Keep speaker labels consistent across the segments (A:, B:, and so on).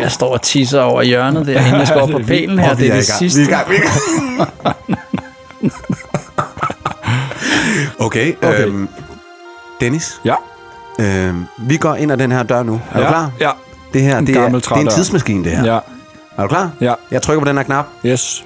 A: Jeg står og tisser over hjørnet der, inden jeg skal op på pælen her.
B: Og vi
A: Det er
B: i
A: det
B: gang. Vi er i
A: sidste.
B: gang, vi er i gang. okay, okay.
C: Okay.
B: Øhm, Dennis,
C: Ja.
B: øhm, vi går ind ad den her dør nu. Er
C: ja.
B: du klar?
C: Ja.
B: Det her, det er,
C: gammel
B: det er en
C: trædør.
B: tidsmaskine, det her.
C: Ja.
B: Er du klar?
C: Ja.
B: Jeg trykker på den her knap.
C: Yes.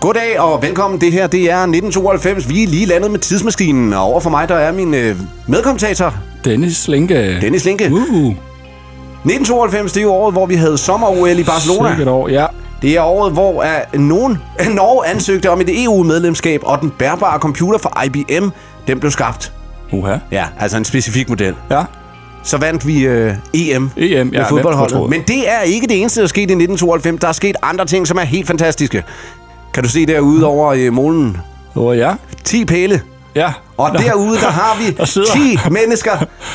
B: Goddag og velkommen. Det her, det er 1992. Vi er lige landet med tidsmaskinen, og over for mig, der er min øh, medkommentator,
C: Dennis Linke.
B: Dennis Linke.
C: Uh,
B: 1992, det er jo året, hvor vi havde sommer-OL i Barcelona.
C: sikkert år. Ja.
B: Det er året, hvor er nogen, Norge ansøgte om et EU-medlemskab, og den bærbare computer fra IBM, den blev skabt.
C: Uha.
B: Ja, altså en specifik model.
C: Ja.
B: Så vandt vi øh, EM,
C: ja, hvem skulle
B: med
C: tro
B: fodboldholdet.
C: det?
B: Men det er ikke det eneste, der skete i 1992. Der er sket andre ting, som er helt fantastiske. Kan du se derude over øh, molen?
C: Åh, oh, ja.
B: 10 pæle.
C: Ja.
B: Og derude, der har vi
C: Der sidder-
B: 10 mennesker,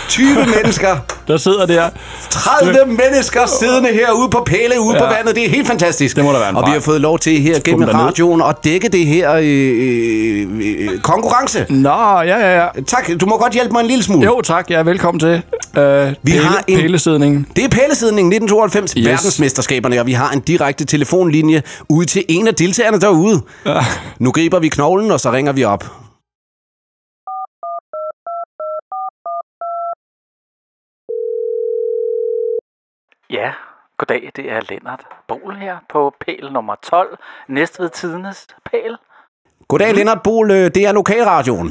B: 20 mennesker,
C: Der sidder der.
B: 30 mennesker siddende herude på pæle ude ja. på
C: Ja.
B: vandet. Det er helt fantastisk.
C: Det må der være en
B: Og vi
C: fejl.
B: har fået lov til her gennem
C: den derned.
B: radioen at dække det her øh, øh, øh, konkurrence.
C: Nå, ja, ja, ja.
B: Tak, du må godt hjælpe mig en lille smule.
C: Jo, tak. Ja, velkommen til. Uh,
B: Vi har en-
C: Pælesidningen.
B: Det er pælesidning 1992, yes.
C: Yes.
B: verdensmesterskaberne, og vi har en direkte telefonlinje ud til en af deltagerne derude.
C: Ja.
B: Nu griber vi knoglen, og så ringer vi op.
A: Ja, goddag, det er Lennart Bol her på pæl nummer 12, Næstved Tidenes pæl.
B: Goddag,
C: Mhm.
B: Lennart Bol. øh, Det er Lokalradioen.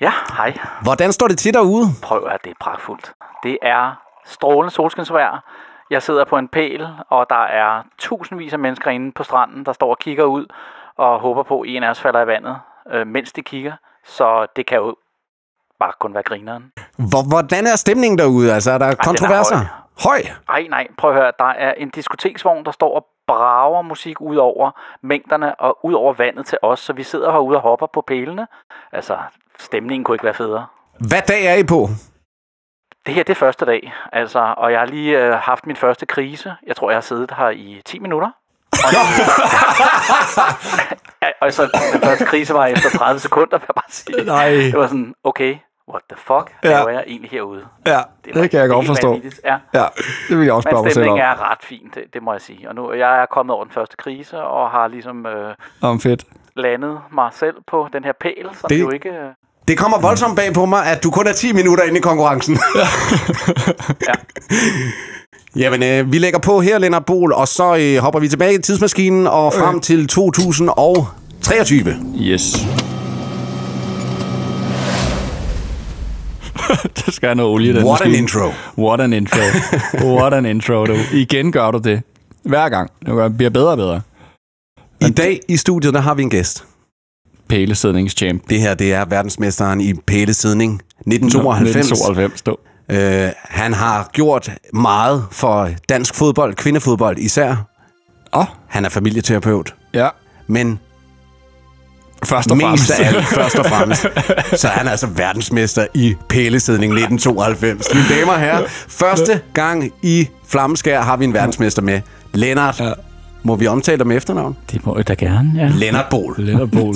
A: Ja, hej.
B: Hvordan står det til derude?
A: Prøv at det er pragtfuldt. Det er strålende solskinsvejr. Jeg sidder på en pæl, og der er tusindvis af mennesker inde på stranden, der står og kigger ud og håber på, at en af os falder i vandet, øh, mens de kigger. Så det kan jo bare kun være grineren.
B: Hvor- Hvordan er stemningen derude? Altså, er der kontroverser? høj.
A: Ej nej, prøv at høre, der er en diskoteksvogn, der står og brager musik ud over mængderne og ud over vandet til os, så vi sidder herude og hopper på pælene. Altså, stemningen kunne ikke være federe.
B: Hvad dag er I på?
A: Det her det er første dag, altså, og jeg har lige øh, haft min første krise. Jeg tror, jeg har siddet her i 10 minutter. Og, Ja, og så den første krise var efter 30 sekunder, vil jeg bare sige.
C: Nej.
A: Det var sådan, okay, what the fuck, ja.
C: Ja.
A: laver jeg egentlig herude?
C: Ja,
A: var-
C: det kan jeg godt
A: er helt
C: forstå.
A: vanvittigt, Ja.
C: Ja, det vil jeg også spørge
A: Men
C: mig selv om.
A: stemningen er ret fin, det, det må jeg sige. Og nu jeg er kommet over den første krise, og har ligesom øh,
C: Om fedt.
A: landet mig selv på den her pæl, som
B: Det-
A: det... jo ikke... Øh,
B: Det kommer voldsomt bag på mig, at du kun er 10 minutter inde i konkurrencen. ja. Jamen, øh, vi lægger på her, Lennart Bol, og så øh, hopper vi tilbage i tidsmaskinen og frem øh. til 2023.
C: Yes. Der skal have noget olie i den
B: What an
C: maskine.
B: intro.
C: What an intro. What an intro, du. Igen gør du det. Hver gang. Det gør- bliver bedre og bedre.
B: I dag i studiet, der har vi en gæst.
C: Pælesidningschamp.
B: Det her, det er verdensmesteren i pælesidning 1992.
C: 92. du.
B: Øh, han har gjort meget for dansk fodbold, kvindefodbold især.
C: Åh,
B: Han er familieterapeut,
C: ja.
B: men
C: Først og
B: mest
C: fremmest.
B: af alt, først og fremmest, så er han altså verdensmester i pælesidning 1992. Mine damer og herrer, første gang i Flammeskær har vi en verdensmester med. Lennart, ja. må vi omtale dig med efternavn?
A: det må jeg da gerne, ja.
B: Lennart Bol.
C: Lidt af bol.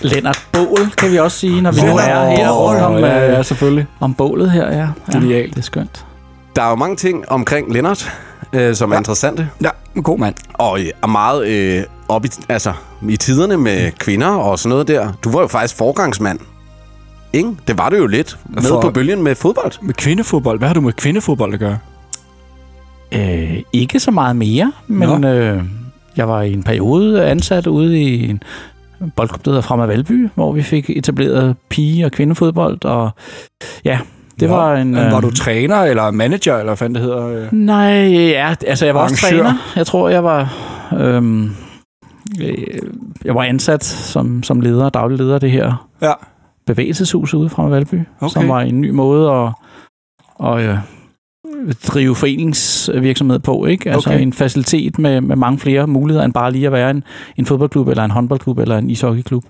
A: Lennart Bål, kan vi også sige, når vi nu
B: Lennart
A: er her
B: Bål.
A: rundt om,
C: Åh, ja,
A: øh,
C: ja, selvfølgelig.
A: om bålet her. Ja. ja.
C: Genialt.
A: Det er skønt.
B: Der er jo mange ting omkring Lennart, øh, som er ja. interessante,
C: Ja, en god mand.
B: og øh, er meget øh, op i, altså, i tiderne med
C: Mm.
B: kvinder og sådan noget der. Du var jo faktisk forgangsmand. Ikke? Det var du jo lidt. Med
C: For-
B: på bølgen med fodbold.
C: Med kvindefodbold. Hvad har du med kvindefodbold at gøre?
A: Øh, ikke så meget mere, men
C: Nå.
A: øh, jeg var i en periode ansat ude i en boldklub, der hedder Fremad Valby, hvor vi fik etableret pige- og kvindefodbold, og ja, det
C: Nå,
A: var en... øh,
C: Men Var du træner eller manager, eller hvad fanden det hedder? øh?
A: Nej, ja, altså jeg var også
C: Arrangør.
A: træner. Jeg tror, jeg var... Øhm, øh, jeg var ansat som, som leder og daglig leder af det her
C: Ja.
A: bevægelseshus ude fra Valby,
C: Okay.
A: okay. som var en ny måde at, at øh, drive foreningsvirksomhed på. Ikke? Altså
C: Okay.
A: okay. en facilitet med, med mange flere muligheder, end bare lige at være en, en fodboldklub, eller en håndboldklub, eller en ishockeyklub.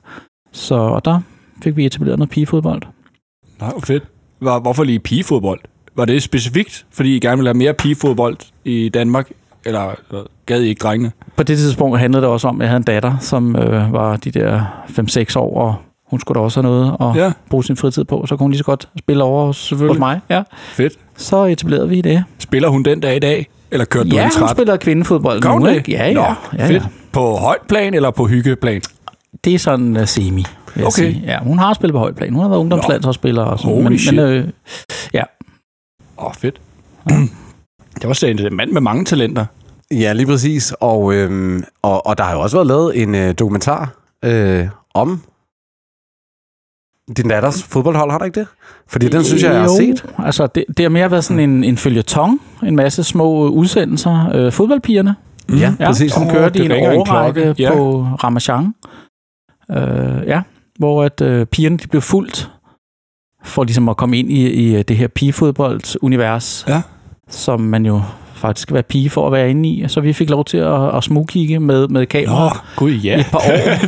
A: Så og der fik vi etableret noget pigefodbold.
C: Nej, hvor fedt. Hvor, hvorfor lige pigefodbold? Var det specifikt, fordi I gerne ville have mere pigefodbold i Danmark? Eller hvad? Gad I ikke drengene?
D: På det tidspunkt handlede det også om, at jeg havde en datter, som øh, var de der 5-6 år, og hun skulle da også have noget at
C: Ja.
D: ja. bruge sin fritid på, så kunne hun lige så godt spille over hos, hos
C: Selvfølgelig.
D: mig. Ja.
C: Fedt.
D: Så etablerede vi det.
C: Spiller hun den dag i dag? Eller kørte du
D: Ja,
C: en
D: hun
C: træt?
D: spiller kvindefodbold
C: Gør hun
D: nu,
C: det?
D: ikke? Ja, ja.
C: Nå,
D: ja,
C: fedt.
D: ja.
C: På højt plan eller på hyggeplan?
D: Det er sådan uh, semi, vil jeg
C: Okay.
D: sige. Ja, hun har spillet på højt plan. Hun har været ungdomslandsholdsspiller og sådan.
C: Holy shit.
D: øh,
C: Åh, oh, fedt. Det var sådan en mand med mange talenter.
B: Ja, lige præcis. Og, øhm, og, og der har jo også været lavet en øh, dokumentar øh, om din datters fodboldhold, har der ikke det? Fordi den synes jeg, jeg har
D: jo,
B: set.
D: Altså, det, det har mere været sådan en, en følgetong, en masse små øh, udsendelser. Øh, fodboldpigerne,
C: Mm-hmm.
B: Ja,
D: Mm. ja,
B: præcis.
D: som
C: Åh,
D: kørte
C: det
D: i en
C: ringer en
D: årrække
C: klokke. Ja.
D: på Ramachan. Øh, ja, hvor at øh, pigerne de blev fuldt for ligesom at komme ind i, i øh, det her pigefodboldunivers,
C: Ja.
D: som man jo faktisk skal være pige for at være inde i. Så vi fik lov til at, at smugkigge med, med kamera
C: Nå, gud ja.
D: i et par år.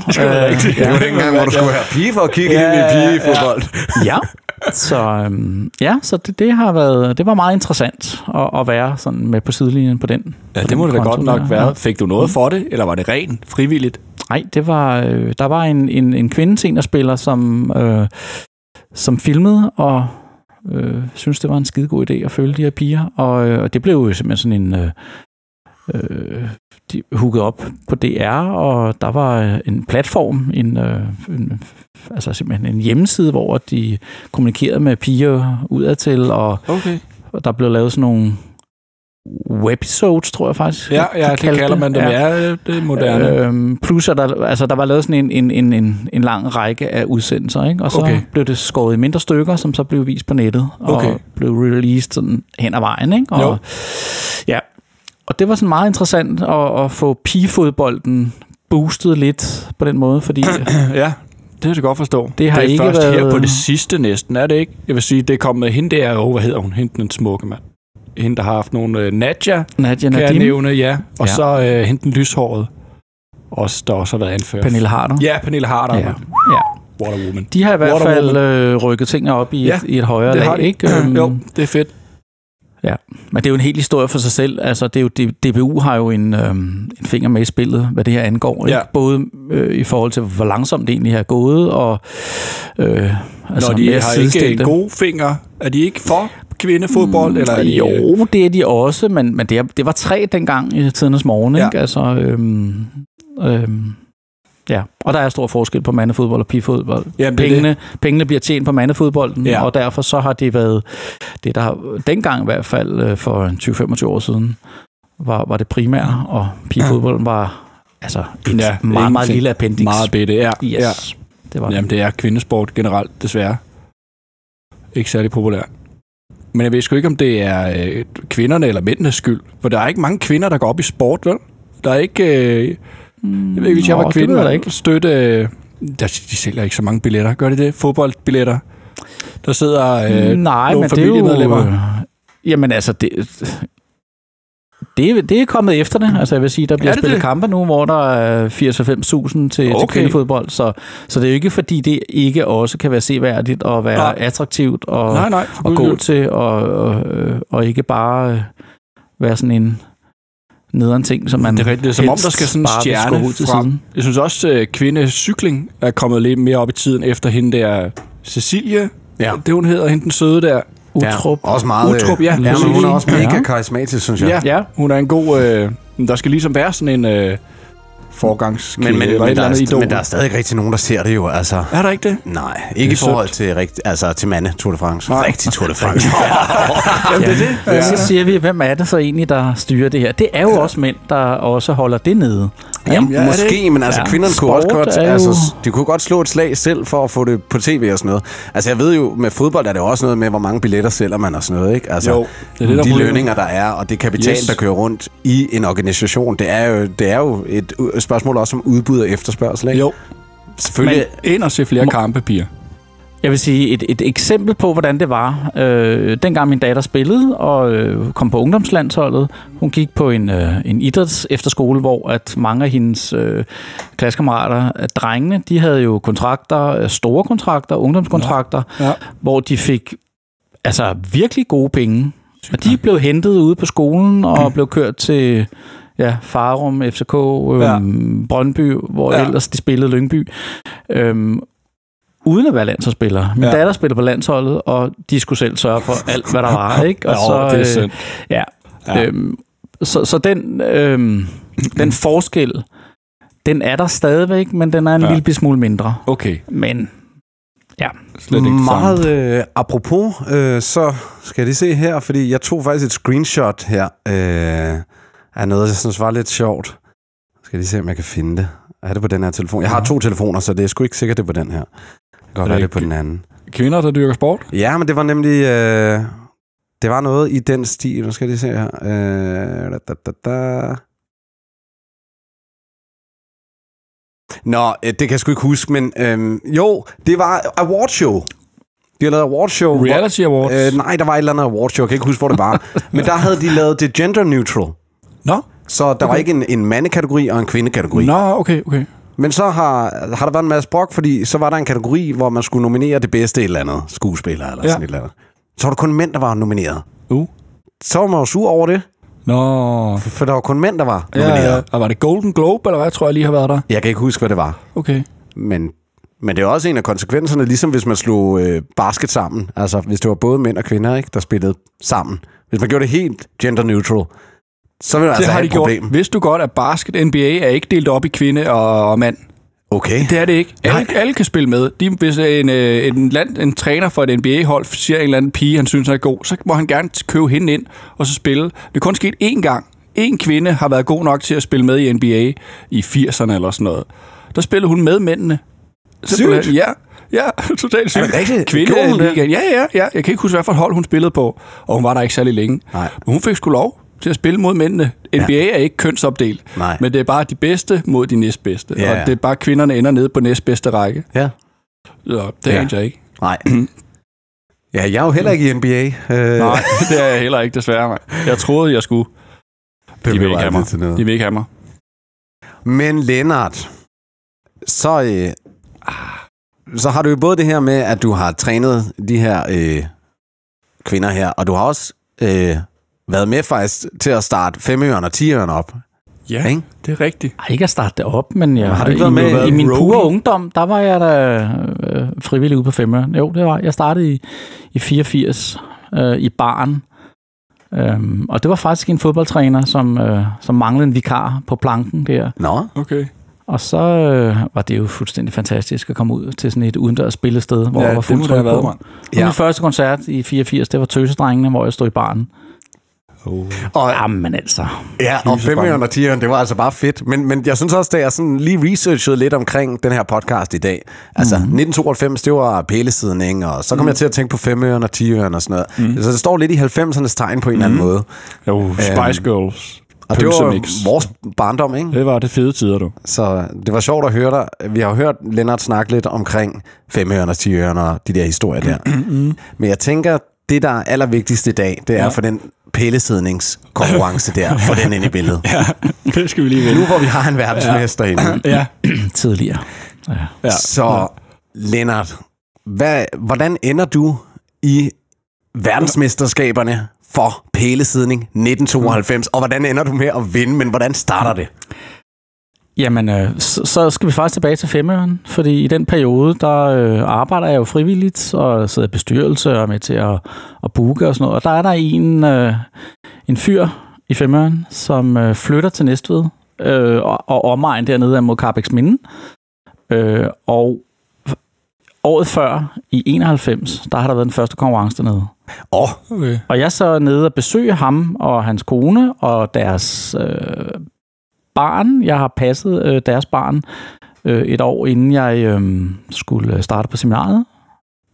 D: det
C: være rigtigt.
B: Det var dengang, hvor du skulle have pige for at kigge
C: Ja,
B: ind i
C: ja, ja.
B: pigefodbold.
D: ja. Så, øhm, ja, så det, det, har været, det var meget interessant at, at være sådan med på sidelinjen på den.
C: Ja,
D: på
C: det må
D: den
C: det da
D: konto
C: godt nok
D: der.
C: være. Fik du noget for det, eller var det ren frivilligt?
D: Nej, det var, øh, der var en, en, en kvindesenerspiller, som, øh, som filmede og øh, synes det var en skide god idé at følge de her piger. Og, øh, og det blev jo simpelthen sådan en... Øh, øh, de hooket op på DR, og der var øh, en platform, en, øh, en, altså simpelthen en hjemmeside, hvor de kommunikerede med piger udadtil, og
C: Okay.
D: og der blev lavet sådan nogle webisodes, tror jeg faktisk.
C: Ja, ja det kalder man dem. Ja, Øh, det er moderne.
D: Øhm, plus, at der, altså, der var lavet sådan en, en, en, en, en lang række af udsendelser, ikke? og så
C: Okay.
D: okay. blev det skåret i mindre stykker, som så blev vist på nettet, og
C: Okay.
D: blev released sådan hen ad vejen. Ikke? Og,
C: Jo.
D: Ja. og det var sådan meget interessant at, at få pigefodbolden boostet lidt på den måde, fordi
C: Ja, det kan jeg godt forstå.
D: Det har
C: det er
D: ikke
C: først her
D: været-
C: på det sidste næsten, er det ikke? Jeg vil sige, det er kommet hende der, oh, hvad hedder hun? Hende den smukke mand. Hende, der har haft nogle uh, Nadja,
D: Nadia
C: kan jeg
D: Nadim,
C: nævne, ja. Og
D: Ja.
C: så uh, hende den lyshårede, også, der også har været anført.
D: Pernille Harder,
C: Ja, Pernille Harder.
D: Ja.
C: Ja.
D: ja.
C: What a woman.
D: de har i hvert
C: Waterwoman.
D: fald øh, rykket tingene op i,
C: Ja,
D: ja, et, i et højere lag.
C: de.
D: Ikke? Øhm,
C: jo, det er fedt.
D: Men det er jo en hel historie for sig selv. Altså, det er jo, D- DBU har jo en, øhm, en finger med i spillet, hvad det her angår.
C: Ja.
D: Ikke? Både øh, i forhold til, hvor langsomt det egentlig har gået, og... Øh,
C: Altså, Når
D: med
C: de
D: at
C: har ikke
D: sidestille det.
C: en god finger, er de ikke for kvindefodbold?
D: Mm,
C: eller øh, er de,
D: øh, Jo, det er de også, men, men det, er, det var tre dengang i tidernes morgen.
C: Ja.
D: Ja. Ikke? Altså, øhm, øhm, ja. Og der er stor forskel på mandefodbold og pigefodbold.
C: Jamen, det er
D: pengene, pengene bliver tjent på mandefodbolden,
C: Ja.
D: ja. og derfor så har det været det, der har- dengang i hvert fald øh, for en 20-25 år siden, var, var det primære, og pigefodbolden var altså et
C: Ja,
D: ja, meget, meget
C: ingenting.
D: lille appendix.
C: Meget bitte, ja.
D: yes.
C: ja.
D: Det var det.
C: Jamen, det er kvindesport generelt, desværre. Ikke særlig populær. Men jeg ved sgu ikke, om det er øh, kvinderne eller mændenes skyld. For der er ikke mange kvinder, der går op i sport, vel? Der er ikke... Øh, jeg ved ikke, hvis jeg
D: Mm, Nå,
C: var
D: det ved
C: kvinde,
D: jeg
C: der
D: da
C: ikke
D: ikke.
C: støtte... Øh, der, de sælger ikke så mange billetter. Gør de det? Fodboldbilletter. Der sidder øh,
D: Nej,
C: nogle
D: men det er jo...
C: familiemedlemmer.
D: Jamen altså, det, det, er- det er kommet efter det. Altså jeg vil sige, der bliver
C: Er det
D: spillet
C: det?
D: kampe nu, hvor der er 80-90.000 til,
C: Okay.
D: okay. til kvindefodbold. Så, så det er jo ikke, fordi det ikke også kan være seværdigt og være
C: Nej.
D: nej. attraktivt og,
C: Nej, nej.
D: og gå til og, og, øh, og ikke bare øh, være sådan en nederen ting, som man
C: Det er rigtigt. Det er som om,
D: helst
C: der skal sådan en
D: bare vil
C: stjerne
D: skubbe ud til
C: frem.
D: siden.
C: Jeg synes også, at kvindecykling er kommet lidt mere op i tiden efter hende der Cecilie.
B: Ja.
C: Det hun hedder, hende den søde der.
D: Utrup.
B: Ja, også meget... øh,
C: Utrup, ja,
B: ja men hun er
C: præcis.
B: også mega
D: Ja.
B: karismatisk, synes jeg.
C: Ja, ja.
D: Ja.
C: hun er en god... Øh, men der skal ligesom være sådan en øh, forgangskvinde
B: Men, men,
C: eller et
B: men,
C: eller
B: der
C: andet
B: er,
C: idol.
B: men der er stadig ikke rigtig nogen, der ser det jo, altså.
C: er der ikke det?
B: Nej, ikke i
C: sødt.
B: forhold til, rigt, altså, til mande Tour de France.
C: Nej.
B: Rigtig Tour de France.
C: Jamen, det er det.
D: Ja. Så siger vi, hvem er det så egentlig, der styrer det her? Det er jo også mænd, der også holder det nede.
B: Jamen,
C: Ja, er
B: ja,
C: det
B: måske,
C: ikke?
B: men altså,
D: Ja,
B: kvinderne kunne
D: sport
B: også godt,
D: er jo-
B: altså, de kunne godt slå et slag selv for at få det på tv og sådan noget. Altså, jeg ved jo, med fodbold er det jo også noget med, hvor mange billetter sælger man og sådan noget, ikke? Altså,
C: Jo, det er det, der
B: de
C: ryger.
B: lønninger, der er, og det kapital,
C: Yes.
B: yes. der kører rundt i en organisation, det er jo, det er jo et u- spørgsmål også om udbud og efterspørgsel, ikke?
C: Jo,
B: Selvfølgelig.
C: men ind og se flere kampe, piger.
D: Jeg vil sige, et, et eksempel på, hvordan det var, øh, dengang min datter spillede og øh, kom på ungdomslandsholdet. Hun gik på en, øh, en idræts efterskole, hvor at mange af hendes øh, klassekammerater, at drengene, de havde jo kontrakter, øh, store kontrakter, ungdomskontrakter,
C: Ja.
D: hvor de fik
C: Mm.
D: altså virkelig gode penge. Og de blev hentet ude på skolen og blev kørt til ja, Farum, FCK, øhm, ja.
C: Ja.
D: Brøndby, hvor ja.
C: Ja.
D: ellers de spillede Lyngby. Øhm, uden at være landsholdsspillere. Min ja.
C: Ja.
D: datter spiller på landsholdet, og de skulle selv sørge for alt, hvad der var. Ikke? Og
C: Jo, det er
D: øh,
C: synd.
D: Ja. ja.
C: Ja.
D: Øhm, så, så den, øhm, den forskel, den er der stadigvæk, men den er en ja.
C: Ja.
D: lille smule mindre.
C: Okay,
D: Men ja,
C: slet ikke det samme.
B: Meget øh, apropos, øh, så skal jeg lige se her, fordi jeg tog faktisk et screenshot her øh, af noget, jeg synes var lidt sjovt. Skal jeg lige se, om jeg kan finde det. Er det på den her telefon? Jeg har to telefoner, så det er sgu ikke sikkert, det er på den her. Det kan godt
C: det
B: være, det er
C: ikke-
B: på den anden.
C: Kvinder, der dyrker sport?
B: Ja, men det var nemlig... Øh, det var noget i den stil. Nu skal jeg lige se her. Øh, da, da, da, da. Nå, øh, det kan jeg sgu ikke huske, men øhm, jo, det var awardshow. De har lavet awardshow. hvor-
C: Reality Awards?
B: Øh, nej, der var et eller andet awardshow. Jeg kan ikke huske, hvor det var. men der havde de lavet det gender neutral.
C: Nå?
B: Så der okay. var ikke en, en mandekategori og en kvindekategori.
C: Nå, okay, okay.
B: Men så har, har der været en masse brok, fordi så var der en kategori, hvor man skulle nominere det bedste et eller andet. Skuespiller eller ja.
C: Ja.
B: sådan et eller andet. Så var der kun mænd, der var nomineret.
C: Uh.
B: Så var man jo sur over det,
C: Nå.
B: for der var kun mænd, der var
C: Ja,
B: nomineret. Ja,
C: ja. Og var det Golden Globe, eller hvad? Jeg tror, jeg lige har været der.
B: Jeg kan ikke huske, hvad det var.
C: Okay.
B: Men, men det er også en af konsekvenserne, ligesom hvis man slog øh, basket sammen. Altså, hvis det var både mænd og kvinder, ikke, der spillede sammen. Hvis man gjorde det helt gender neutral, så ville man
C: det
B: altså
C: har
B: have
C: de
B: et problem.
C: gjort. Vidste du godt, at basket NBA er ikke delt op i kvinde og, og mand?
B: Okay.
C: Det er det ikke. Alle, alle kan spille med. De, hvis en, øh, en, land, en træner for et NBA-hold siger en eller anden pige, han synes er god, så må han gerne t- købe hende ind og så spille. Det er kun sket én gang. En kvinde har været god nok til at spille med i NBA i 80'erne eller sådan noget. Der spillede hun med mændene. Simpelthen.
B: Sygt.
C: Ja, ja, totalt sygt.
B: det rigtigt?
C: Kvinde
B: Gjorde hun det?
C: ligaen. Ja, ja, ja. Jeg kan ikke huske, hvad for et hold hun spillede på, og hun var der ikke særlig længe.
B: Nej.
C: Men hun fik sgu lov til at spille mod mændene. NBA ja. er ikke kønsopdelt,
B: Nej.
C: men det er bare de bedste mod de næstbedste.
B: Ja,
C: Ja.
B: ja.
C: Og det er bare kvinderne ender nede på næstbedste række.
B: Ja.
C: Så det
B: Ja.
C: ja. anede jeg ikke.
B: Nej. Ja, jeg er jo heller ikke i NBA. Øh,
C: Mm. Nej, det er jeg heller ikke, desværre. Man. Jeg troede, jeg skulle.
B: det
C: De
B: blev
C: vil ikke have
B: aldrig
C: mig.
B: til noget.
C: De vil ikke have mig.
B: Men Lennart, så, øh, ah, så har du jo både det her med, at du har trænet de her øh, kvinder her, og du har også øh, været med faktisk til at starte femøren og tiøren op.
C: Ja,
B: Ikke?
C: det er rigtigt.
D: Ej, ikke at starte det op, men jeg,
B: Har du ikke
D: i,
B: været
D: min-
B: med
D: i
B: i
D: min
B: Roadie?
D: pure ungdom, der var jeg da øh, frivillig ude på femøren. Jo, det var jeg. startede i, i 84 øh, i baren. Øhm, og det var faktisk en fodboldtræner, som, øh, som manglede en vikar på planken der.
B: Nå,
C: Okay.
D: Og så øh, var det jo fuldstændig fantastisk at komme ud til sådan et udendørs spillested, hvor
C: Ja,
D: ja, der var
C: det må
D: fuldt
C: der
D: tryk
C: have været,
D: på.
C: mand.
D: Ja.
B: Ja.
D: Min første koncert i 84, det var Tøsedrengene, hvor jeg stod i baren.
B: og,
D: Jamen altså.
B: ja, og femøren og tiøren, det var altså bare fedt. Men, men jeg synes også, da jeg sådan lige researchede lidt omkring den her podcast i dag, altså mm. 1992, det var pælesiden, ikke? og så kom mm. jeg til at tænke på femøren og tiøren og sådan noget. Mm. Så det står lidt i 90'ernes tegn på en eller anden måde.
C: Jo, Spice Girls.
B: Og det var
C: Øhm. Pølsemix.
B: vores barndom, ikke?
C: Det var det fede tider, du.
B: Så det var sjovt at høre dig. Vi har jo hørt Lennart snakke lidt omkring femørerne, tiørerne og de der historier der. Men jeg tænker, det der er allervigtigst i dag, det er ja. for den pælesidningskonkurrence der, for den ind i billedet. Ja.
C: det skal vi lige
B: Nu hvor vi har en verdensmester ja. inde.
C: Ja.
D: Tidligere. Ja.
C: ja.
B: Så Lennart, hvad, hvordan ender du i verdensmesterskaberne for pælesidning 1992? Og hvordan ender du med at vinde, men hvordan starter det?
D: Jamen, øh, så, så skal vi faktisk tilbage til femøren, fordi i den periode, der øh, arbejder jeg jo frivilligt, og sidder i bestyrelse og er med til at, at booke og sådan noget. Og der er der en, øh, en fyr i femøren, som øh, flytter til Næstved øh, og, og omegn dernede ad mod Carbex Minden. Øh, og året før, i 91, der har der været den første konkurrence dernede.
B: Åh, oh,
C: Okay.
D: Og jeg er så nede og besøge ham og hans kone og deres øh, barn. Jeg har passet øh, deres barn øh, et år, inden jeg øh, skulle starte på seminariet.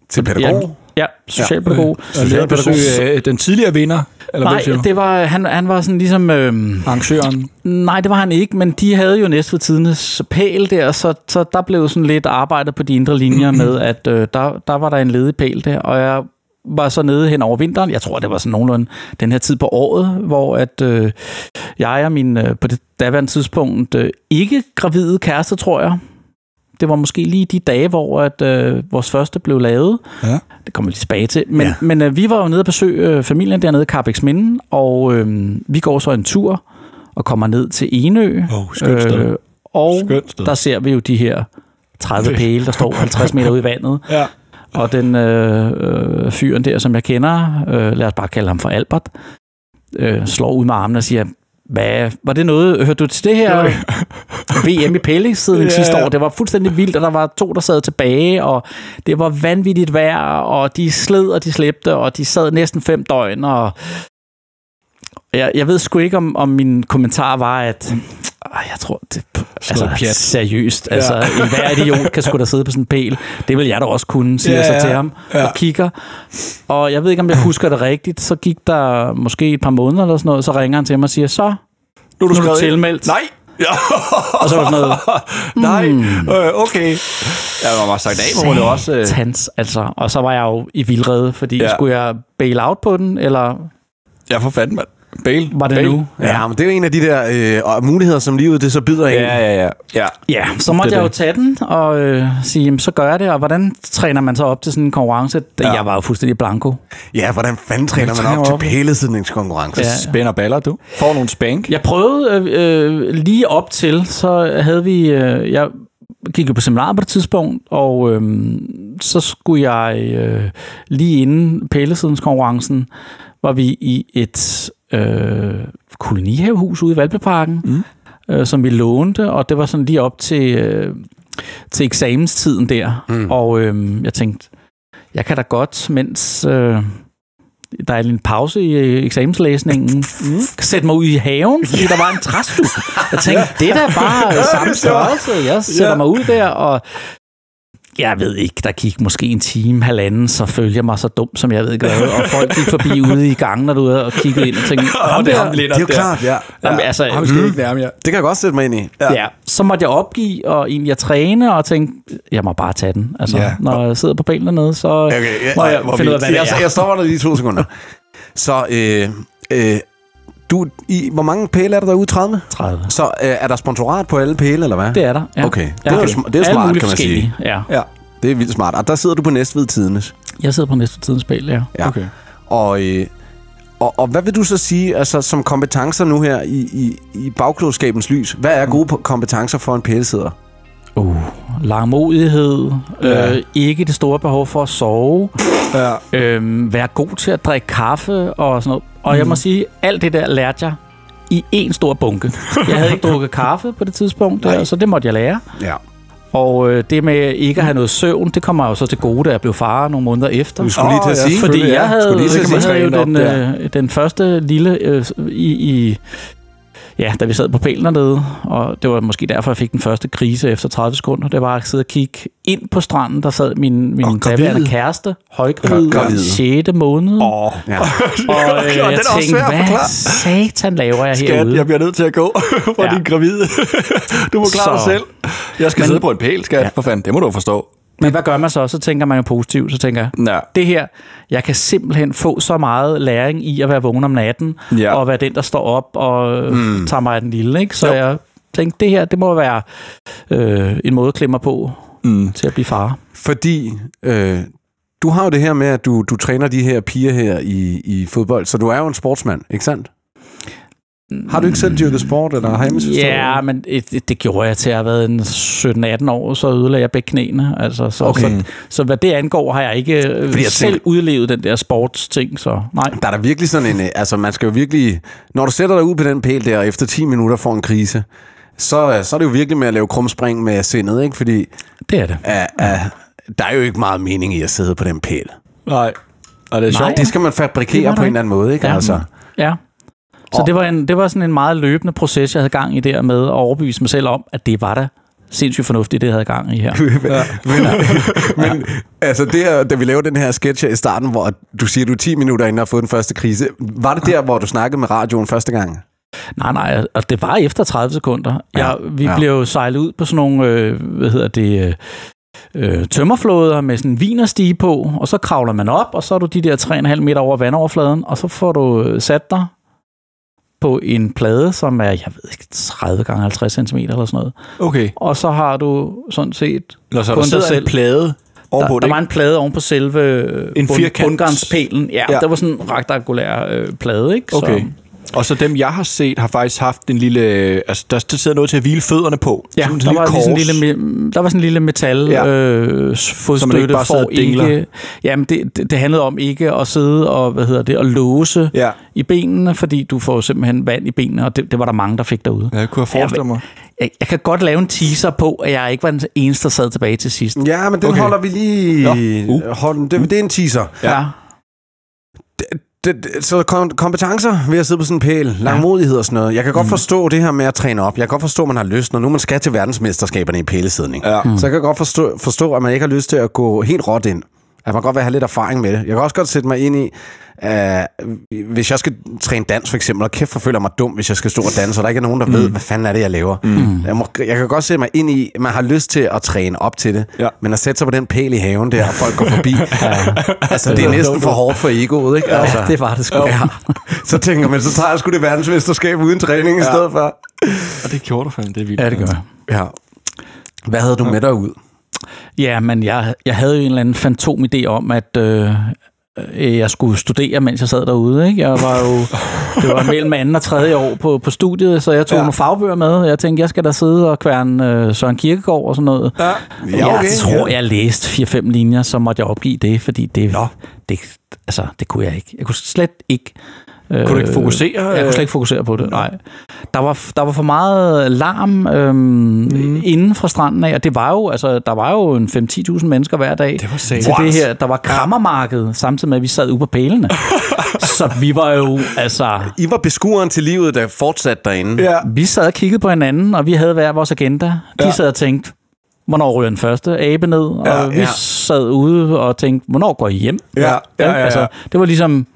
B: til pædagog?
D: Ja, socialpædagog.
C: Og det er besøg, øh, den tidligere vinder, eller
D: Nej,
C: hvad siger du?
D: det var, han, han var sådan ligesom... Øh,
C: Arrangøren.
D: nej, det var han ikke, men de havde jo næste tidens pæl der, så, så der blev sådan lidt arbejdet på de indre linjer med, at øh, der, der var der en ledig pæl der, og jeg var så nede hen over vinteren. Jeg tror, det var sådan nogenlunde den her tid på året, hvor at øh, jeg og min, øh, på det daværende tidspunkt, øh, ikke gravide kæreste, tror jeg. Det var måske lige de dage, hvor at, øh, vores første blev lavet.
C: Ja.
D: Det kommer vi lige tilbage til. Men,
B: Ja.
D: ja. men øh, vi var jo nede og besøge øh, familien dernede i Carbex Minden, og øh, vi går så en tur, og kommer ned til Enø.
C: Åh, skønt sted.
D: Øh, og
C: Skønt sted.
D: der ser vi jo de her 30 pæle, der står 50 meter ude i vandet.
C: Ja.
D: Og den øh, øh, fyren der, som jeg kender, øh, lad os bare kalde ham for Albert, øh, slår ud med armen og siger, hvad, var det noget, hørte du til det her VM i pællingsiden
C: Ja,
D: yeah. sidste
C: ja.
D: år? Det var fuldstændig vildt, og der var to, der sad tilbage, og det var vanvittigt vejr, og de sled, og de slæbte, og de sad næsten fem døgn, og jeg, jeg ved sgu ikke, om, om min kommentar var, at øh, jeg tror, det, altså,
C: noget pjat.
D: seriøst, altså, ja. en hver idiot kan sgu da sidde på sådan en pæl. Det vil jeg da også kunne, siger
C: Ja,
D: ja, jeg
C: ja.
D: så til ham
C: Ja.
D: ja. og kigger. Og jeg ved ikke, om jeg husker det rigtigt, så gik der måske et par måneder eller sådan noget, så ringer han til mig og siger, så
C: Nu er
D: nu er du
C: skrevet ind.
D: tilmeldt.
C: Nej! Ja.
D: Og så var det sådan noget,
C: Nej, øh, okay. Jeg var bare sagt af, hvor det også... Øh,
D: tans, altså. Og så var jeg jo i vildrede, fordi
C: Ja.
D: ja. skulle jeg bail out på den, eller
C: ja, for fanden, mand. Bale.
D: var det
C: Bale.
D: nu?
B: Ja, ja, men det er jo en af de der øh, og muligheder, som livet det så byder en.
C: Ja, ja, ja. ja.
D: Ja, så måtte
C: Det er
D: jeg jo
C: det.
D: tage den og øh, sige, jamen, så gør jeg det, og hvordan træner man så op til sådan en konkurrence?
C: Ja.
D: Ja. Jeg var jo fuldstændig blanko.
B: ja hvordan fanden træner man
C: træner
B: op
C: op,
B: til
C: ikke?
B: pælesidningskonkurrence?
D: Ja.
C: Spænder baller, du. Får nogle spank.
D: Jeg prøvede øh, øh, lige op til, så havde vi... Øh, jeg gik jo på seminar på det tidspunkt, og øh, så skulle jeg øh, lige inden pælesidenskonkurrencen, Mm, var vi i et øh, kolonihavehus ude i Valbeparken, mm. øh, som vi lånte, og det var sådan lige op til, øh, til eksamenstiden der. Mm. Og øh, jeg tænkte, jeg kan da godt, mens... Øh, der er en pause i øh, eksamenslæsningen. Mm. Sætte mig ud i haven, fordi der var en træstue. Jeg tænkte, det er da bare ja, samme størrelse. Jeg sætter
C: Ja.
D: mig ud der, og jeg ved ikke, der gik måske en time, halvanden, så følte jeg mig så dum, som jeg ved ikke hvad. Og folk gik forbi ude i gangen, når du var og kiggede ind og tænkte,
C: Åh,
D: ham
C: det er
D: der-
C: ham lidt
B: Det er jo klart, ja.
D: Jamen, altså,
A: Ham skal mm. ikke nærme jer.
B: Det kan jeg godt sætte mig ind i. Ja.
D: ja. Så måtte jeg opgive og egentlig at træne og tænke, jeg må bare tage den. Altså,
A: Ja.
D: når jeg sidder på bænken dernede, så
B: Okay, ja,
D: må jeg
B: hvor
D: finde ud af, hvad det
B: jeg,
D: er.
B: jeg stopper dig lige i to sekunder. Så, øh, øh, du, i, hvor mange pæle er der derude? 30?
D: 30.
B: Så øh, er der sponsorat på alle pæle, eller hvad?
D: Det er der. Ja.
B: Okay. Det er jo sm- det er jo
D: Alle
B: smart,
D: mulige
B: kan man sige.
D: forskellige, Ja.
A: Ja.
B: det er vildt smart. Og der sidder du på Næstved Tidenes.
D: Jeg sidder på næste tidens spil, ja.
B: Ja.
A: Okay.
B: Og, øh, og, og hvad vil du så sige, altså som kompetencer nu her i, i, i bagklodskabens lys, hvad er gode po- kompetencer for en pælesidder?
D: Uh, langmodighed, øh, ikke det store behov for at sove,
A: Ja.
D: øh, være god til at drikke kaffe og sådan noget. Og mm. jeg må
B: Mhm.
D: sige, alt det der lærte jeg i en stor bunke. Jeg havde ikke drukket kaffe på det tidspunkt, der, så det måtte jeg lære.
B: Ja.
D: Og øh, det med ikke at have noget søvn, det kommer jeg jo så til gode, da jeg blev far nogle måneder efter.
B: Du skulle lige til at
A: Åh, ja,
B: sige.
A: selvfølgelig,
D: Fordi jeg havde,
A: Skulle lige til at
D: jeg
A: sige.
D: havde jo
A: Træne op
D: den,
A: der.
D: øh, den første lille øh, i, i Ja, da vi sad på pælen dernede, og det var måske derfor, jeg fik den første krise efter 30 sekunder, det var at sidde og kigge ind på stranden, der sad min, min
B: Og
D: oh,
B: gravid.
D: daværende kæreste, højgravid,
B: Ja, gravid.
D: 6. måned, oh,
B: Ja.
D: og øh,
C: den er
D: jeg
C: også
D: tænkte,
C: svær at
D: hvad
C: forklare."
D: satan laver jeg
C: Skat,
D: herude?
C: jeg bliver nødt til at gå for ja.
D: Ja.
C: din gravide. Du må klare
D: Så.
C: dig selv. Jeg skal Men...
D: Men-
C: sidde på en pæl, skat. Ja. For fanden, det må du jo forstå.
D: Men hvad gør man så? Så tænker man jo positivt, så tænker jeg,
C: Ja.
D: det her, jeg kan simpelthen få så meget læring i at være vågen om natten,
C: Ja.
D: ja. og være den, der står op og mm. tager mig af den lille. Ikke? Så jo. jeg tænkte, det her, det må være øh, en måde at klemme mig på mm. til at blive far.
B: Fordi øh, du har jo det her med, at du, du træner de her piger her i, i fodbold, så du er jo en sportsmand, ikke sandt? Har du ikke selv dyrket sport, eller har jeg misforstået?
D: Ja, men det, det- det gjorde jeg til at have været en 17-18 år, så ødelagde jeg begge knæene. Altså, så, okay. så, så hvad det angår, har jeg ikke øh,
B: Fordi jeg
D: selv
B: tænker-
D: udlevet den der sportsting. Så nej.
B: Der er der virkelig sådan en... øh, Altså, man skal jo virkelig... Når du sætter dig ud på den pæl der, og efter 10 minutter får en krise, så, øh, så er det jo virkelig med at lave krumspring med sindet, ikke? Fordi
D: Det er det.
B: uh, uh, der er jo ikke meget mening i at sidde på den pæl.
C: Nej. Og det er
D: Nej.
C: sjovt.
B: Det skal man fabrikere
D: Det
B: på
D: var
B: en
D: der
B: eller anden måde, ikke?
D: Ja.
B: Altså.
D: Ja. Så
B: Og-
D: det var, en, det var sådan en meget løbende proces, jeg havde gang i der med at overbevise mig selv om, at det var da sindssygt fornuftigt, det jeg havde gang i her.
B: Men altså, det her, da vi lavede den her sketch her i starten, hvor du siger, du er 10 minutter inden at få den første krise, var det der, hvor du snakkede med radioen første gang?
D: Nej, nej, og det var efter 30 sekunder.
B: Ja,
D: Ja, jeg, vi
B: ja.
D: ja. blev jo sejlet ud på sådan nogle, øh, hvad hedder det, øh, øh, tømmerflåder med sådan en vinerstige på, og så kravler man op, og så er du de der 3,5 meter over vandoverfladen, og så får du øh, sat dig på en plade, som er, jeg ved ikke, 30 gange 50 cm eller sådan noget.
C: Okay.
D: Og så har du sådan set
C: Nå, så
D: Kun
C: der
D: dig
C: sidder en
D: selv.
C: plade
D: der,
C: ovenpå
D: der
C: det,
D: var en plade oven på selve
C: En
D: en
C: firkant.
D: bund, bundgarnspælen. Ja,
C: Ja.
D: ja, der var sådan en rektangulær øh, plade, ikke?
C: Okay.
D: Så,
C: Og så dem, jeg har set, har faktisk haft en lille... Altså, der, der sidder noget til at hvile fødderne på.
D: Ja,
C: Sådan en
D: der var, lige sådan
C: kors.
D: en lille, me- der var sådan en lille metal
C: Ja.
D: ja. øh, s- fodstøtte
C: ikke bare sidder
D: for
C: og dingler.
D: ikke... Jamen, det, det, det handlede om ikke at sidde og, hvad hedder det, og låse
C: Ja.
D: i benene, fordi du får simpelthen vand i benene, og det, det var der mange, der fik derude.
C: Ja, det kunne jeg forestille mig.
D: Jeg, jeg kan godt lave en teaser på, at jeg ikke var den eneste, der sad tilbage til sidst.
B: Ja, men
C: Okay.
B: den okay. holder vi lige...
C: Nå.
B: Uh. Hold, det, det er en teaser.
C: Ja.
B: Det, det, så kom, kompetencer ved at sidde på sådan en pæl, langmodighed og sådan noget. Jeg kan godt mm. forstå det her med at træne op. Jeg kan godt forstå, at man har lyst, når nu man skal til verdensmesterskaberne i pælesidning.
C: Ja.
B: Mm. Så jeg kan godt forstå, forstå, at man ikke har lyst til at gå helt råt ind. At man godt vil have lidt erfaring med det. Jeg kan også godt sætte mig ind i, øh, hvis jeg skal træne dans for eksempel, og kæft for føler jeg mig dum, hvis jeg skal stå og danse, og der ikke er nogen, der mm. ved, hvad fanden er det, jeg laver. Mm. Jeg, må, jeg kan godt sætte mig ind i, at man har lyst til at træne op til det,
C: Ja.
B: men at sætte sig på den pæl i haven der, og folk går forbi. altså, det er næsten for hårdt for egoet, ikke? Altså.
D: det var det sgu. Ja.
B: Så tænker man, så tager jeg sgu det verdensmesterskab uden træning i stedet for.
C: Og det gjorde du fandme, det er vildt.
D: ja, det gør jeg.
B: Ja. Hvad havde du med dig ud?
D: Ja, men jeg, jeg havde jo en eller anden fantom idé om, at øh, øh, jeg skulle studere, mens jeg sad derude. Ikke? Jeg var jo, det var mellem anden og tredje år på, på studiet, så jeg tog ja. nogle fagbøger med. Jeg tænkte, jeg skal da sidde og kværne øh, Søren Kierkegaard og sådan noget. Ja.
B: Ja, okay.
D: Jeg tror, jeg læste 4-5 linjer, så måtte jeg opgive det, fordi det, det, altså, det kunne jeg ikke. Jeg kunne slet ikke... Øh,
C: Kunne du ikke fokusere? øh?
D: Jeg kunne slet ikke fokusere på det, nej. Der var, der var for meget larm øhm, mm. inden fra stranden af, og det var jo, altså, der var jo en 5-10.000 mennesker hver dag
C: Det var
D: til
C: satan.
D: det her. Der var krammermarked, samtidig med, at vi sad ude på pælene. så vi var jo, altså,
B: I var beskueren til livet, der fortsatte derinde.
C: Ja.
D: vi sad og kiggede på hinanden, og vi havde hver vores agenda. De ja. sad og tænkte, hvornår ryger den første abe ned? Og
C: Ja,
D: ja, vi
B: ja.
D: sad ude og tænkte, hvornår går I hjem?
C: Ja, ja, ja, ja.
D: Altså, det var ligesom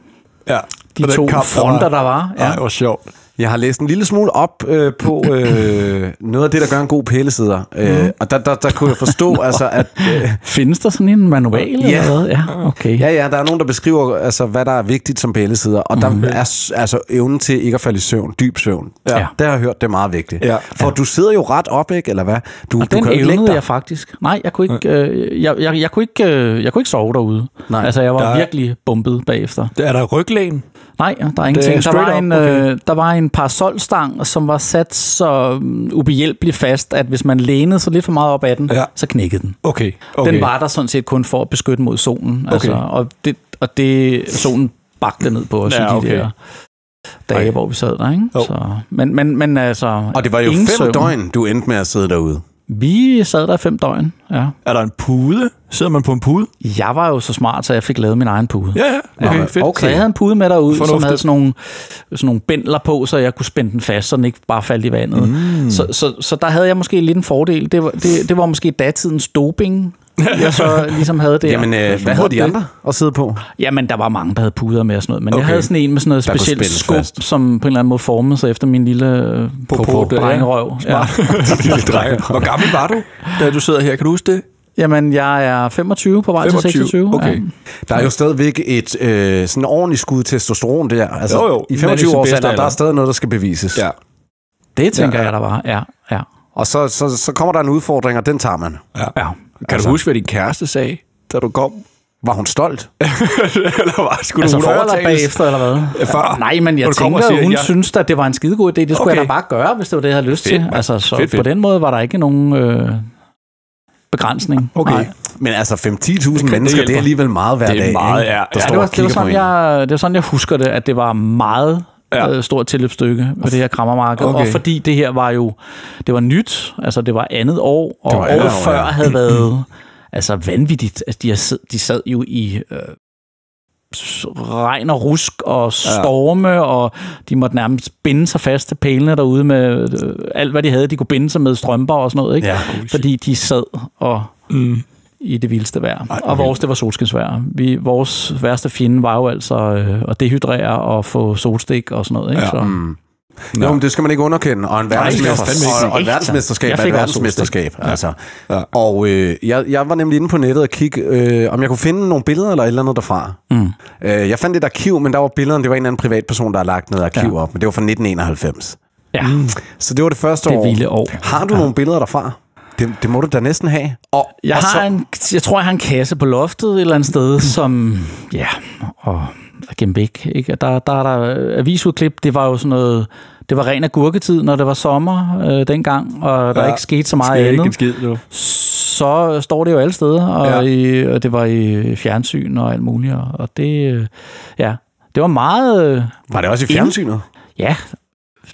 C: Ja.
D: de to fronter, der var.
C: Ja.
D: Ja.
C: Ej, det var sjovt.
B: Jeg har læst en lille smule op øh, på øh, noget af det, der gør en god pælesidder. Øh, og der, der, der kunne jeg forstå, altså, at... Øh,
D: Findes der sådan en manual ja. eller hvad? Ja, okay.
B: ja, ja, der er nogen, der beskriver, altså, hvad der er vigtigt som pælesidder. Og der er s- altså, evnen til ikke at falde i søvn, dyb søvn.
D: Ja.
B: Der har jeg hørt, det er meget vigtigt.
C: Ja.
B: For du sidder jo ret op, ikke? Eller hvad? Du,
D: Og
B: du
D: den
B: kan jo ikke lægge
D: evnede
B: dig.
D: jeg faktisk. Nej, jeg kunne ikke, øh, jeg, jeg, jeg, kunne ikke, øh, jeg kunne ikke sove derude.
B: Nej.
D: altså, jeg var
C: Der er-
D: virkelig bumpet bagefter.
C: Der er der ryglæn.
D: Nej, der er ingenting. der,
C: straight
D: var
C: up,
D: en,
C: okay.
D: øh, der var en parasolstang, som var sat så um, ubehjælpeligt fast, at hvis man lænede sig lidt for meget op ad den,
C: Ja.
D: ja. så knækkede den.
C: Okay, okay.
D: Okay. Den var der sådan set kun for at beskytte mod solen. Altså,
C: Okay.
D: og, det, og det solen bagte ned på os
C: Ja,
D: ja, i
C: okay.
D: de der dage,
C: Ej.
D: hvor vi sad der. Ikke?
C: Jo.
D: Så, men, men, men altså...
B: Og det var jo
D: ingen
B: fem
D: søvn.
B: døgn, du endte med at sidde derude.
D: Vi sad der i fem døgn, ja.
C: Er der en pude? Sidder man på en pude?
D: Jeg var jo så smart, så jeg fik lavet min egen pude.
C: Ja, ja. Okay, fedt.
D: Så jeg havde en pude med derud, som
C: Fornuftigt.
D: havde sådan nogle, sådan nogle bændler på, så jeg kunne spænde den fast, så den ikke bare faldt i vandet. Mm. Så, så, så der havde jeg måske lidt en fordel. Det var, det, det var måske datidens doping, jeg så ligesom havde der.
B: Jamen, øh, hvad havde de andre at sidde på?
D: Jamen, der var mange, der havde puder med og sådan noget, men okay. jeg
B: Okay.
D: havde sådan en med sådan noget
B: Der kunne
D: specielt
B: spændes
D: skub,
B: fast.
D: fast. som på en eller anden måde formede sig efter min lille øh,
C: Popot, ja.
D: drengerøv. Ja.
C: Hvor gammel var du, da du sidder her? Kan du huske det?
D: Jamen, jeg er 25 på vej
C: 25.
D: til 26.
C: Okay.
D: Ja.
B: Der er jo stadigvæk et øh, sådan ordentligt skud testosteron der. Altså,
C: Jo, jo.
B: I
C: Den er ikke
B: 25
C: så
B: år
C: bedst
B: der, der er
C: alder.
B: stadig noget, der skal bevises.
D: Det tænker
C: Ja.
D: ja. jeg, der var. Ja, ja.
B: Og så, så, så kommer der en udfordring, og den tager man.
D: ja.
C: Kan altså. du huske, hvad din kæreste sagde, da du kom?
B: Var hun stolt?
C: eller var, skulle
D: Altså
C: hun
D: før eller
C: overtales?
D: bagefter, eller hvad?
C: Før.
D: Nej, men
C: Hvor
D: jeg
C: du
D: tænker,
C: kommer og siger,
D: siger, hun
C: ja.
D: ja. synes, at det var en skidegod idé. Det skulle
C: Okay.
D: okay. jeg da bare gøre, hvis det var det, jeg havde lyst
C: Fedt,
D: til.
C: mand.
D: Altså, så
C: Fedt,
D: fedt,
C: fedt.
D: fedt. på den måde var der ikke nogen øh, begrænsning.
C: Okay.
D: Nej.
B: Men altså 5-10.000
C: det
B: mennesker, det,
C: hjælper.
B: er alligevel meget hver
C: Det er
B: dag.
C: meget,
B: ikke?
C: ja.
B: Der
C: Ja,
D: Ja,
B: står
D: det, var,
B: og
D: det, var
B: kigger på
D: sådan,
B: en.
D: jeg, det var sådan, jeg husker det, at det var meget
C: Ja.
D: ja. øh, stort tilløbsstykke på det her krammermarked.
C: Okay.
D: Okay. Og fordi det her var jo, det var nyt, altså det var andet år, og
B: Det var andet
D: året
B: år,
D: før
B: ja.
D: havde været altså vanvittigt. Altså, de, har sid, de sad jo i øh, s- regn og rusk og storme, ja. og de måtte nærmest binde sig fast til pælene derude med øh, alt, hvad de havde. De kunne binde sig med strømper og sådan noget, ikke?
B: Ja.
D: fordi de sad og
C: Mm.
D: i det vildeste vejr. Ej, og vores, det var solskinsvejr. Vi, vores værste fjende var jo altså øh, at dehydrere og få solstik og sådan noget. Ikke?
C: Ja.
D: Ja. Så, mm.
B: Jo, men det skal man ikke underkende. Og en
C: det skal fandme
B: verdensmester,
C: ikke.
B: og, og et verdensmesterskab
D: Jeg
B: er et
D: fik også
B: verdensmesterskab. Altså. Ja. Og øh, jeg, jeg var nemlig inde på nettet og kigge, øh, om jeg kunne finde nogle billeder eller et eller andet derfra. Mm. Øh, jeg fandt et arkiv, men der var billederne, det var en eller anden privatperson, der har lagt noget arkiv ja. op. Men det var fra 1991.
D: ja. Mm.
B: Så det var det første
D: Det
B: år.
D: vilde år.
B: Har du ja. nogle billeder derfra? Det, det må du da næsten have. Og,
D: Jeg,
B: og
D: har
B: så,
D: en, jeg tror, jeg har en kasse på loftet et eller andet sted, som... Ja, og Gembæk, ikke? Og Der, der er der avisudklip, det var jo sådan noget, det var ren agurketid, når det var sommer øh, dengang, og der
C: Ja.
D: ja, ikke skete så meget
C: Sker ikke en
D: andet.
C: skid, jo.
D: Så står det jo alle steder, og,
C: Ja.
D: ja. i, og det var i fjernsyn og alt muligt, og, og det, øh, ja, det var meget, øh,
B: Var det også i fjernsynet?
D: ja,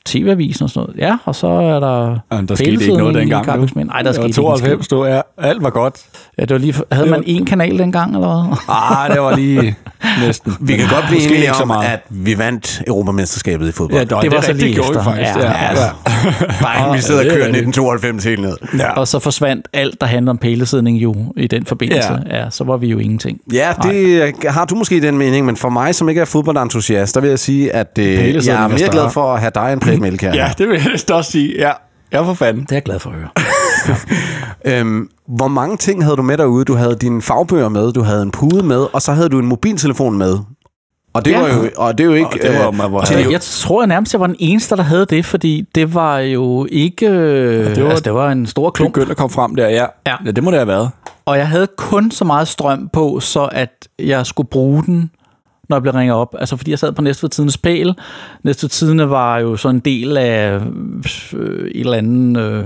D: TV-avisen og sådan noget. Ja, og så er der...
C: Jamen, der
D: Hele
C: skete ikke
D: tiden
C: noget
D: i
C: dengang.
D: Karlsminde. Nej, der skete ikke en
C: ikke 92, du er. Alt var godt.
D: Ja, det var lige, havde
C: Det
D: man
C: var-
D: én kanal dengang, eller hvad?
C: Ah, det var lige næsten.
B: Vi kan godt blive
C: Måske
B: enige
C: ikke så
B: om,
C: meget.
B: at vi vandt Europamesterskabet i fodbold.
C: Ja, det, det var så lige gjorde vi
D: efter.
C: faktisk.
D: Ja.
C: Ja. Ja.
B: Bare vi sidder
C: Ja,
B: og
C: det er
B: kører
C: rigtigt.
B: 1992 helt ned.
C: Ja.
D: Og så forsvandt alt, der handlede om pælesidning jo i den forbindelse. Ja. ja, så var vi jo ingenting.
B: Ja, det har du måske den mening, men for mig, som ikke er fodboldentusiast, der vil jeg sige, at øh, jeg
C: sidder
B: er
C: med
B: mere
C: Star.
B: glad for at have dig end Preben Elkjær.
C: ja, det vil jeg helst også sige. Ja, ja for fanden.
D: Det er jeg glad for at høre.
B: Øhm, hvor mange ting havde du med derude? Du havde dine fagbøger med, du havde en pude med, og så havde du en mobiltelefon med. Og det
D: Ja.
B: var jo, og det er jo ikke...
C: Og det var,
B: øh,
C: man var
D: Altså, jeg tror jeg nærmest, jeg var den eneste, der havde det, fordi det var jo ikke... Det
C: det
D: var,
C: var-
D: altså, det var en stor klump.
C: begyndt at komme frem der, ja.
D: Ja.
C: det må det have været.
D: Og jeg havde kun så meget strøm på, så at jeg skulle bruge den, når jeg blev ringet op. Altså fordi jeg sad på Næstved Tidens Pæl. Næstved Tidene var jo så en del af øh, et eller andet øh,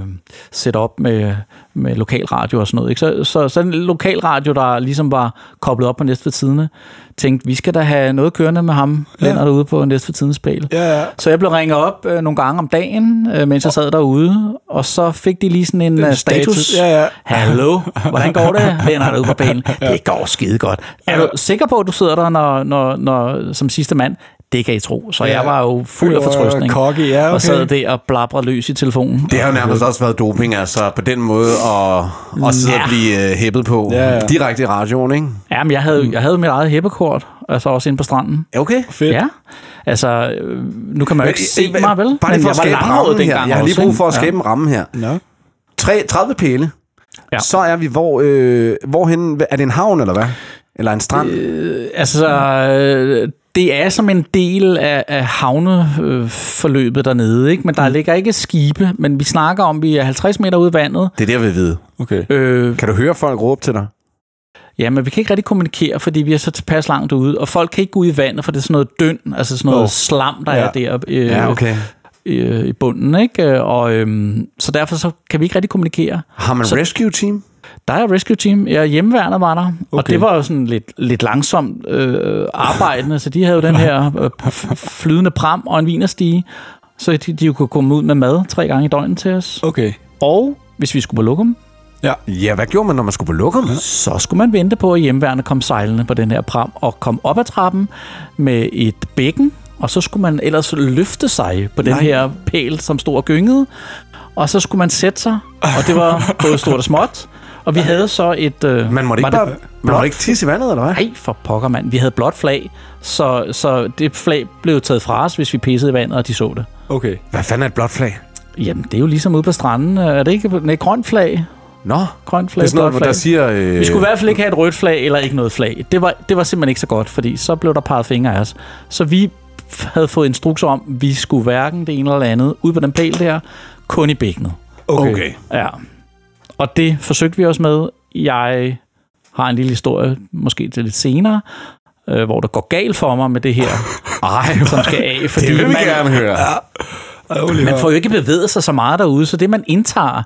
D: setup med, med lokalradio og sådan noget. Ikke? Så, så, så en lokalradio, der ligesom var koblet op på Næstved Tidene, tænkte, vi skal da have noget kørende med ham, ja. Lennart, ude på Næstved Tidens Pæl.
C: Ja, ja.
D: Så jeg blev ringet op øh, nogle gange om dagen, øh, mens jeg sad derude, og så fik de lige sådan en øh, status.
C: status, ja, ja.
D: Hallo, hvordan går det? Lennart ude på banen. Det går skide godt. Er du sikker på, at du sidder der når, når, når, som sidste mand? Det kan I tro. Så
C: Ja.
D: jeg var jo fuld
C: Du
D: af
C: var
D: fortrøstning.
C: cocky, ja, okay.
D: Og sad der og blabrede løs i telefonen.
B: Det har jo nærmest også været doping, altså på den måde at, at sidde og blive øh, hæppet på
C: Ja, ja.
B: direkte i radioen, ikke?
D: Jamen, jeg
B: Mm.
D: havde, jeg havde mit eget hæppekort, altså også inde på stranden.
B: Ja, Okay.
C: Fedt.
D: Ja, altså, øh, nu kan man jo ikke se
B: Øh,
D: mig, vel?
B: Bare lige
D: Men
B: for at
D: jeg var
B: skabe
D: langhåret
B: rammen her.
D: dengang
B: Jeg har lige
D: også,
B: brug
D: ikke?
B: for at
D: Ja.
B: skabe en ramme her.
C: Nå.
B: Tre- 30 pæle.
D: Ja.
B: Så er vi hvor... Øh, hvorhen, er det en havn, eller hvad? Eller en strand?
D: Altså, øh, det er som en del af, af havneforløbet dernede, ikke? men der ligger ikke skibe, men vi snakker om, at vi er 50 meter ude i vandet.
B: Det er det, jeg vil vide.
C: Okay.
D: Øh,
B: Kan du høre folk råbe til dig?
D: ja, men vi kan ikke rigtig kommunikere, fordi vi er så tilpas langt ude, og folk kan ikke gå ud i vandet, for det er sådan noget døn, altså sådan noget
C: Åh.
D: oh. slam, der
C: Ja.
D: ja. er deroppe øh, øh, i bunden. Ikke? Og, øhm, så derfor så kan vi ikke rigtig kommunikere.
B: Har man
D: Så-
B: rescue team?
D: Der er rescue team. Ja, hjemmeværnet var der. Okay. Og
C: Okay.
D: det var jo sådan lidt, lidt langsomt øh, arbejdende, så de havde jo den her øh, f- flydende pram og en vinerstige, så de, de jo kunne komme ud med mad tre gange i døgnet til os.
C: Okay.
D: Og hvis vi skulle på lokum,
B: Ja, hvad gjorde man, når man skulle på lokum?
D: så skulle man vente på, at hjemmeværende kom sejlende på den her pram og kom op ad trappen med et bækken, og så skulle man ellers løfte sig på den
C: Nej.
D: her pæl, som stod og gyngede, og så skulle man sætte sig, og det var både stort og småt. Og vi havde så et... Øh,
B: Man måtte
D: var
B: ikke,
D: det
B: bare, man måtte ikke tisse i vandet, eller hvad?
D: Nej, for pokker, mand. Vi havde blåt flag, så, så det flag blev taget fra os, hvis vi pissede i vandet, og de så det.
C: Okay.
B: Hvad fanden er et blåt flag?
D: Jamen, det er jo ligesom ude på stranden. Er det ikke nej, grønt flag?
B: Nå,
D: Grønt
B: det
D: flag,
B: er sådan noget,
D: blåt flag.
B: der siger... Øh,
D: Vi skulle i hvert fald ikke have et rødt flag eller ikke noget flag. Det var, det var simpelthen ikke så godt, fordi så blev der peget fingre af os. Så vi f- havde fået instrukser om, at vi skulle hverken det ene eller det andet ud på den pæl der, kun i bækkenet.
B: Okay.
D: Ja. Og det forsøgte vi også med. Jeg har en lille historie, måske til lidt senere, øh, hvor der går galt for mig med det her,
B: Ej,
D: som skal af. Fordi
B: det vil vi
D: man,
B: gerne høre.
D: man får jo ikke bevæget sig så meget derude, så det man indtager,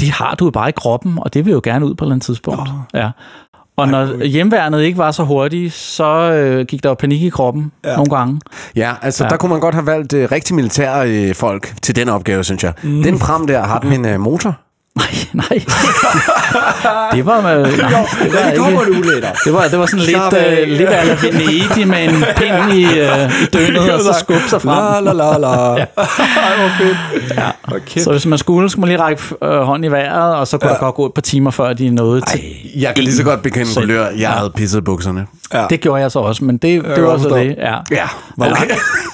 D: det har du jo bare i kroppen, og det vil jo gerne ud på et eller andet tidspunkt. Ja. Og når hjemværnet ikke var så hurtigt, så øh, gik der jo panik i kroppen ja. nogle gange.
B: Ja, altså ja. der kunne man godt have valgt øh, rigtig militære øh, folk til den opgave, synes jeg. Mm. Den pram der, har den en øh, motor?
D: Nej, nej. det var... Øh, nej, det var ikke,
C: du ulækker.
D: Det var, det var sådan
C: Slap
D: lidt,
C: af.
D: øh, lidt af Venedig med en pind i, øh, i døgnet, og så skubbe sig frem.
C: La, la, la, la. Ej, hvor fedt.
D: Så hvis man skulle, skulle man lige række øh, hånden i vejret, og så kunne ja. der godt gå et par timer, før de nåede til.
B: Jeg kan lige så godt bekende en kulør, jeg havde pisset bukserne.
C: Ja.
D: Det gjorde jeg så også, men det, det
C: kan
D: var
C: godt
D: så
C: forstå.
D: det. Ja.
B: Ja,
C: Hvor lang,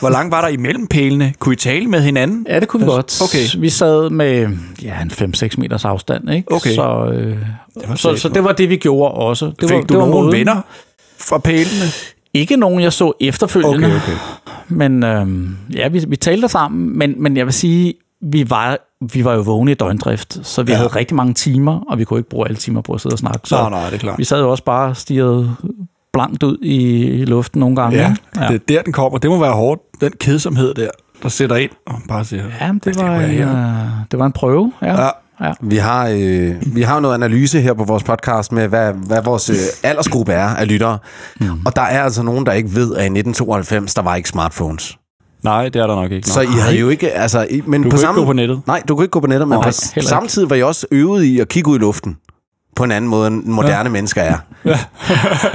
C: hvor lang var der imellem pælene? Kunne I tale med hinanden?
D: ja, det kunne vi godt.
C: Okay.
D: Vi sad med ja, en 5-6 meters afstand, ikke?
C: Okay.
D: Så, øh, det
C: var
D: så, så
C: satme.
D: det var det, vi gjorde også. Det var,
C: Fik du
D: det var
C: nogen
D: måden.
C: venner fra pælene?
D: Ikke nogen, jeg så efterfølgende.
C: Okay, okay.
D: Men øhm, ja, vi, vi talte sammen, men, men jeg vil sige, vi var, vi var jo vågne i døgndrift, så vi
C: Ja.
D: ja. havde rigtig mange timer, og vi kunne ikke bruge alle timer på at sidde og snakke. Så
C: Nej, nej, det er klart.
D: vi sad jo også bare og stirrede langt ud i, i luften nogle gange.
C: Ja,
D: ikke?
C: ja, det er der, den kommer. Det må være hårdt. Den kedsomhed der, der sætter ind og bare siger...
D: Ja, men det,
C: "Ja,
D: var
C: kunne jeg
D: en,
C: ikke."
D: øh, det var en prøve. Ja.
C: Ja.
D: Ja.
B: Vi har, øh, vi har jo noget analyse her på vores podcast med, hvad, hvad vores øh, aldersgruppe er af lyttere. Mm. Og der er altså nogen, der ikke ved, at i 1992, der var ikke smartphones.
C: Nej, det er der nok ikke.
B: Så I havde jo ikke... Altså, I, men
C: Du
B: på
C: kunne
B: samme,
C: ikke gå på nettet.
B: Nej, du kunne ikke gå på nettet, men
D: Nej,
B: på,
D: heller ikke.
B: samtidig var I også øvet i at kigge ud i luften. På en anden måde, end moderne ja. mennesker er.
C: ja,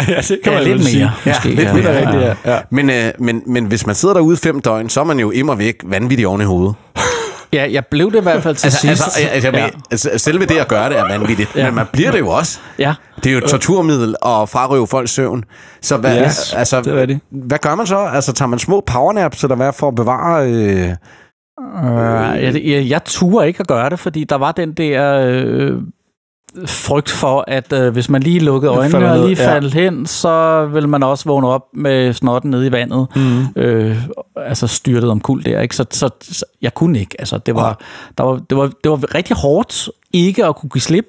C: det kan
D: Ja,
C: man
D: lidt
C: vel
D: mere.
C: sige.
D: Ja, måske.
B: lidt
D: Ja,
B: mere
D: ja,
C: rigtigt,
D: ja.
C: ja. ja.
B: Men, øh, men, men hvis man sidder derude fem døgn, så er man jo immer væk vanvittig oven i hovedet.
D: ja, jeg blev det i hvert fald til
B: Altså,
D: sidst.
B: altså, altså,
D: ja.
B: ja. altså, selve det at gøre det er vanvittigt, ja. men man bliver det jo også.
D: ja.
B: Det er jo et torturmiddel at frarøve folks søvn. Så hvad,
C: Yes,
B: altså,
C: det er rigtigt.
B: hvad gør man så? Altså, tager man små powernaps, eller hvad, for at bevare... Øh,
D: Øh, jeg, jeg, jeg turde ikke at gøre det, fordi der var den der øh, frygt for, at øh, hvis man lige lukkede øjnene
C: falder
D: og
C: ned,
D: lige
C: ja.
D: faldt ja. hen, så ville man også vågne op med snotten nede i vandet.
C: Mhm.
D: Mm. Øh, altså styrtet om kul der, ikke? Så, så, så jeg kunne ikke. Altså, det, var, der var, det, var, det var rigtig hårdt ikke at kunne give slip.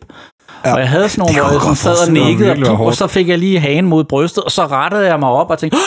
D: Ja. Og jeg havde sådan nogle,
B: Det
D: hvor
B: kunne
D: jeg sådan
B: jeg godt
D: sad og
B: forestille
C: mig,
D: nikkede, og,
C: virkelig var
D: gik, og
C: hårdt.
D: så fik jeg lige hagen mod brystet, og så rettede jeg mig op og tænkte,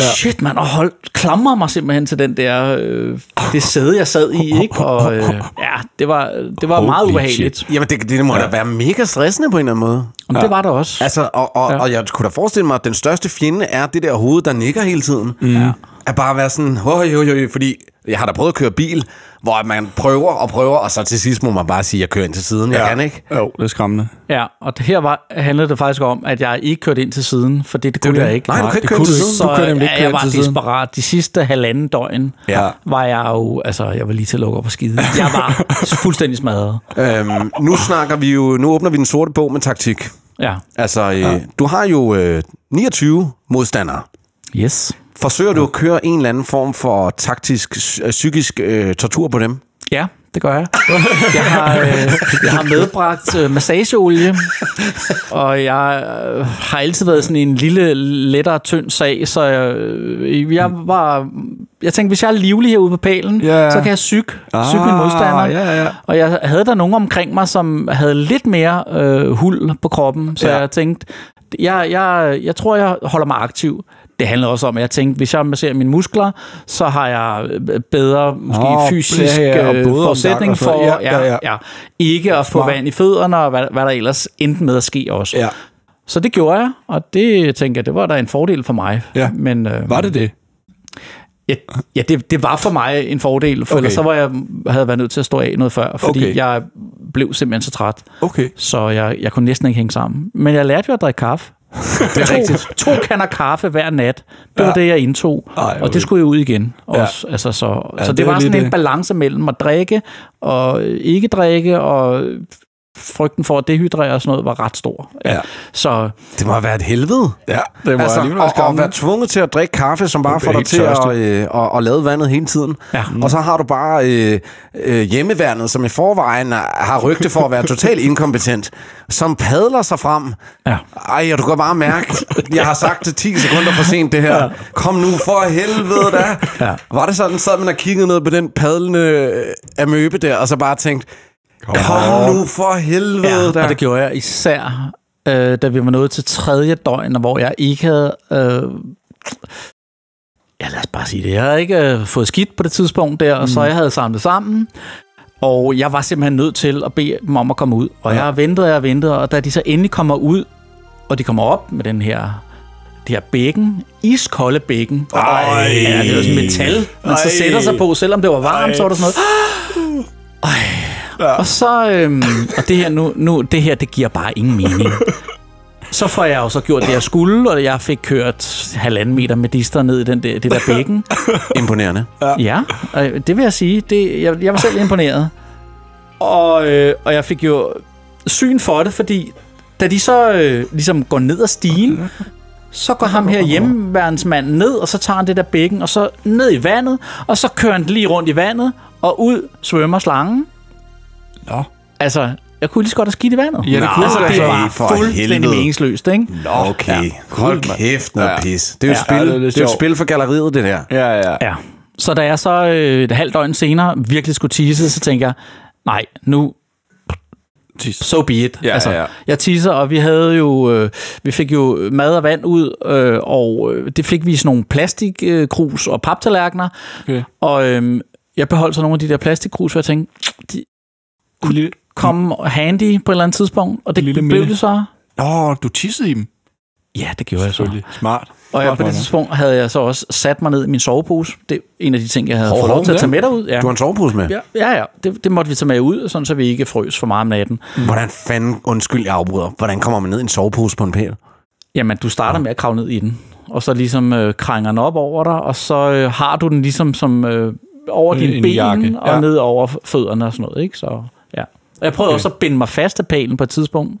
D: ja. shit mand, og hold, klamrer mig simpelthen til den der, øh, det sæde, jeg sad i, ikke? Og øh, ja, det var, det var
C: Holy
D: meget ubehageligt.
B: jamen, det, det må ja. da være mega stressende på en eller anden måde.
D: Men det var det også.
B: Altså, og, og, ja.
D: Ja.
B: og jeg kunne da forestille mig, at den største fjende er det der hoved, der nikker hele tiden. Mm. Ja. At bare være sådan, høj, høj, høj, fordi jeg har da prøvet at køre bil, hvor man prøver og prøver, og så til sidst må man bare sige, at jeg kører ind til siden, jeg ja. kan ikke.
C: Jo, det er skræmmende.
D: Ja, og det her var, handlede det faktisk om, at jeg ikke kørte ind til siden, for det, det kunne
B: det.
D: jeg ikke.
B: Nej, du kan
D: det
B: ikke køre ind til siden.
D: Så
C: Du kan nemlig ikke
D: ja,
C: køre
D: jeg
C: ind
D: var
C: til siden.
D: desperat. De sidste halvanden døgn
B: Ja.
D: var jeg jo, altså jeg var lige til at lukke op og skide. Jeg var fuldstændig smadret.
B: Øhm, nu snakker vi jo, nu åbner vi den sorte bog med taktik.
D: Ja.
B: Altså, øh, ja. du har jo øh, 29 modstandere.
D: Yes.
B: Forsøger du at køre en eller anden form for taktisk, psy- øh, psykisk øh, tortur på dem?
D: Ja, det gør jeg. Jeg har, øh, jeg har medbragt øh, massageolie, og jeg øh, har altid været sådan en lille, lettere, tynd sag, så jeg, øh, jeg var... Jeg tænkte, hvis jeg er livlig herude på pælen,
C: Ja, ja.
D: så kan jeg syg, syg min modstander.
C: ja, ja.
D: Og jeg havde der nogen omkring mig, som havde lidt mere øh, hul på kroppen, så
B: Ja.
D: ja. jeg tænkte, jeg, jeg, jeg tror, jeg holder mig aktiv. Det handler også om, at jeg tænkte, hvis jeg masserer mine muskler, så har jeg øh, bedre måske
C: Åh,
D: oh, fysisk
C: ja,
D: ja,
C: ja, og
D: ja,
C: både
D: forudsætning
C: omgang og sådan
D: for
C: noget.
D: ja,
C: Ja,
D: ja,
C: ja,
D: ja. Ja, ikke at få
C: Smart.
D: vand i fødderne, og hvad, hvad der ellers endte med at ske også.
C: ja.
D: Så det gjorde jeg, og det tænker jeg, det var da en fordel for mig.
C: Ja.
D: Men, øh,
C: Var det det?
D: Ja, ja det, det var for mig en fordel, for
C: Okay.
D: okay. ellers så var jeg, havde jeg været nødt til at stå af noget før, fordi
C: Okay.
D: okay. jeg blev simpelthen så træt,
C: Okay.
D: så jeg, jeg kunne næsten ikke hænge sammen. Men jeg lærte jo at drikke kaffe. Det er to, rigtigt. To kander kaffe hver nat, det var
C: Ja.
D: det, jeg indtog, Ej,
C: Ej, hvor
D: og det
C: vildt.
D: skulle jeg ud igen
C: Ja.
D: også. Ja. Altså, så,
C: Ja,
D: ja, så det,
C: det
D: det
C: er
D: var sådan
C: lige
D: en
C: det.
D: balance mellem at drikke og ikke drikke, og frygten for at dehydrere og sådan noget var ret stor.
C: Ja.
D: så
B: Det må være et helvede.
C: Ja, det må
B: Altså,
C: alligevel være
B: og, og
C: skræmmende.
B: være tvunget til at drikke kaffe, som bare
C: bliver
B: får dig
C: helt
B: til at,
C: tørstig.
B: øh, at, at lade vandet hele tiden.
D: Ja.
B: Og så har du bare øh, øh, hjemmeværnet, som i forvejen har rygte for at være totalt inkompetent, som padler sig frem.
D: Ja.
B: Ej, og du kan bare mærke, jeg har sagt det 10 sekunder for sent det her. Kom nu for helvede da.
D: Ja.
B: Var det sådan, sad man og kiggede ned på den padlende øh, amøbe der, og så bare tænkte, kom nu for helvede
D: Ja,
B: da.
D: og det gjorde jeg især, øh, da vi var nået til tredje døgn, og hvor jeg ikke havde... Øh, ja, lad os bare sige det. Jeg havde ikke øh, fået skidt på det tidspunkt der, og
C: Mm.
D: så jeg havde samlet sammen. Og jeg var simpelthen nødt til at bede dem om at komme ud. Og jeg har ventet, og jeg har ventet, og da de så endelig kommer ud, og de kommer op med den her det her bækken, iskolde bækken.
C: Ej.
D: Ja, det var sådan metal, man så
C: Ej.
D: sætter sig på, selvom det var varmt,
C: Ej.
D: så var der sådan noget. Og så, øhm, og det her, nu, nu, det her, det giver bare ingen mening. Så får jeg jo så gjort det, jeg skulle, og jeg fik kørt halvanden meter med dister ned i den der, det der bækken.
B: Imponerende.
D: Ja, og det vil jeg sige. Det, jeg, jeg var selv imponeret. Og, øh, og jeg fik jo syn for det, fordi da de så øh, ligesom går ned ad stigen, så går ham her hjemmeværnsmanden ned, og så tager han det der bækken, og så ned i vandet, og så kører han lige rundt i vandet, og ud svømmer slangen.
C: Nå.
D: Altså, jeg kunne lige så godt have skidt i vandet.
C: Ja, det kunne
D: altså,
C: man
D: det
C: altså.
D: var
B: For
D: fuldstændig
B: helvede.
D: meningsløst, ikke?
B: Okay, ja. hold kæft noget ja. pis. Det er jo
C: Ja, det
B: et
C: er lidt
B: spil, det er jo et
C: sjovt.
B: spil for galleriet, det der.
C: Ja, ja.
D: Ja. Så da jeg så øh, et halvt døgn senere virkelig skulle tisse, så tænkte jeg, nej, nu
C: Tis.
D: so be it. Altså,
C: Ja, ja, ja.
D: Jeg tisser, og vi havde jo, øh, vi fik jo mad og vand ud, øh, og øh, det fik vi i sådan nogle plastikkrus øh, krus og paptallerkener,
C: Okay.
D: og øh, jeg beholdt så nogle af de der plastikkrus, for jeg tænkte, de
C: En lille-
D: kom handy på et eller andet tidspunkt, og det
C: Lille
D: Lille
C: minde.
D: blev det så.
C: Nå, du tissede i dem.
D: Ja, det gjorde jeg så.
C: Selvfølgelig. Smart.
D: Og jeg,
C: Smart,
D: på det
C: Magnus.
D: tidspunkt havde jeg så også sat mig ned i min sovepose. Det er en af de ting, jeg havde
B: Hov,
D: fået
B: hov,
D: lov til at
B: ja.
D: tage med derud. Ja,
B: Du har en sovepose med.
D: ja, ja, ja. Det, det måtte vi tage med ud, sådan så vi ikke frøs for meget om natten.
B: Hvordan fanden, undskyld, jeg afbryder. Hvordan kommer man ned i en sovepose på en pæl?
D: Jamen, du starter med at kravle ned i den, og så ligesom øh, krænger den op over dig, og så øh, har du den ligesom som øh, over
C: En- en
D: din ben
C: jakke,
D: og
C: ja.
D: ned over f- fødderne og sådan noget, ikke? Så, ja. Og jeg prøvede okay. også at binde mig fast af pælen på et tidspunkt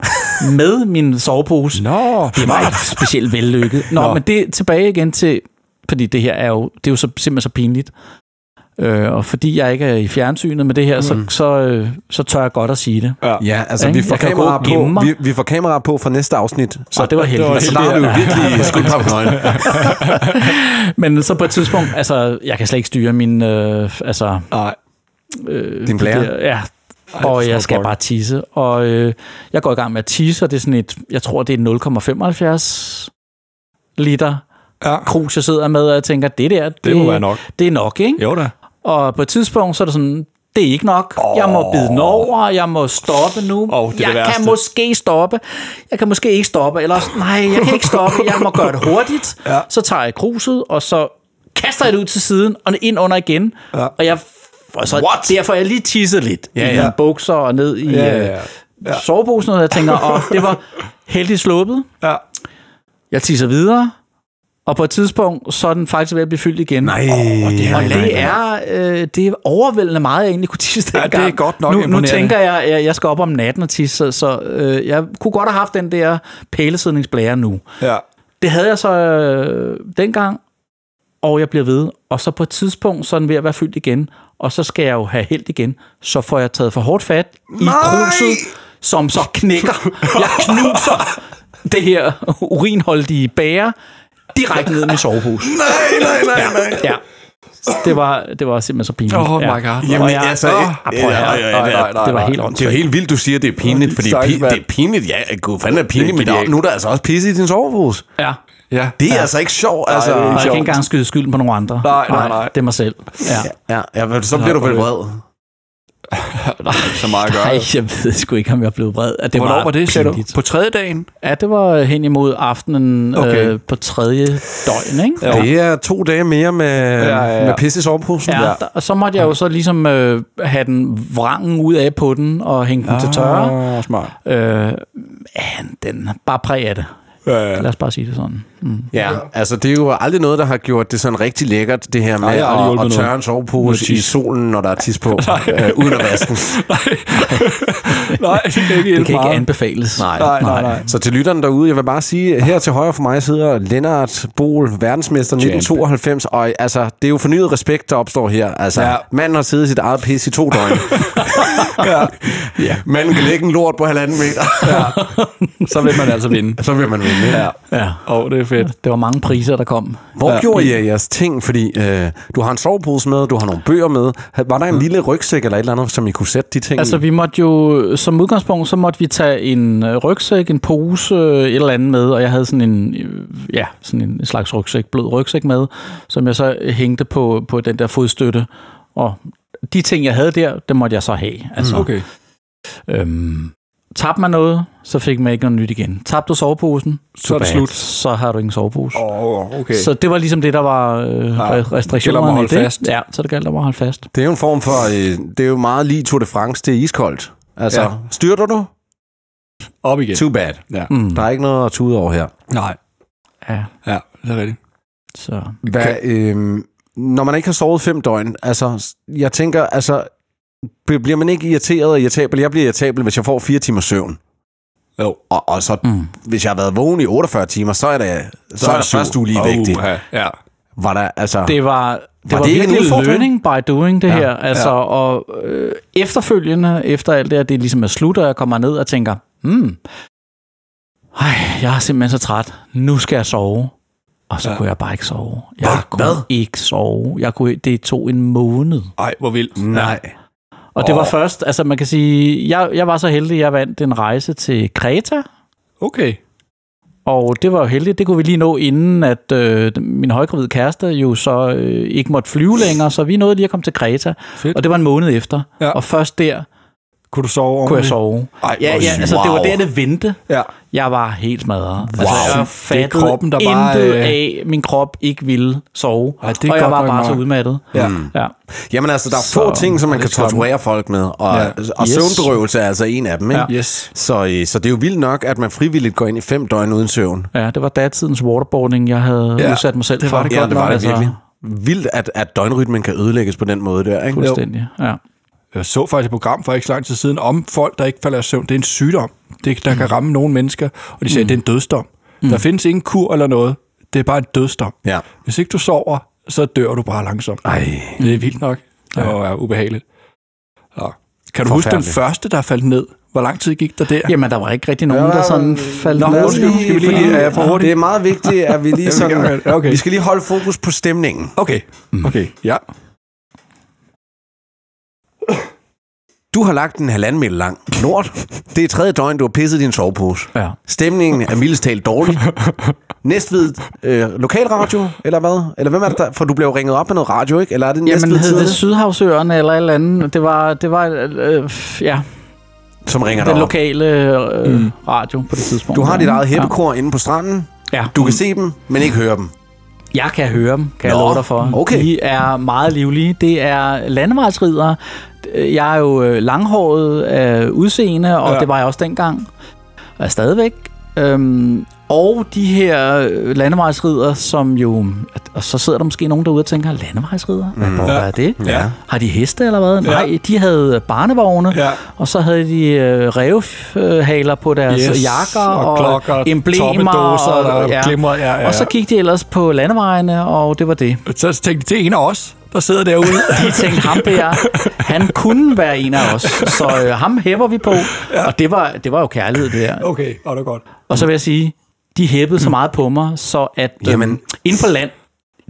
D: med min sovepose.
C: Nå,
D: Det var ikke specielt vellykket. Nå,
C: Nå.
D: Nå, men det tilbage igen til, fordi det her er jo, det er jo så, simpelthen så pinligt. Øh, og fordi jeg ikke er i fjernsynet med det her, så,
C: Mm.
D: så, øh, så tør jeg godt at sige det.
C: Ja.
B: Ja, altså
D: Ikke?
B: vi får,
D: Jeg kan jo gå
B: kameraer
D: og gemme
B: på,
D: mig.
B: vi, vi får kameraer på for næste afsnit. Så,
D: Og det var heldigt.
B: så der har du jo virkelig skudt på nøglen.
D: Men så på et tidspunkt, altså, jeg kan slet ikke styre min, øh, altså...
C: Nej.
D: Øh,
B: Din
D: de
B: blære?
D: der- Ja,
C: det
D: og
C: forstår
D: jeg skal
C: godt.
D: bare tisse. Og øh, jeg går i gang med at tisse, og det er sådan et, jeg tror, det er 0,75 liter
C: Ja.
D: krus, jeg sidder med, og jeg tænker, det der, det,
C: Det må være nok.
D: det er nok, ikke?
C: Jo da.
D: Og på et tidspunkt, så er det sådan, det er ikke nok. Oh. Jeg må bide den over, jeg må stoppe nu.
C: Åh, det er det
D: jeg
C: værste.
D: kan måske stoppe. Jeg kan måske ikke stoppe. Eller også, nej, jeg kan ikke stoppe. Jeg må gøre det hurtigt. Ja. Så tager jeg kruset, og så kaster jeg det ud til siden, og ind under igen. Ja. Og jeg og så What? derfor er jeg lige tisset lidt ja, i
C: ja.
D: mine bukser og ned i ja,
C: Ja, ja,
D: ja,
C: ja.
D: ja. soveposen, og jeg tænker, og det var heldigt sluppet.
C: Ja.
D: Jeg tisser videre, og på et tidspunkt, så er den faktisk ved at blive fyldt igen.
B: Ej, oh, det
D: Og det er, øh, det er overvældende meget, jeg egentlig kunne tisse
C: Ja, det er
D: dengang.
C: godt nok
D: nu, nu
C: imponerende.
D: tænker jeg, at jeg skal op om natten og tisse, så, så øh, jeg kunne godt have haft den der pælesidningsblære nu.
C: Ja.
D: Det havde jeg så øh, dengang, og jeg bliver ved. Og så på et tidspunkt, så er den ved at være fyldt igen, og så skal jeg jo have held igen. Så får jeg taget for hårdt fat i kruset, som så knækker. Jeg knuser det her urinholdige bære direkte ned i min sovepose.
B: Nej, nej, nej, nej.
D: Ja. Det var, det var simpelthen så pinligt.
C: Åh, oh my
D: ja.
C: God.
D: Jamen,
B: Jamen,
D: og jeg,
B: altså,
D: altså,
B: øh,
D: øh,
B: ja,
D: prøv,
B: ja,
D: ja,
B: ja,
D: ja,
B: ja,
D: ja,
C: ja, ja.
D: det var helt
B: Det er jo
D: åndssvagt.
B: helt vildt, du siger, det er pinligt, fordi
C: stakkels
B: pi-
C: mand.
B: det er pinligt, ja, gud fanden er pinligt, men der,
C: genialt.
B: nu er der altså også pisse i din sovepose.
D: Ja.
C: Ja.
B: Det er ja. altså ikke sjovt, altså.
C: det er
D: Og jeg
C: sjovt.
D: kan ikke engang skyde skylden på nogen andre.
C: Nej, nej, nej.
D: Det er mig selv. Ja.
B: Ja, ja, men så bliver du vel vred.
C: Så meget gør
D: Ej, jeg ved sgu ikke, om jeg blev vred. At det
C: Hvornår
D: var,
C: var det, sagde du?
D: pinligt.
C: På tredje dagen?
D: Ja, det var hen imod aftenen
C: Okay.
D: okay. øh, på tredje døgn, ikke?
C: Ja.
B: Det er to dage mere med, ja, ja, ja. med pisse i soveposen.
D: Ja, der, og så måtte jeg jo så ligesom øh, have den vrangen ud af på den og hænge den til tørre.
C: Ah, smart.
D: Øh, men den bare præg af det.
C: Ja, ja.
D: Lad os bare sige det sådan. Mm.
B: Ja, altså det er jo aldrig noget, der har gjort det sådan rigtig lækkert, det her med
C: jeg har aldrig
B: at,
C: hjulpet
B: at tørre
C: noget.
B: en sovepose i
C: tis.
B: solen, når der er tis på, øh, uden at vaske den.
C: Nej, det kan ikke
D: Det
C: hjælpe
D: kan ikke
C: meget.
D: anbefales.
C: Nej, nej, nej.
B: Så til lytteren derude, jeg vil bare sige, her til højre for mig sidder Lennart Bol, verdensmester 1992, og altså, det er jo fornyet respekt, der opstår her. Altså, ja.
C: Ja.
B: manden har siddet i sit eget pis i to døgn. ja. ja. Manden kan lægge en lort på halvanden meter.
C: Så vil man altså vinde.
B: Så vil man vinde. ikke?
C: Ja.
D: Ja.
C: Åh, oh, det er fedt.
D: Det var mange priser, der kom.
B: Hvor ja. gjorde I af jeres ting? Fordi øh, du har en sovepose med, du har nogle bøger med. Var der en lille rygsæk eller et eller andet, som I kunne sætte de ting
D: Altså,
B: i?
D: vi måtte jo, som udgangspunkt, så måtte vi tage en øh, rygsæk, en pose, øh, et eller andet med, og jeg havde sådan en, øh, ja, sådan en slags rygsæk, blød rygsæk med, som jeg så øh, hængte på, på den der fodstøtte, og de ting, jeg havde der, det måtte jeg så have. Altså,
C: Mm. Okay.
D: øhm, tabte man noget, så fik man ikke noget nyt igen. Tabte du soveposen,
C: Så er det slut.
D: så har du ingen sovepose.
C: Åh, oh, okay.
D: Okay. Så det var ligesom det, der var øh, re-
C: gælder om at
D: restriktionerne i
C: holde
D: det.
C: fast.
D: Ja, så det galt om at holde fast.
B: Det er jo en form for... Øh, det er jo meget lige Tour de France, det er iskoldt. Altså, ja.
C: Ja.
B: styrter du?
C: Op igen.
B: Too bad.
C: Ja.
D: Mm.
B: Der er ikke noget at tude over her.
C: Nej.
D: Ja,
C: Ja, det er rigtigt.
D: så...
B: Hvad, øh, når man ikke har sovet fem døgn, altså, jeg tænker, altså, bl- bliver man ikke irriteret og irritabel? Jeg bliver irritabel, hvis jeg får fire timer søvn.
C: Jo.
B: Og, og så, mm.
D: Mm.
B: hvis jeg har været vågen i 48 timer, så er det, så er det
C: sur.
B: først ulige
C: Åh,
B: vigtigt.
C: ja, Ja.
B: Var der, altså,
D: Det var, det
B: Var
D: var,
B: det
D: det
B: ikke en
D: virkelig
B: udfordring?
D: learning by doing, det ja, her. Altså, ja. Og øh, efterfølgende, efter alt det her, det er ligesom at slutte, og jeg kommer ned og tænker, hmm, ej, jeg er simpelthen så træt. Nu skal jeg sove. Og så
C: Ja.
D: ja. kunne jeg bare ikke sove. Jeg
B: Hvad?
D: kunne ikke sove. Jeg kunne, det tog en måned.
C: Ej, hvor vildt.
B: nej.
D: Og Og det var først, altså man kan sige, jeg, jeg var så heldig, jeg vandt en rejse til Kreta,
C: Okay.
D: og det var jo heldigt, det kunne vi lige nå inden, at øh, min højgravide kæreste jo så øh, ikke måtte flyve længere, så vi nåede lige at komme til Kreta,
C: Fedt.
D: og det var en måned efter.
C: Ja.
D: Og først der
C: Kunne du sove
D: kunne jeg
C: ordentligt?
D: sove.
B: Ej,
D: Ja,
B: hvor
D: ja
B: sygt.
D: altså det var
B: Wow.
D: der, det vendte.
C: Ja.
D: Jeg var helt smadret. Wow.
C: Wow.
D: Altså,
C: Det er
D: jeg fattede
C: kroppen, der bare,
D: intet
C: øh,
D: af, min krop ikke ville sove.
C: Ej, det er
D: og jeg
C: godt
D: var
C: nok
D: bare så
C: meget.
D: udmattet.
C: Ja.
D: Ja.
B: Jamen altså, der er få
D: Så-
B: ting, som man kan
C: skræmmende.
B: torturere folk med, og, ja.
C: Ja.
B: og
D: Yes.
B: søvnberøvelse er altså en af dem, ikke?
D: Ja.
C: Yes.
B: Så, øh, så det er jo vildt nok, at man frivilligt går ind i fem døgn uden søvn.
D: ja, det var datidens waterboarding, jeg havde
C: Ja,
D: ja. udsat mig selv
C: det
D: for.
C: var det
B: Ja,
C: godt
B: det var
C: nok,
D: altså.
B: det virkelig. Vildt, at, at døgnrytmen kan ødelægges på den måde der, ikke?
D: Fuldstændig, ja.
C: Jeg så faktisk et program for ikke så lang tid siden om folk, der ikke falder i søvn. Det er en sygdom, det, der kan ramme nogle mennesker. Og de sagde, mm. det er en dødsdom. Mm. Der findes ingen kur eller noget. Det er bare en dødsdom.
B: Ja.
C: Hvis ikke du sover, så dør du bare langsomt.
B: Ej.
C: Det er vildt nok. Det var ja. ubehageligt. Ja. Kan du huske den
B: Forfærdeligt.
C: første, der faldt ned? Hvor lang tid gik der der?
D: Jamen, der var ikke rigtig nogen, der sådan faldt
C: Nå,
D: ned.
C: undskyld, skal vi lige-
B: fordi,
C: øh, for hurtigt?
B: Det er meget vigtigt, at vi lige
C: Ja, vi
B: sådan...
C: kan- ja, okay.
B: Vi skal lige holde fokus på stemningen.
C: Okay, okay, ja.
B: Du har lagt en halvanden meter lang lort. Det er tredje døgn, du har pisset i din sovepose.
D: Ja.
B: Stemningen er mildest talt dårlig. Næstved øh, lokalradio, eller hvad? Eller hvem er det der? For du blev jo ringet op af noget radio, ikke? Eller er det Næstved
D: Jamen, hed det
B: Tidende,
D: Sydhavsøerne eller et eller andet? Det var, det var øh, ja,
B: som ringer dig
D: den
B: op?
D: lokale øh, mm. radio på det tidspunkt.
B: Du har dit eget
D: ja.
B: hæppekor inde på stranden.
D: Ja.
B: Du kan se dem, men ikke høre dem.
D: Jeg kan høre dem, kan Nå,
B: Nå,
D: jeg love dig for.
B: okay.
D: De er meget livlige. Det er landevejsridere. Jeg er jo øh, langhåret af udseende, og
C: Ja.
D: ja. det var jeg også dengang. Og er stadigvæk. Øhm, og de her øh, landevejsridere, som jo... Og så sidder der måske nogen derude og tænker, landevejsridere? Hvad mm.
C: Ja.
D: er det?
B: Ja.
D: Har de heste eller hvad? Nej, de havde barnevogne,
C: Ja.
D: og så havde de øh, revhaler på deres
C: Yes,
D: Altså, jakker,
C: og
D: og,
C: klokker,
D: emblemer,
C: tommedåser, der glimrer, ja, ja,
D: og så
C: ja.
D: gik de ellers på landevejene, og det var det.
C: Så tænkte jeg, det er en af os, der sidder derude.
D: De tænkte, ham der, han kunne være en af os, så øh, ham hæpper vi på, ja. og det var, det var jo kærlighed det der.
C: okay, og det er godt.
D: Og så vil jeg sige, de hæppede
C: Mm.
D: så meget på mig, så at øh,
B: Jamen.
D: Jamen. inde på land,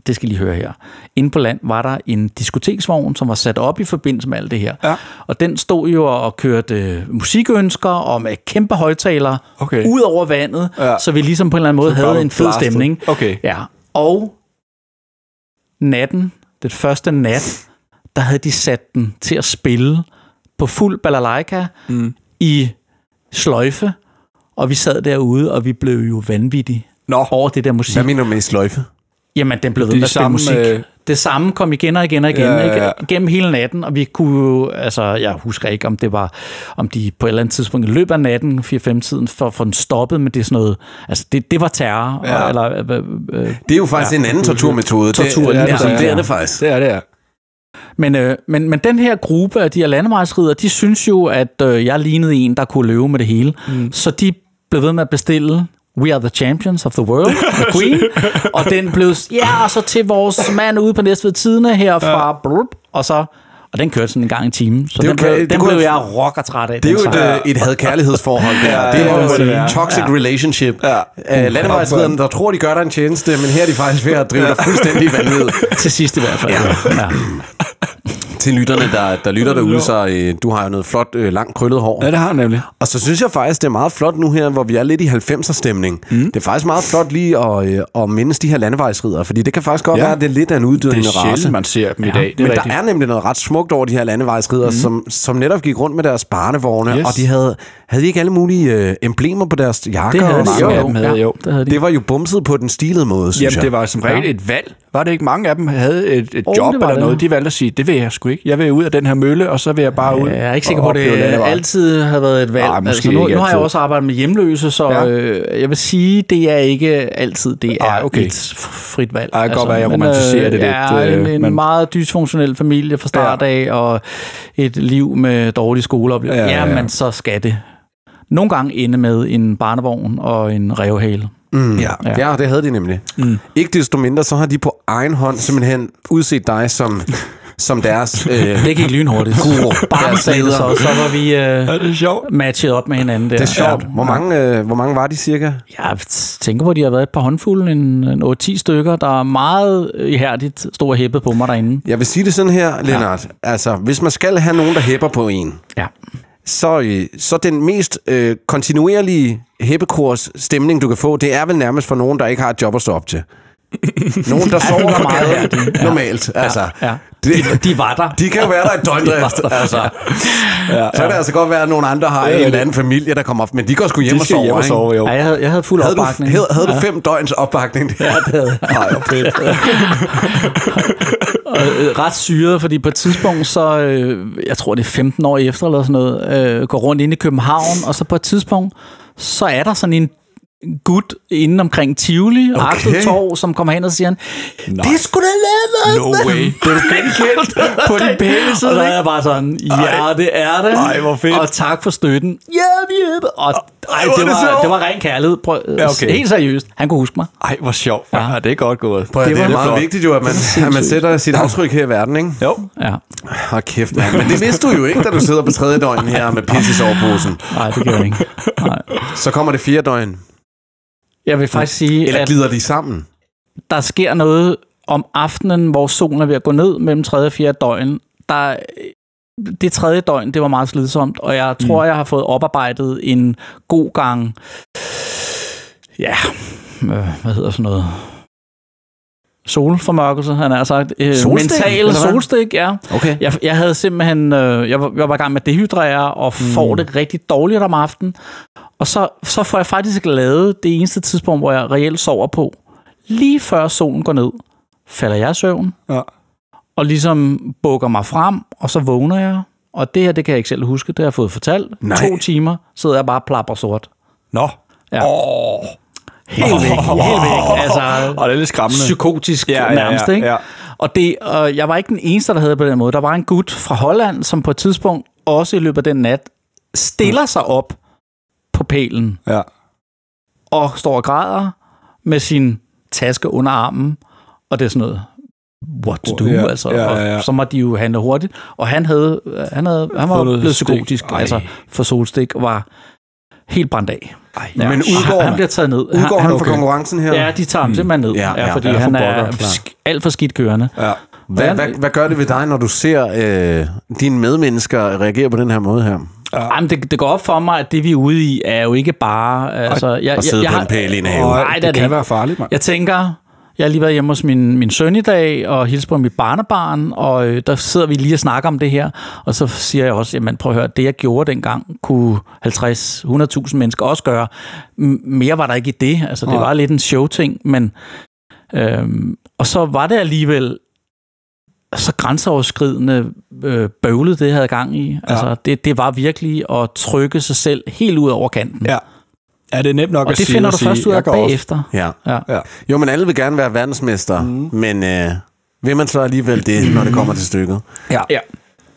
D: det skal I lige høre her, inde på land var der en diskoteksvogn, som var sat op i forbindelse med alt det her.
C: Ja.
D: Og den stod jo og kørte øh, musikønsker og med kæmpe højtalere
C: Okay.
D: ud over vandet,
C: Ja.
D: ja. så vi ligesom på en eller anden måde
C: bare
D: havde en fed
C: blastet.
D: stemning.
C: Okay.
D: Ja. Og natten, den første nat, der havde de sat den til at spille på fuld balalaika mm. i sløjfe, og vi sad derude, og vi blev jo vanvittige
C: Nå.
D: over det der musik.
B: Hvad mener du med sløjfe?
D: Jamen, den blev ved
C: Det
D: med at spille
C: samme,
D: musik.
C: øh,
D: Øh... Det samme kom igen og igen og igen,
C: Ja, ja,
D: ja,
C: ja.
D: ja. Ikke? gennem hele natten, og vi kunne jo, altså, jeg husker ikke, om det var, om de på et eller andet tidspunkt i løbet af natten, 4-5-tiden, for at få den stoppet, men det er sådan noget, altså, det, det var terror,
C: Ja.
D: ja. eller, øh, øh,
B: Det er jo faktisk ja, en anden torturmetode.
D: Tortur,
B: det,
D: lige
B: ja,
D: præcis.
B: det er det faktisk.
C: Det er det, ja.
D: Men, øh, men, men den her gruppe af de her landevejsridere, de synes jo, at øh, jeg lignede en, der kunne løbe med det hele. Mm. Så de blev ved med at bestille We are the champions of the world, the queen. og den blev, ja, og så til vores mand ude på Næstved Tidene her fra Brup, og så... Og den kørte sådan en gang i timen. Så
B: Det er
D: den,
B: jo
D: blev,
B: ka- det
D: den
B: kunne-
D: blev jeg rocker træt af.
B: Det er
D: den
B: jo
D: sang.
B: et, øh, et had-kærlighedsforhold der. Ja, det
C: det
B: er
C: må
B: jo
C: man sige.
B: en toxic relationship. Ja. Uh, Landevejsriderne, der tror, de gør dig en tjeneste, men her er de faktisk ved at drive dig fuldstændig vanvid.
D: Til sidst i hvert fald. Ja. Ja.
B: Til lytterne, der, der lytter derude, så øh, du har jo noget flot, øh, langt krøllet hår.
C: Ja, det har han nemlig.
B: Og så synes jeg faktisk, det er meget flot nu her, hvor vi er lidt i 90'er-stemning. Mm. Det er faktisk meget flot lige at, øh, at mindes de her landevejsridere, fordi det kan faktisk godt
C: Ja.
B: ja. være, at det er lidt af en uddødende
C: Det er
B: race.
C: sjældent, man ser dem ja. i dag. Det
B: Men
C: er
B: der er nemlig noget ret smukt over de her landevejsridere,
D: Mhm.
B: mm. som, som netop gik rundt med deres barnevogne, yes.
C: Yes.
B: og de havde, havde de ikke alle mulige øh, emblemer på deres jakker?
D: Det havde
B: og
D: de
B: sådan
D: jo.
C: mange
B: noget?
C: af dem havde,
D: ja,
C: jo.
D: Det havde de.
B: Det var jo bumset på den stilede måde, synes
C: Jamen,
B: jeg.
C: det var som regel et valg. Var det ikke mange af dem havde et, et
D: Åh,
C: job
D: det var
C: eller
D: det.
C: noget? De valgte at sige, det vil jeg sgu ikke. Jeg vil ud af den her mølle, og så vil jeg bare ud.
D: Jeg er ikke sikker
C: og
D: på, at det
C: opleve landevejen."
D: altid har været et valg. Altså,
C: Nej, måske
D: nu,
C: ikke
D: nu har jeg
C: altid.
D: også arbejdet med hjemløse, så
C: Ja.
D: ja. øh, jeg vil sige, det er ikke altid det er
C: Ej,
D: Ej,
C: okay.
D: okay. et frit valg. Altså,
C: Ej, det kan godt være, jeg romantiserer det
D: Ja,
C: lidt,
D: en,
C: øh,
D: en
C: men-
D: men... meget dysfunktionel familie fra start
C: Ja.
D: af, og et liv med dårlige skoleoplevelser.
C: Ja,
D: Ja,
C: ja, ja.
D: men så skal det nogle gange ende med en barnevogn og en revhale.
B: Ja. ja,
D: Mm.
B: det havde de nemlig. Mm. Ikke desto mindre, så har de på egen hånd simpelthen udset dig som som deres øh,
D: Det gik lynhurtigt.
B: guru.
D: Bare
B: deres
D: sagde det
B: leder.
D: så, så var vi øh,
C: det er sjovt.
D: matchet op med hinanden der.
B: Det er sjovt. Hvor mange, øh, hvor mange var de cirka?
D: Jeg tænker på, at de har været et par håndfulde, en, en 8-10 stykker, der er meget ihærdigt stor hæppet på mig derinde.
B: Jeg vil sige det sådan her, Lennart. Ja. Altså, hvis man skal have nogen, der hæpper på en,
D: Ja.
B: så, øh, så den mest øh, kontinuerlige hæppekurs stemning, du kan få, det er vel nærmest for nogen, der ikke har et job at stå op til. nogen, der sover på
D: meget
B: gaden normalt. Altså,
D: ja.
B: Det,
D: De var der.
B: de kan jo være der et døgn efter. Altså. Ja, så kan det altså godt være, at nogle andre har en eller anden familie, der kommer op. Men de går sgu hjem
C: De
B: og
C: skal
B: sover.
C: hjem og
B: ikke?
C: sove, jo.
D: Ja, jeg, havde, jeg havde fuld
B: Havde du,
D: opbakning.
B: havde, havde du fem døgns opbakning? Ja, det havde jeg.
D: og, øh, ret syret, fordi på et tidspunkt, så øh, jeg tror det er 15 år efter eller sådan noget, øh, går rundt inde i København, og så på et tidspunkt, så er der sådan en gut inde omkring Tivoli, okay. Axel Torv, som kommer hen og siger, han, det skulle da lade
C: No way. Det er genkendt på din pæne
D: Og der
C: side,
D: er jeg bare sådan, ja, det er det.
C: Ej, hvor fedt.
D: Og tak for støtten. Ja, vi er det. Og ej,
C: hvor
D: det,
C: er det
D: var,
C: sjovt.
D: det var ren kærlighed. Prøv,
C: Ja, okay.
D: Helt seriøst. Han kunne huske mig.
C: Ej, hvor sjovt. Ja, det er godt gået.
B: Prøv, at, det, det er
C: var
B: meget
C: flot.
B: vigtigt jo, at man, at man sætter sit aftryk her i verden, ikke?
C: Jo.
D: Ja.
B: Hold kæft, mand. Men det vidste du jo ikke, da du sidder på tredje døgn her med pis i soveposen.
D: Nej, det gør jeg ikke. Nej.
B: Så kommer det fire døgn.
D: Jeg vil faktisk sige,
B: Eller
D: at
B: glider de sammen?
D: der sker noget om aftenen, hvor solen er ved at gå ned mellem tredje og fjerde døgn. Der, det tredje døgn, det var meget slidsomt, og jeg
B: Mm.
D: tror, jeg har fået oparbejdet en god gang, ja, øh, hvad hedder sådan noget, solformørkelse, han har sagt. Øh,
B: Solstik,
D: mental
B: eller hvad?
D: solstik, ja.
B: Okay.
D: Jeg, jeg havde simpelthen, øh, jeg, var, jeg var i gang med at dehydrere, og får det rigtig dårligt om aftenen. Og så, så får jeg faktisk lavet det eneste tidspunkt, hvor jeg reelt sover på. Lige før solen går ned, falder jeg i søvn,
C: Ja.
D: og ligesom bukker mig frem, og så vågner jeg. Og det her, det kan jeg ikke selv huske, det har jeg fået fortalt.
B: Nej.
D: To timer sidder jeg bare og plapper sort.
C: Nå.
D: Ja.
C: Åh.
D: Helt væk, helt væk. Altså,
C: Og det er lidt skræmmende.
D: psykotisk
C: Ja, ja,
D: ja,
C: ja,
D: nærmest, ikke?
C: ja.
D: Og det, og jeg var ikke den eneste, der havde det på den måde. Der var en gut fra Holland, som på et tidspunkt, også i løbet af den nat, stiller sig op på pælen
C: Ja.
D: og står og græder med sin taske under armen, og det er sådan noget, what to do,
C: Ja,
D: altså.
C: ja, ja, ja.
D: Og så må de jo handle hurtigt, og han havde, han havde, han var
C: Fået
D: blevet
C: stik.
D: psykotisk,
C: Ej.
D: altså, for solstik, og var helt brændt af.
C: Ej,
D: Ja.
B: Men
D: Og
B: udgår-
D: han, han bliver taget ned.
B: Udgår han fra
C: okay.
B: konkurrencen her?
D: Ja, de tager ham simpelthen ned,
B: Ja,
D: ja,
B: ja,
D: ja, fordi
B: ja,
D: ja,
B: for
D: han
B: pokker,
D: er
B: klar.
D: sk- alt for skidt kørende.
C: ja.
B: Hvad, hvad, hvad gør det ved dig, når du ser øh, dine medmennesker reagere på den her måde her?
D: Jamen, det, det går op for mig, at det vi er ude i, er jo ikke bare... Altså, jeg,
B: Og sidde
D: jeg,
B: på
D: jeg,
B: en pæl i en have.
D: Nej, det,
C: det
D: er det
C: kan
D: ikke.
C: være farligt, mand.
D: Jeg tænker, jeg har lige været hjemme hos min, min søn i dag, og hilser på mit barnebarn, og øh, der sidder vi lige og snakker om det her, og så siger jeg også, jamen prøv at høre, det jeg gjorde dengang, kunne 50-100.000 mennesker også gøre. M- mere var der ikke i det, altså det
C: Nej.
D: var lidt en showting, men... Øhm, og så var det alligevel så grænseoverskridende øh, bøvlet, det jeg havde gang i. Altså, det, det var virkelig at trykke sig selv helt ud over kanten.
C: Ja, Ja, det er nemt nok
D: og
C: at
D: det
C: sige.
D: finder
C: at
D: du
C: sige,
D: først ud
C: jeg
D: af
C: går også-
D: bagefter.
B: Ja.
D: Ja.
C: Ja.
B: Jo, men alle vil gerne være verdensmester, mm. men øh, vil man så alligevel det, når det kommer til stykket?
C: Ja. ja.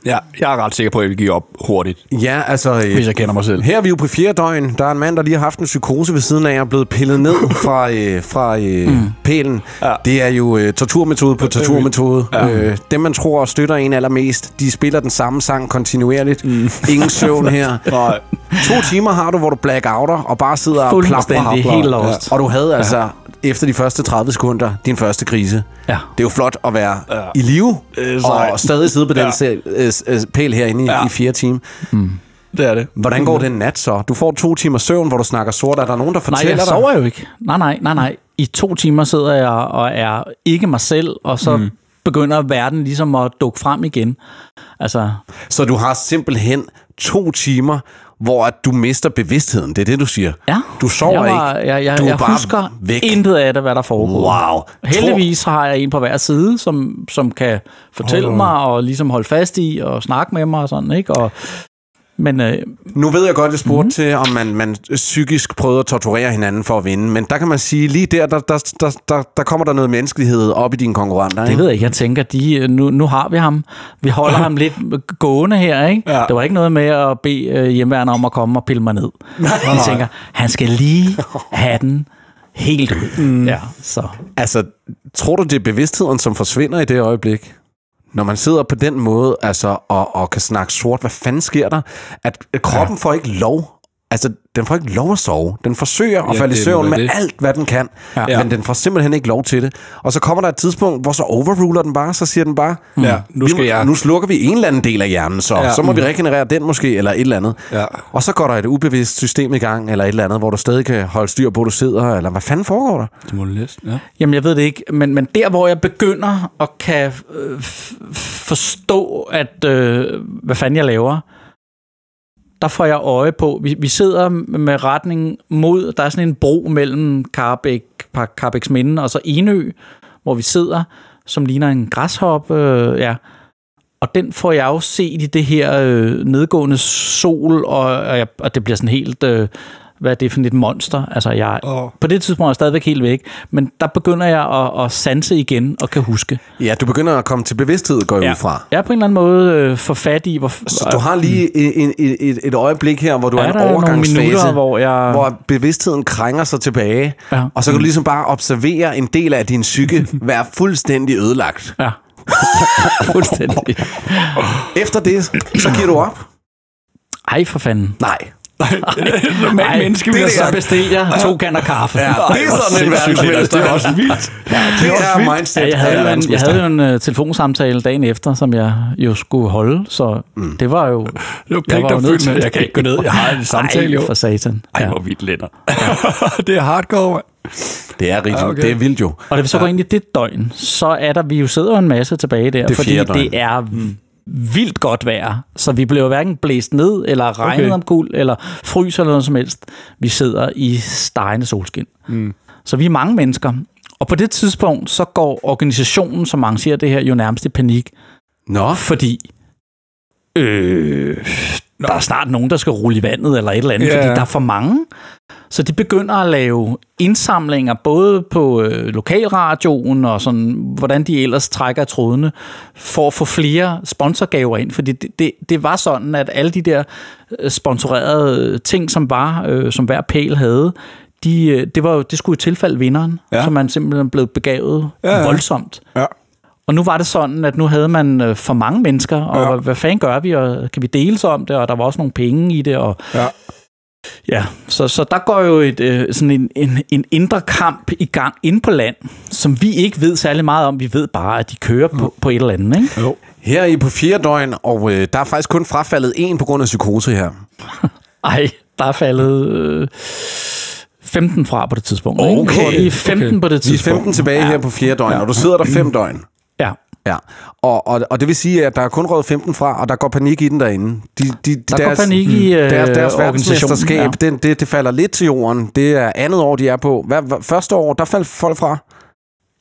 C: Ja, jeg er ret sikker på, at jeg vil give op hurtigt,
B: Ja, altså... Øh,
C: hvis jeg kender mig selv.
B: Her er vi jo på fjerde døgn. Der er en mand, der lige har haft en psykose ved siden af og er blevet pillet ned fra, øh, fra øh, mm. pælen. Ja. Det er jo øh, torturmetode på torturmetode. Ja. Øh, dem, man tror støtter en allermest, de spiller den samme sang kontinuerligt. Mm. Ingen søvn her.
C: Nej.
B: To timer har du, hvor du blackouter og bare sidder og plapper.
D: Fuldstændig,
B: og plapper.
D: helt lost.
B: Ja. Og du havde altså, efter de første 30 sekunder, din første krise.
D: Ja.
B: Det er jo flot at være ja. i live
C: Det er sejt.
B: og stadig sidde på den
C: Ja.
B: ja. øh, øh, pæl herinde ja.
C: Ja.
B: i fire timer.
C: Det er det.
B: Hvordan går den nat så? Du får to timer søvn, hvor du snakker sort. Er der nogen, der
D: Mhm. Nej,
B: fortæller
D: jeg
B: dig?
D: sover jo ikke. Nej, nej, nej, nej. I to timer sidder jeg og er ikke mig selv, og så mm. begynder verden ligesom at dukke frem igen. Altså,
B: Så du har simpelthen to timer, hvor at du mister bevidstheden. Det er det, du siger.
D: ja.
B: Du sover
D: jeg var,
B: ikke.
D: Jeg, jeg,
B: du er
D: jeg
B: bare
D: husker
B: væk.
D: intet af det, hvad der foregår.
B: Wow.
D: Heldigvis har jeg en på hver side, som, som kan fortælle oh. mig og ligesom holde fast i og snakke med mig og sådan, ikke? Og, men øh,
B: Nu ved jeg godt, jeg spurgte
D: Mhm.
B: mm-hmm. til, om man, man psykisk prøvede at torturere hinanden for at vinde. Men der kan man sige, lige der, der, der, der, der, der kommer der noget menneskelighed op i dine konkurrenter.
D: det
B: ikke?
D: ved jeg ikke. Jeg tænker, de, øh, nu, nu har vi ham. Vi holder ham lidt gående her, ikke?
C: Ja.
D: Ja. Det var ikke noget med at bede øh, hjemmeværende om at komme og pille mig ned. Jeg tænker, han skal lige have den helt ud. Mm. Ja, så.
B: Altså, tror du, det er bevidstheden, som forsvinder i det øjeblik? når man sidder på den måde altså, og, og kan snakke sort, hvad fanden sker der? At øh, kroppen ja. får ikke lov. Altså, den får ikke lov at sove. Den forsøger at
C: Ja,
B: ja, falde i
C: det må
B: søvn
C: være
B: med
C: det.
B: alt, hvad den kan.
C: Ja.
B: Ja. Men den får simpelthen ikke lov til det. Og så kommer der et tidspunkt, hvor så overruler den bare, så siger den bare, "Hmm,
C: Ja, nu skal
B: vi, må-
C: jeg."
B: nu slukker vi en eller anden del af hjernen, så,
C: Ja.
B: ja. så må vi regenerere den måske, eller et eller andet.
C: Ja.
B: Og så går der et ubevidst system i gang, eller et eller andet, hvor du stadig kan holde styr på, hvor du sidder, eller hvad fanden foregår der?
C: Det må du læse. Ja.
D: Jamen, jeg ved det ikke, men, men der, hvor jeg begynder at kan øh, f- forstå, at øh, hvad fanden jeg laver, der får jeg øje på, vi, vi sidder med retning mod, der er sådan en bro mellem Karbæk, Par- Karbæks Minde og så Enø, hvor vi sidder, som ligner en græshop, øh, ja. Og den får jeg jo set i det her øh, nedgående sol, og, og, jeg, og det bliver sådan helt, øh, hvad er det for et monster? Altså, jeg,
C: Åh.
D: oh. på det tidspunkt er jeg stadigvæk helt væk, men der begynder jeg at, at sanse igen og kan huske.
B: Ja, du begynder at komme til bevidsthed, går jeg ja. ud fra.
D: Jeg er på en eller anden måde øh, for fat i, hvor...
B: Så du har lige et, et, et, et øjeblik her, hvor du er,
D: er
B: en
D: der nogle
B: overgangsfase,
D: minutter, hvor jeg...
B: hvor bevidstheden krænger sig tilbage,
D: Ja. Mm.
B: ja. og så kan du ligesom bare observere en del af din psyke være fuldstændig ødelagt.
D: Ja. Fuldstændig.
B: Efter det, så giver du op.
D: Ej, for fanden.
B: Nej.
C: Normalt
D: Ej,
C: menneske, vi
D: det
C: har
D: er så
C: sagt.
D: bestiller jeg to kander kaffe.
B: Ja, det er sådan en verdensmester.
C: Det er også vildt.
B: Det er mindset.
D: Ja, jeg havde,
B: af
D: jo en, jeg
B: verdensmester.
D: havde jo en uh, telefonsamtale dagen efter, som jeg jo skulle holde, så mm. det var jo...
C: Det var
D: Jeg var jo nødt til
C: pligtopfyldende.
D: det.
C: Jeg kan ikke gå ned. Jeg har en samtale, jo.
D: Ej, for satan.
C: Ej,
D: Ja.
C: hvor vildt, Lennart. det er hardcore, mand.
B: Det er rigtigt.
C: Ja, okay.
B: Det er vildt jo.
D: Og da vi så går ind i det døgn, så er der, vi jo sidder jo en masse tilbage der,
B: Det
D: fordi
B: fjerde døgn.
D: det er vildt godt vejr, så vi blev hverken blæst ned, eller regnet
C: Okay.
D: okay. om guld, eller fryser eller noget som helst. Vi sidder i stegende solskin. Mm. Så vi er mange mennesker. Og på det tidspunkt, så går organisationen, som arrangerer det her, jo nærmest i panik,
B: Nå,
D: fordi øh, der er snart nogen, der skal rulle i vandet eller et eller andet,
C: Ja,
D: yeah.
C: ja.
D: fordi der er for mange. Så de begynder at lave indsamlinger, både på øh, lokalradioen og sådan, hvordan de ellers trækker trådene, for at få flere sponsorgaver ind. Fordi det, det, det var sådan, at alle de der øh, sponsorerede ting, som var, øh, som hver pæl havde, de, øh, det, var, jo- det skulle jo tilfalde vinderen,
C: Ja.
D: ja. så man simpelthen blev begavet
C: Ja,
D: ja,
C: ja.
D: ja. voldsomt.
C: Ja.
D: Og nu var det sådan, at nu havde man øh, for mange mennesker, og
C: Ja.
D: ja. hvad, hvad fanden gør vi, og kan vi deles om det, og der var også nogle penge i det, og
C: Ja.
D: ja, så, så der går jo et, øh, sådan en, en, en indre kamp i gang inde på land, som vi ikke ved særlig meget om, vi ved bare, at de kører på, på et eller andet, ikke?
C: Jo.
B: her er I på fire døgn, og øh, der er faktisk kun frafaldet en på grund af psykose her.
D: Ej, der er faldet øh, 15 fra på det tidspunkt.
B: Okay.
D: Ikke? Hvor Vi er 15
C: Okay.
D: på det
B: Vi er
D: tidspunkt.
B: 15 tilbage
D: ja.
B: her på fire døgn, og du sidder der fem døgn.
D: Ja.
B: Ja, og, og, og det vil sige, at der er kun røget 15 fra, og der går panik i den derinde. De, de, der
D: går panik i, øh,
B: deres, deres
D: organisationen,
B: verdensmesterskab,
D: ja.
B: ja. den, det, det falder lidt til jorden. Det er andet år, de er på. Hvad, hvad, første år, der faldt folk fra.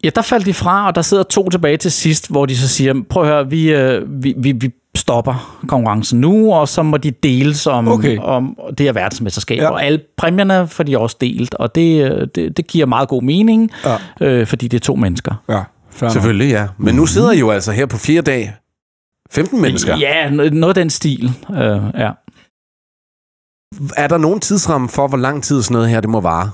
D: Ja, der faldt de fra, og der sidder to tilbage til sidst, hvor de så siger, prøv at høre, vi, øh, vi, vi, vi stopper konkurrencen nu, og så må de deles om,
C: Okay.
D: okay. om det her verdensmesterskab.
C: Ja.
D: Ja. Og alle præmierne får de også delt, og det, øh, det, det giver meget god mening,
C: Ja.
D: ja. øh, fordi det er to mennesker.
C: Ja. Fair nok.
B: Selvfølgelig, ja. Men nu sidder I jo altså her på fire dage. 15 mennesker.
D: Ja,
B: Ja.
D: no- noget af den stil. Øh, ja.
B: Er der nogen tidsramme for, hvor lang tid sådan noget her det må vare?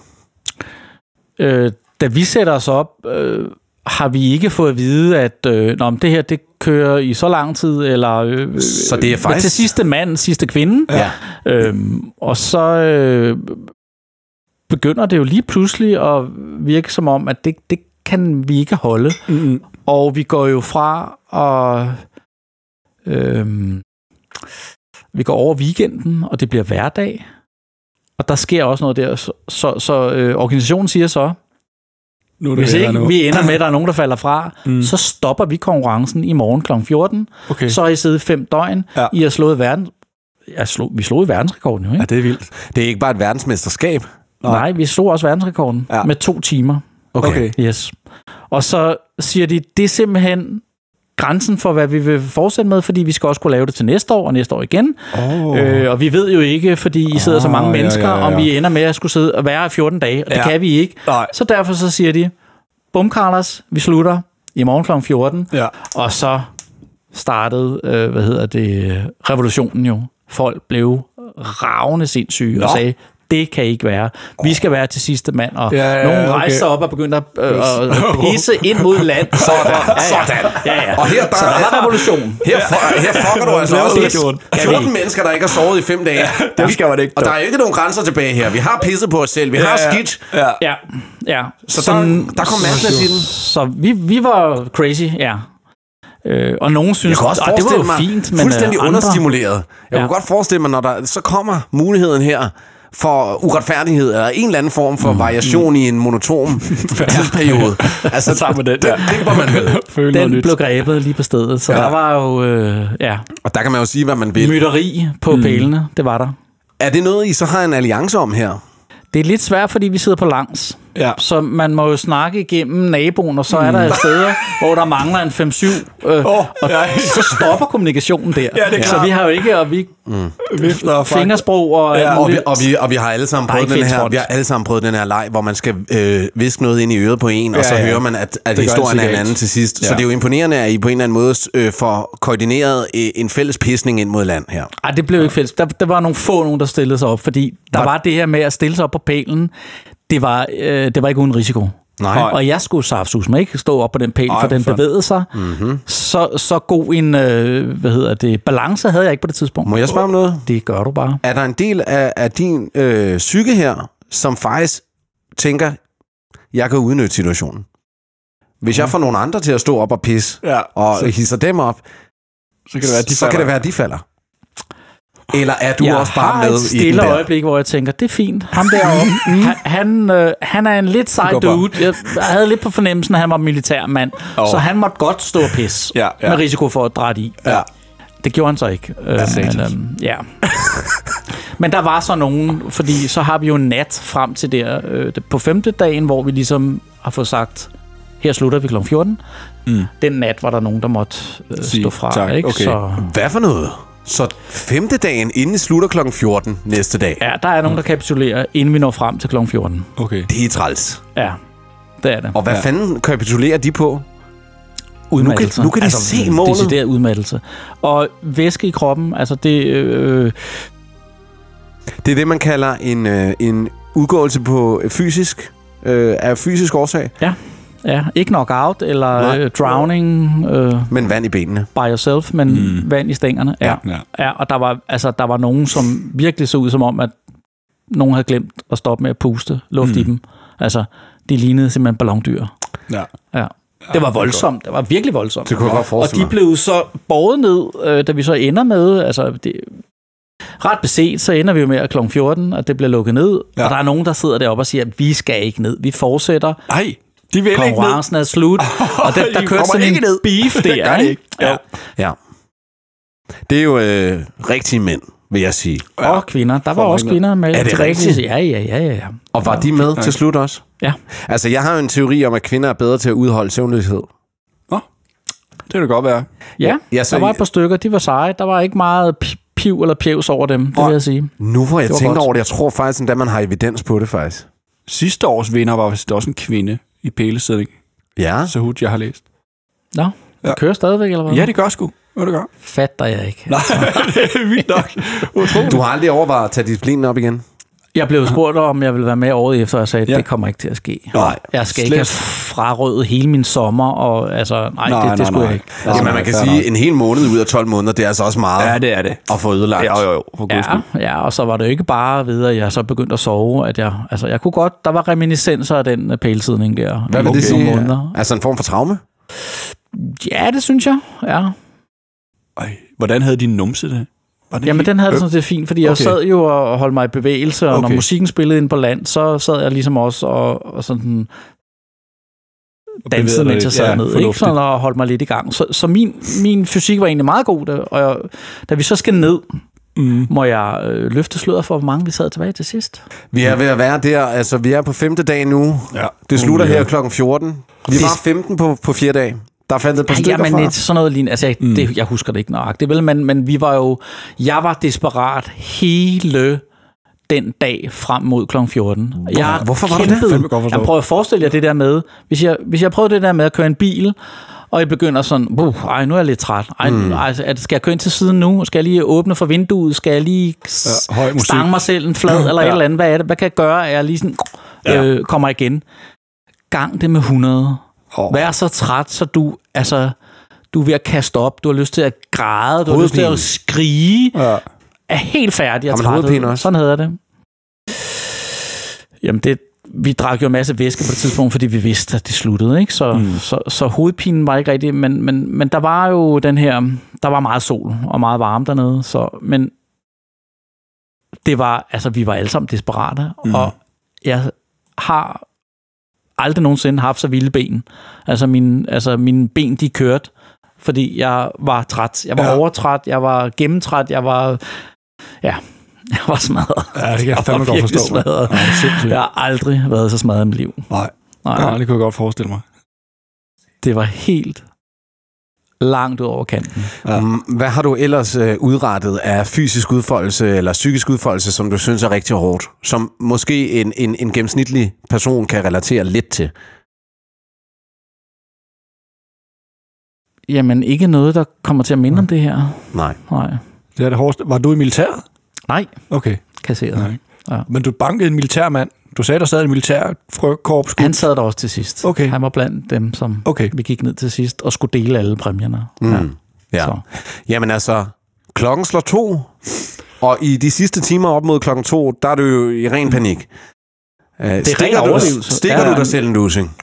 D: øh, da vi sætter os op, øh, har vi ikke fået at vide, at øh, nå, men det her det kører i så lang tid, eller øh,
B: Så det er
D: øh,
B: faktisk-
D: til sidste mand, sidste kvinde.
B: Ja.
D: Øhm, og så øh, begynder det jo lige pludselig at virke som om, at det, det kan vi ikke holde.
C: Mm.
D: Og vi går jo fra og øhm, vi går over weekenden, og det bliver hverdag. Og der sker også noget der. Så, så, så øh, organisationen siger så,
C: Nu er det
D: hvis
C: værre
D: ikke
C: nu.
D: vi ender med, at der er nogen, der falder fra,
C: Mm.
D: mm. så stopper vi konkurrencen i morgen kl. 14.
C: Okay.
D: Så har I siddet fem døgn.
C: Ja.
D: Ja. I har slået verden... Jeg slog, vi slog i verdensrekorden jo, ikke?
C: Ja, det er vildt.
B: Det er ikke bare et verdensmesterskab.
D: Nej. Nej, vi slog også verdensrekorden
C: Ja.
D: ja. med to timer.
B: Okay. okay.
D: Yes. Og så siger de, det er simpelthen grænsen for, hvad vi vil fortsætte med, fordi vi skal også kunne lave det til næste år og næste år igen.
C: Oh.
D: Øh, og vi ved jo ikke, fordi I sidder oh, så mange
C: Ah, ja,
D: mennesker,
C: ja, ja.
D: om vi ender med at skulle sidde og være her 14 dage, og det
C: Ja.
D: kan vi ikke.
C: Nej.
D: Så derfor så siger de, bum Carlos, vi slutter i morgen kl. 14,
C: Ja.
D: og så startede, øh, hvad hedder det, revolutionen jo. Folk blev ravne sindssyge Nå. og sagde, det kan ikke være. Vi skal være til sidste mand, og
C: Ja,
D: ja,
C: ja,
D: ja, nogen
C: okay.
D: rejste sig op og begyndte at, øh, at pisse ind mod land. Sådan. Ja, ja.
B: Sådan.
D: Ja, ja.
B: Og her, der
D: så der
B: er-
D: var revolution.
B: Her, for, her fucker du altså
C: Laver
B: også lidt.
C: lidt ondt.
B: 14 mennesker, der ikke har sovet i fem dage. Ja,
C: dem skal man ikke,
B: Og
C: dog.
B: der er ikke nogen grænser tilbage her. Vi har pisset på os selv. Vi har
C: ja.
B: skidt.
C: Ja.
D: Ja, ja.
B: Så der, der kom massen af til den.
D: Så vi, vi var crazy, ja. Øh, og nogen synes,
B: Jeg kunne også
D: "Åh, det var
B: forestille
D: jo
B: mig
D: fint, men øh,
B: fuldstændig
D: andre-
B: understimuleret. Jeg ja.
D: Ja.
B: kunne godt forestille mig, når der så kommer muligheden her for uretfærdighed eller en eller anden form
C: Mm.
B: for variation i en monotom tidsperiode. Altså,
C: Så tager man den,
B: Det
C: ja.
B: griber man ved.
C: Føl noget
D: Den
C: nyt.
D: blev grebet lige på stedet, så
B: Ja.
D: ja. der var jo øh, ja,
B: Og der kan man jo sige, hvad man vil.
D: mytteri på mm. pælene, det var der.
B: Er det noget, I så har en alliance om her?
D: Det er lidt svært, fordi vi sidder på langs.
C: Ja.
D: Så man må jo snakke igennem naboen, og så er der steder, hvor der mangler en 5-7, øh,
C: Åh, ja.
D: så stopper kommunikationen der.
C: det er
D: så
C: klart.
D: vi har jo ikke, og vi
C: Vifter og fuck.
D: fingersprog og
C: Ja,
D: alt
B: Og vi,
D: muligt.
B: og, vi, og vi har alle sammen
D: Der er
B: prøvet
D: ikke
B: den her,
D: fælles
B: vi har alle sammen prøvet den her leg, hvor man skal øh, viske noget ind i øret på en, ja, og
C: Ja,
B: så ja.
C: ja.
B: hører man, at, at
C: gør altid
B: historien er en
C: galt.
B: anden til sidst. Ja. Så
C: Ja.
B: det er jo imponerende, at I på en eller anden måde øh, får koordineret øh, en fælles pisning ind mod land her.
D: Ej, det blev ikke fælles. Der, der var nogle få nogen, der stillede sig op, fordi der var det her med at stille sig op på pælen. Det var, øh, det var ikke uden risiko.
B: Nej.
D: Og jeg skulle saftsus mig ikke stå op på den pæl,
C: Ej,
D: for den
C: for-
D: bevægede sig. Mm-hmm. Så, så god en øh, hvad hedder det, balance havde jeg ikke på det tidspunkt.
B: Må jeg spørge om noget?
D: Det gør du bare.
B: Er der en del af, af din øh, psyke her, som faktisk tænker, jeg kan udnytte situationen? Hvis jeg får nogle andre til at stå op og pisse,
C: Mhm. Ja,
B: og
C: så-
B: hisser dem op,
C: Så kan det være, at de
B: så kan
C: falder.
B: det være, at de falder. Eller er du
D: jeg
B: også bare
D: har
B: med
D: et
B: i den
D: stille
B: der?
D: øjeblik, hvor jeg tænker, det er fint. Ham deroppe, han, han, øh, han er en lidt sej
C: går bare.
D: dude. Jeg havde lidt på fornemmelsen, at han var militærmand. Oh. Så han måtte godt stå og pisse.
C: Ja, ja.
D: Med risiko for at drætte i.
C: Ja.
D: Det gjorde han så ikke. Øh, men,
C: satans.
D: øhm, ja. men der var så nogen, fordi så har vi jo en nat frem til der øh, det- på femte dagen, hvor vi ligesom har fået sagt, her slutter vi kl. 14. Mm. Den nat var der nogen, der måtte øh,
C: Sige
D: stå fra.
C: tak,
D: ikke?
C: okay.
D: Så,
B: Hvad for noget? Så femte dagen inden slutter klokken 14 næste dag.
D: ja, der er nogen, der
B: Mm.
D: kapitulerer, inden vi når frem til kl. 14.
C: Okay.
B: Det er træls.
D: Ja, det er det.
B: Og hvad ja. fanden kapitulerer de på?
D: Udmattelse. Altså,
B: nu kan de se målet.
D: Decideret udmattelse. Og væske i kroppen, altså det... Øh,
B: Det er det, man kalder en, øh, en udgåelse på fysisk, øh, af fysisk årsag,
D: ja, ja, ikke knockout eller
B: Nej.
D: øh, drowning øh,
B: men vand i benene.
D: by yourself, men mm. vand i stængerne. Ja.
C: ja.
D: Ja, og der var, altså, der var nogen, som virkelig så ud som om, at nogen havde glemt at stoppe med at puste luft mm. i dem. Altså, de lignede simpelthen ballondyr.
C: ja.
D: Ja. Det var voldsomt. Det var virkelig voldsomt.
B: Det kunne jeg godt
D: Og
B: forestille
D: de blev så båret ned, øh, da vi så ender med, altså det, ret beset, så ender vi jo med at kl. 14, og det bliver lukket ned. Ja. Og der er nogen, der sidder deroppe og siger, at vi skal ikke ned. Vi fortsætter.
C: Ej, de vil ikke ned. Ah,
D: Konkurrencen er slut. og der,
C: I
D: der kørte
C: kommer
D: sådan
C: ikke
D: en beef der.
C: Det gør det ikke.
D: Ja.
C: Ja.
B: Ja. Det er jo øh, rigtige mænd, vil jeg sige.
D: Ja. Og kvinder. Der var
C: mig
D: også
C: ikke
D: kvinder med.
B: Er det
D: Til
B: rigtigt?
D: rigtig- Ja, ja, ja, ja, ja.
B: Og var de med til slut også?
D: Ja.
B: Altså, jeg har jo en teori om, at kvinder er bedre til at udholde søvnløshed.
C: Nå, det kan det godt være.
D: Ja,
B: Ja,
D: ja
B: så
D: så der var
B: I-
D: et par stykker. De var seje. Der var ikke meget pi- piv eller pjevs over dem, det vil jeg sige.
B: Nu hvor jeg
D: var
B: tænker
D: godt.
B: over det, jeg tror faktisk endda, man har evidens på det faktisk.
C: Sidste års vinder var vist også en kvinde i pælesidning,
B: Ja.
C: så hurtigt jeg har læst.
D: Nå,
C: Ja.
D: ja. kører stadigvæk, eller hvad?
C: Ja, det gør sgu. Hvad det gør.
D: Fatter jeg ikke. Nej.
C: det er vildt nok. Utroligt.
B: Du har aldrig overvejet at tage disciplinen op igen?
D: Jeg blev spurgt om, jeg ville være med året efter, og jeg sagde, at
C: Ja.
D: ja. det kommer ikke til at ske.
C: Nej,
D: Jeg skal
C: slet.
D: ikke have frarøvet hele min sommer, og altså, nej,
C: Nej,
D: nej det,
C: nej,
D: det skulle
C: nej.
D: jeg ikke.
C: Ja,
B: Jamen,
C: nej,
B: Altså, man kan
C: fair
B: sige,
C: nok.
B: en hel måned ud af 12 måneder, det er altså også meget
C: Ja, det er det.
B: at få ødelagt.
C: Jo, jo, jo. For guds
D: Ja,
C: skyld.
D: ja, og så var det jo ikke bare ved, at jeg så begyndte at sove, at jeg, altså, jeg kunne godt, der var reminiscenser af den øh, pælesidning der.
B: Hvad vil
D: i
B: det
D: nogle
B: sige?
D: Måneder.
B: Altså en form for traume?
D: Ja, det synes jeg, ja.
C: Ej, hvordan havde din numse det? Var det
D: Jamen,
C: helt-
D: den havde det
C: Øh,
D: sådan set fint, fordi okay. jeg
C: Okay.
D: sad jo og holdt mig i bevægelse, og okay.
C: Okay.
D: når musikken spillede ind på land, så sad jeg ligesom også og, og sådan dansede,
C: bevægede
D: mens
C: dig
D: jeg sad ja,
C: lidt. Ja,
D: ned, ikke?
C: fornuftigt.
D: Sådan, og holdt mig lidt i gang. Så, så min, min fysik var egentlig meget god, da, og jeg, da vi så skal ned,
C: Mm.
D: må jeg øh, løfte sløret for, hvor mange vi sad tilbage til sidst.
B: Vi er ved at være der, altså vi er på femte dag nu.
C: Ja.
B: Det slutter
C: Uh,
B: her
C: ja.
B: klokken 14. Vi var 15 på, på fjerde dag. Der faldt et par stykker
D: jamen,
B: fra.
D: et, sådan noget lignende. Altså, jeg, mm. det, jeg husker det ikke nøjagtigt, vel? Men, men vi var jo... Jeg var desperat hele den dag frem mod kl. 14. Hvor, jeg
B: hvorfor var du det? Fandme godt forstå.
D: Jeg prøver at forestille jer det der med, hvis jeg, hvis jeg prøver det der med at køre en bil, og jeg begynder sådan, uh, ej, nu er jeg lidt træt. Ej, mm. ej, at- skal jeg køre ind til siden nu? Skal jeg lige åbne for vinduet? Skal jeg lige s-
C: Ja, høj musik.
D: stange mig selv en flad, eller ja. et eller andet? Hvad er det? Hvad kan jeg gøre, at jeg lige sådan, øh, kommer igen? Gang det med 100.
C: Åh.
D: Oh. Vær så træt, så du, altså, du er ved at kaste op. Du har lyst til at græde. Du har lyst til
B: Hovedpine.
D: at skrige.
C: Ja.
D: Er helt færdig
B: Har
D: og
B: man
D: træt.
B: hovedpine
D: ud.
B: også?
D: Sådan hedder det. Jamen, det, vi drak jo en masse væske på det tidspunkt, fordi vi vidste, at det sluttede. Ikke? Så, mm. så, så hovedpinen var ikke rigtig... Men, men, men der var jo den her... Der var meget sol og meget varme dernede. Så, men det var... Altså, vi var alle sammen desperate. Mm. Og jeg har aldrig nogensinde haft så vilde ben. Altså, mine, altså, mine ben, de kørte, fordi jeg var træt. Jeg var
C: Ja.
D: ja. overtræt, jeg var gennemtræt, jeg var... Ja, jeg var smadret.
C: Ja, det kan jeg
D: Jeg var
C: fandme godt
D: virkelig
C: forstå. mand.
D: smadret.
C: Ja, sindssygt.
D: Jeg har aldrig været så smadret i mit liv.
C: Nej.
D: Nej,
C: Nej, det kunne jeg godt forestille mig.
D: det var helt langt ud over kanten.
C: Ja.
B: Mm, Hvad har du ellers øh, udrettet af fysisk udfoldelse eller psykisk udfoldelse, som du synes er rigtig hårdt? Som måske en, en, en gennemsnitlig person kan relatere lidt til.
D: Jamen, ikke noget, der kommer til at minde om det her.
B: Nej.
D: Nej.
C: Det er det hårdeste. Var du i militæret?
D: Nej,
C: Okay.
D: kasseret.
C: Nej.
D: Nej.
C: Men du bankede en militærmand. Du sagde, der sad en militærkorps.
D: Han sad der også til sidst.
C: Okay.
D: Han var blandt dem, som
C: Okay.
D: vi gik ned til sidst og skulle dele alle præmierne.
B: Mm. Ja.
D: Så.
B: Jamen altså, klokken slår to, og i de sidste timer op mod klokken to, der er du jo i ren panik. Øh, det
D: ren
B: du,
D: overlevelse.
B: Stikker
D: Ja.
B: du dig selv en lusing?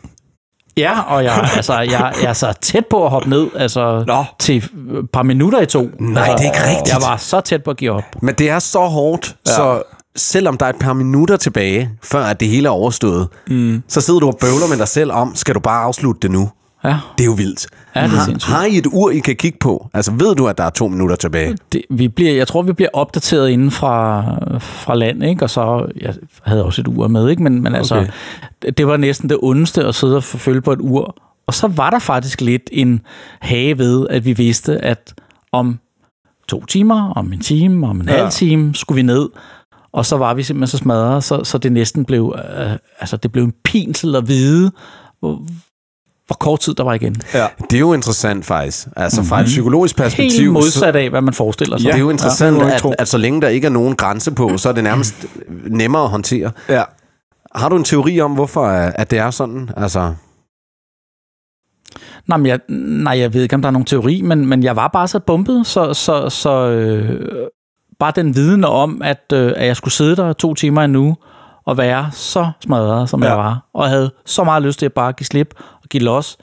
D: Ja, og jeg, altså, jeg, jeg er så tæt på at hoppe ned altså,
C: Nå.
D: til et par minutter i to. Nej, altså,
B: det er ikke rigtigt.
D: Jeg var så tæt på at give op.
B: Men det er så hårdt, ja. så selvom der er et par minutter tilbage, før at det hele er overstået, mm. så sidder du og bøvler med dig selv om, skal du bare afslutte det nu?
D: Ja,
B: Det er jo vildt.
D: Ja, det er
B: har,
D: sindssygt.
B: har I et ur, I kan kigge på? Altså ved du, at der er to minutter tilbage?
D: det, vi bliver, jeg tror, vi bliver opdateret inden fra, fra land, ikke? og så jeg havde også et ur med, ikke? men, men altså,
C: Okay.
D: det, det var næsten det ondeste at sidde og forfølge på et ur. Og så var der faktisk lidt en hage ved, at vi vidste, at om to timer, om en time, om en
C: Ja.
D: ja. halv time, skulle vi ned. Og så var vi simpelthen så smadret, så, så det næsten blev, øh, altså det blev en pinsel at vide, hvor, hvor kort tid der var igen.
C: Ja.
B: Det er jo interessant faktisk. Altså fra et psykologisk perspektiv.
D: Mm. Mhm. Helt
B: så-
D: modsat af, hvad man forestiller sig.
B: Ja, det er jo interessant,
C: det må jeg
B: ja, at,
C: tro.
B: at så længe der ikke er nogen grænse på, så er det nærmest nemmere at håndtere.
C: Ja.
B: Har du en teori om, hvorfor øh, at det er sådan? Altså,
D: Nej, men jeg, nej, jeg ved ikke, om der er nogen teori, men, men jeg var bare så bumpet, så, så, så øh, bare den viden om, at, øh, at jeg skulle sidde der to timer endnu, og være så smadret, som
C: Ja.
D: ja. jeg var, og havde så meget lyst til at bare give slip og give los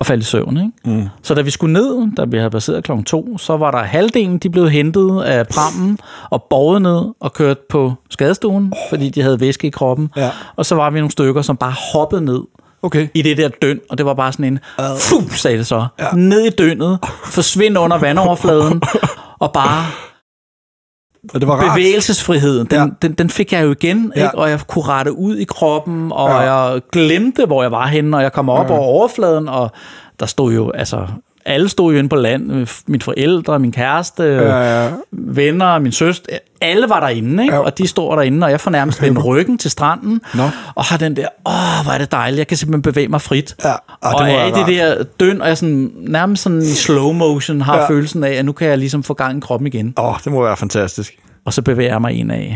D: og falde i søvn. Ikke?
C: Mm.
D: Så da vi skulle ned, da vi havde passeret klokken to, så var der halvdelen, de blev hentet af prammen og båret ned og kørt på skadestuen, fordi de havde væske i kroppen.
C: Ja.
D: Og så var vi nogle stykker, som bare hoppede ned
C: Okay.
D: i det der døn, og det var bare sådan en, fu, sagde det så, ja. ned i dønnet, forsvind under vandoverfladen, og bare
C: Og det var rart.
D: bevægelsesfriheden, den,
C: Ah, Ja.
D: ja. den, den fik jeg jo igen,
C: Ja.
D: ja. ikke? og jeg kunne rette ud i kroppen, og
C: Ja.
D: ja. jeg glemte, hvor jeg var henne, og jeg kom op ja. over overfladen, og der stod jo, altså, alle stod jo inde på land, mine forældre, min kæreste,
C: Ja,
D: ja.
C: ja.
D: venner, min søster, alle var derinde, ikke?
C: Ja.
D: og de står derinde, og jeg får nærmest vendt ryggen til stranden,
C: Nå.
D: og har den der, åh, hvor er det dejligt, jeg kan simpelthen bevæge mig frit.
C: Ja, og
D: og,
C: det
D: og er
C: må være
D: i det
C: rart.
D: der døn, og jeg sådan, nærmest sådan i slow motion har
C: Ja.
D: ja. følelsen af, at nu kan jeg ligesom få gang i kroppen igen.
C: Åh, oh, det må være fantastisk.
D: Og så bevæger jeg mig indad.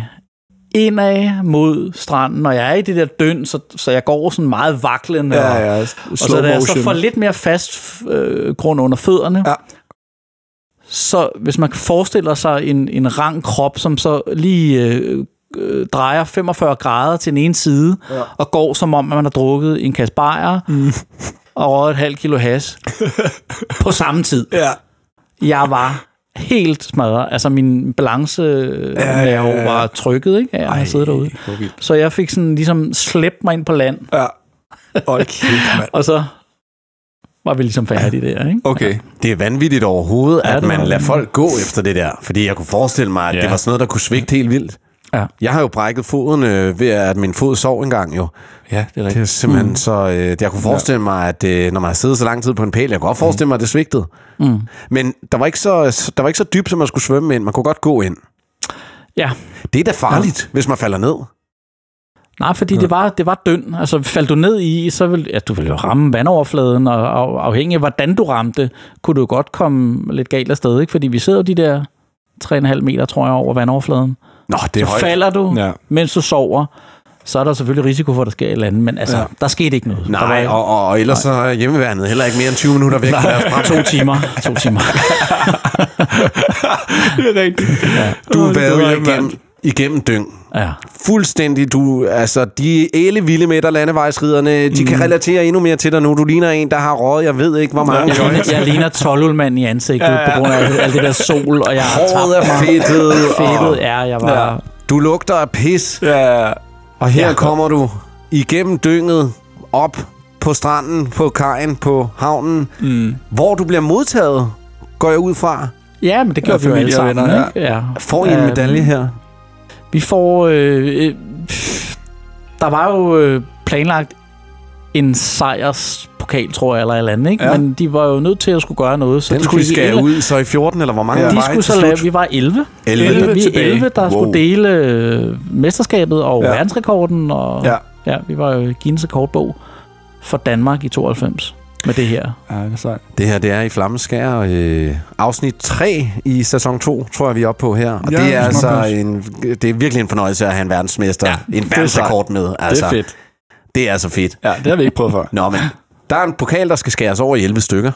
D: Indad mod stranden, og jeg er i det der døn, så, så jeg går sådan meget vaklende.
C: Ja,
D: og-
C: ja.
D: og så altså da jeg så får lidt mere fast øh, grund under fødderne,
C: Ja.
D: så hvis man forestiller sig en, en rank krop, som så lige øh, øh, drejer 45 grader til den ene side, ja. og går som om, at man har drukket en kasse bajer, mm. og røget et halvt kilo has på samme tid.
C: Ja.
D: Jeg var helt smadret. Altså min balance ja, ja, ja, ja. var trykket, ikke? af at Jeg har siddet derude. Så jeg fik sådan ligesom slæbt mig ind på land,
C: Ja. Hold kæft, mand.
D: og så var vi ligesom færdige der, ikke?
C: Okay.
B: det er vanvittigt overhovedet,
D: Ja,
B: at
D: det
B: man
D: var-
B: lader folk gå efter det der. Fordi jeg kunne forestille mig, at
C: Ja.
B: det var sådan noget, der kunne svigte helt vildt.
D: Ja.
B: Jeg har jo brækket foden øh, ved, at min fod sov engang jo.
C: Ja, det er
B: Det er
C: rigtigt.
B: simpelthen mm. så... Øh, jeg kunne forestille mig, at øh, når man har siddet så lang tid på en pæl, jeg kunne godt forestille mig, at det svigtede.
D: Mm.
B: Mm. Men der var, ikke så, der var ikke så dybt, som man skulle svømme ind. Man kunne godt gå ind.
D: Ja.
B: Det er da farligt, ja. hvis man falder ned.
D: Nej, fordi ja. det, var, det var døn. Altså, faldt du ned i, så vil ja, du ville jo ramme vandoverfladen, og, og afhængig af, hvordan du ramte, kunne du jo godt komme lidt galt afsted, ikke? Fordi vi sidder jo de der 3,5 meter, tror jeg, over vandoverfladen.
B: Nå, det er
D: så
B: højt.
D: falder du,
C: Ja.
D: ja. mens du sover, så er der selvfølgelig risiko for, at der sker et eller andet, men altså, ja. der skete ikke noget.
B: Nej,
D: der var
B: og, og, og ellers så er hjemmeværnet heller ikke mere end 20 minutter væk. Nej.
D: to timer. To timer.
C: det er rigtigt. Ja.
B: Du vader igennem, igennem dyng.
D: Ja.
B: Fuldstændig. Du, altså, de ælevilde med dig, landevejsriderne, de mm. kan relatere endnu mere til dig nu. Du ligner en, der har røget, jeg ved ikke, hvor mange
D: Jeg
B: ja.
D: ligner, jeg ligner 12 i ansigtet, ja, ja. på grund af alt det der sol, og jeg har
B: Håret er
D: tabt mig.
B: fedtet. og
D: Fedtet er, jeg var... Ja.
B: Du lugter af pis.
C: Ja,
B: Og her ja. kommer du igennem dynget, op på stranden, på kajen, på havnen, mm. hvor du bliver modtaget, går jeg ud fra.
D: ja, men det
C: Ja,
D: gjorde vi jo alle
C: familie og
D: sammen.
C: venner,
D: ikke? Ja.
B: Får I en
D: Øhm,
B: medalje her?
D: Vi får... Øh, øh, pff, der var jo øh, planlagt en sejrspokal, tror jeg, eller et eller andet, ikke?
C: Ja.
D: Ja. Men de var jo nødt til at skulle gøre noget. Så
B: Den
D: de
B: skulle I
D: fik
B: skære
D: en-
B: ud så i 14, eller hvor mange
C: Ja.
B: ja.
D: De skulle så lave... Vi var 11.
B: 11.
C: 11
D: vi er
C: tilbage.
D: 11, der wow.
B: Wow.
D: skulle dele øh, mesterskabet og
C: Uh. Ja.
D: ja. verdensrekorden. Og,
C: Ja.
D: ja. vi var jo i Guinness rekordbog for Danmark i 92 med det her.
C: ja det er sejt.
B: Det her, det er i Flammeskær. Øh, afsnit 3 i sæson 2, tror jeg, vi er oppe på her. Og
C: Ja,
B: ja, det er
C: det smager
B: altså
C: godt.
B: en, det er virkelig en fornøjelse at have en verdensmester. Ja, en verdensrekord med.
C: Det
B: Altså,
C: er fedt.
B: Det er altså fedt.
C: Ja, det har vi ikke prøvet før.
B: Nå, men der er en pokal, der skal skæres over i 11 stykker.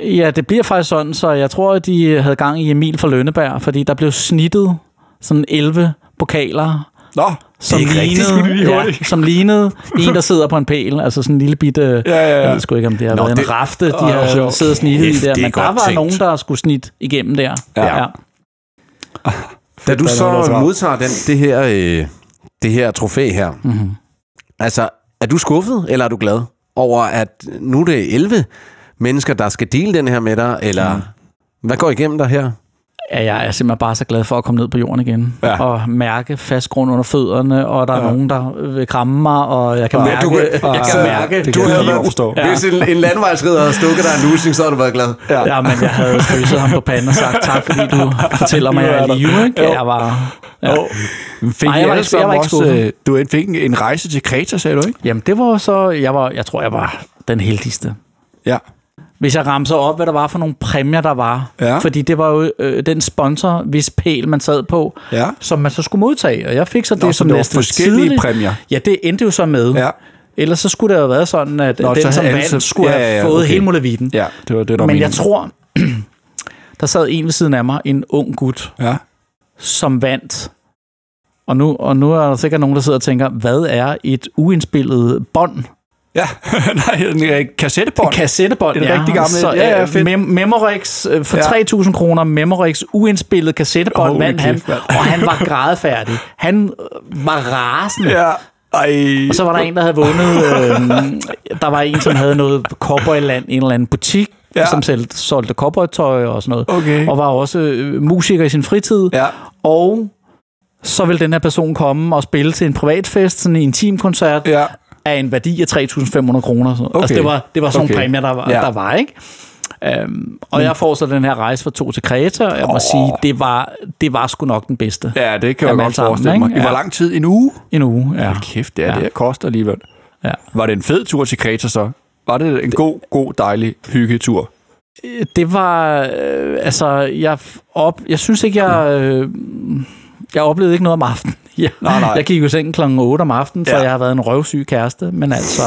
D: Ja, det bliver faktisk sådan, så jeg tror, at de havde gang i Emil fra Lønneberg, fordi der blev snittet sådan 11 pokaler,
C: Nå,
D: som
B: ikke rigtigt. Det
C: skulle de lige
D: lignede, ja,
C: hurtigt.
D: som lignede en, der sidder på en pæl. Altså sådan en lille bitte...
C: ja, ja.
D: Jeg ved sgu ikke, om det har
B: Nå,
D: Nå, været
B: det-
D: en rafte, de
C: Åh,
D: har
C: sjovt.
D: siddet og snittet
B: Kæft,
D: i der.
B: det er
D: Men der
B: godt
D: var
B: tænkt.
D: nogen, der skulle snit igennem der.
C: Ja.
B: Da du
C: der er noget, der
B: så
C: er
B: modtager den, det her, øh, det her trofæ her,
C: Mhm.
B: mm-hmm. altså, er du skuffet, eller er du glad over, at nu er det 11 mennesker, der skal dele den her med dig,
C: Mhm.
B: eller mm. hvad går igennem dig her?
D: Ja, jeg er simpelthen bare så glad for at komme ned på jorden igen.
C: Ja.
D: Ja. Og mærke fast grund under fødderne, og der er ja. nogen, der vil kramme mig, og jeg kan
B: Men
D: mærke...
B: du kan-
D: jeg
B: altså,
D: kan mærke
C: det kan jeg lige forstå.
D: Ja.
B: Hvis en, en landvejsridder havde stukket dig en lusing, så havde du været glad.
C: Ja.
D: Ja, men jeg havde kysset ham på panden og sagt, tak fordi du fortæller mig, at jeg er i live. Ikke? Jeg var... Ja.
C: Fik
D: Nej,
C: I
D: jeg var ikke-
C: alle
D: jeg var
C: sammen
D: ikke
C: også,
D: skuffet.
C: øh, du fik en, en rejse til Kreta, sagde du ikke?
D: Jamen, det var så... Jeg, var, jeg tror, jeg var den heldigste.
C: Ja.
D: Hvis jeg rammer op, hvad der var for nogle præmier, der var.
C: Ja.
D: Fordi det var jo øh, den sponsor, hvis pæl man sad på,
C: Ja.
D: som man så skulle modtage. Og jeg fik så det
C: Nå, så
D: som
C: det var
D: næsten
C: forskellige
D: tidlig-
C: præmier.
D: Ja, det endte jo så med.
C: Ja.
D: Ellers så skulle det jo have været sådan, at
C: Nå,
D: Nå,
C: så
D: den, som
C: havde alle
D: vandt,
C: så-
D: skulle
C: Ja,
D: ja, ja,
C: ja,
D: have
C: ja,
D: fået
C: okay.
D: okay. hele mulavitten.
C: Ja, det var det, der var
D: Men jeg
C: meningen.
D: tror, der sad en ved siden af mig, en ung gut,
C: Ja.
D: som vandt. Og nu, og nu er der sikkert nogen, der sidder og tænker, hvad er et uindspillet bånd?
C: Ja, nej, en øh, kassettebånd.
D: Kassettebånd,
C: Et rigtig gammelt-
D: Så, øh,
C: ja, ja, fedt.
D: Mem- Memorex, øh, for
C: Ja.
D: 3.000 kroner, Memorex uindspillet kassettebånd
C: Holy
D: vandt han,
C: kæft, mand.
D: og han var grædefærdig. Han øh, var rasende.
C: ja. Ej.
D: Og så var der en, der havde vundet... Øh, der var en, som havde noget cowboyland, en eller anden butik,
C: Ja.
D: ja. som solgte, solgte cowboytøj og sådan noget.
C: Okay.
D: Og var også øh, musiker i sin fritid.
C: Ja.
D: Og så vil den her person komme og spille til en privatfest, sådan en intimkoncert, ja.
C: Ja.
D: af en værdi af 3.500 kroner. og sådan noget.
C: Okay.
D: Altså, det var, det var sådan
C: Okay.
D: okay. præmier, der var,
C: Ja.
D: ja. der var ikke? Øhm, og jeg får så den her rejse fra to til Kreta, og jeg må
C: Åh.
D: oh. sige, det var, det var sgu nok den bedste
C: Ja, det kan jeg
D: Jamen,
C: godt
D: altså,
C: forestille mig.
D: ikke?
C: I hvor
D: Ja.
C: lang tid? En uge?
D: en uge. Ja.
C: Kæft, det er ja.
D: Ja.
C: det, jeg koster alligevel.
D: Ja.
C: Var det en fed tur til Kreta så? Var det en god, god, dejlig hyggetur?
D: Øh, Det var, øh, altså, jeg f- op, jeg synes ikke, jeg, øh, jeg oplevede ikke noget om aftenen. Jeg,
C: Mm. Nej, nej.
D: jeg gik jo i seng kl. 8 om aftenen, for
C: Ja.
D: ja. jeg har været en røvsyg kæreste, men altså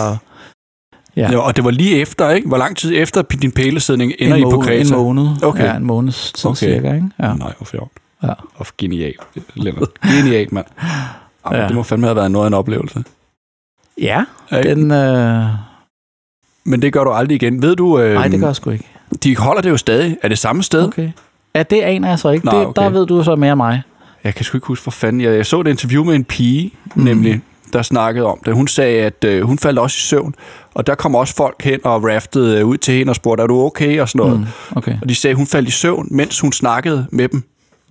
D: Ja.
C: Ja. Og det var lige efter, ikke? Hvor lang tid efter din pælesidning ender
D: en,
C: I på
D: må-
C: Kreta?
D: en måned,
C: Okay.
D: ja, en måneds tid
C: Okay.
D: okay. cirka, ikke? Ja.
C: Nej, hvor fjort.
D: Ja.
C: Og genialt, Lennart. Genialt, mand. Jamen, ja.
D: Ja.
C: Det må fandme have været noget af en oplevelse.
D: ja
C: Ej.
D: den, øh,
C: Men det gør du aldrig igen. Ved du, øh,
D: nej, det gør jeg sgu ikke.
C: de holder det jo stadig. Er det samme sted? Okay.
D: Okay. Ja, det aner jeg så ikke.
C: Nå,
D: det,
C: okay.
D: Der ved du så mere end mig.
C: Jeg kan sgu ikke huske, hvor fanden. Jeg, jeg så et interview med en pige, mm. nemlig, der snakkede om det. Hun sagde, at øh, hun faldt også i søvn. Og der kom også folk hen og raftede øh, ud til hende og spurgte, er du okay? Og sådan noget. Mm.
D: Okay.
C: Og de sagde, at hun faldt i søvn, mens hun snakkede med dem.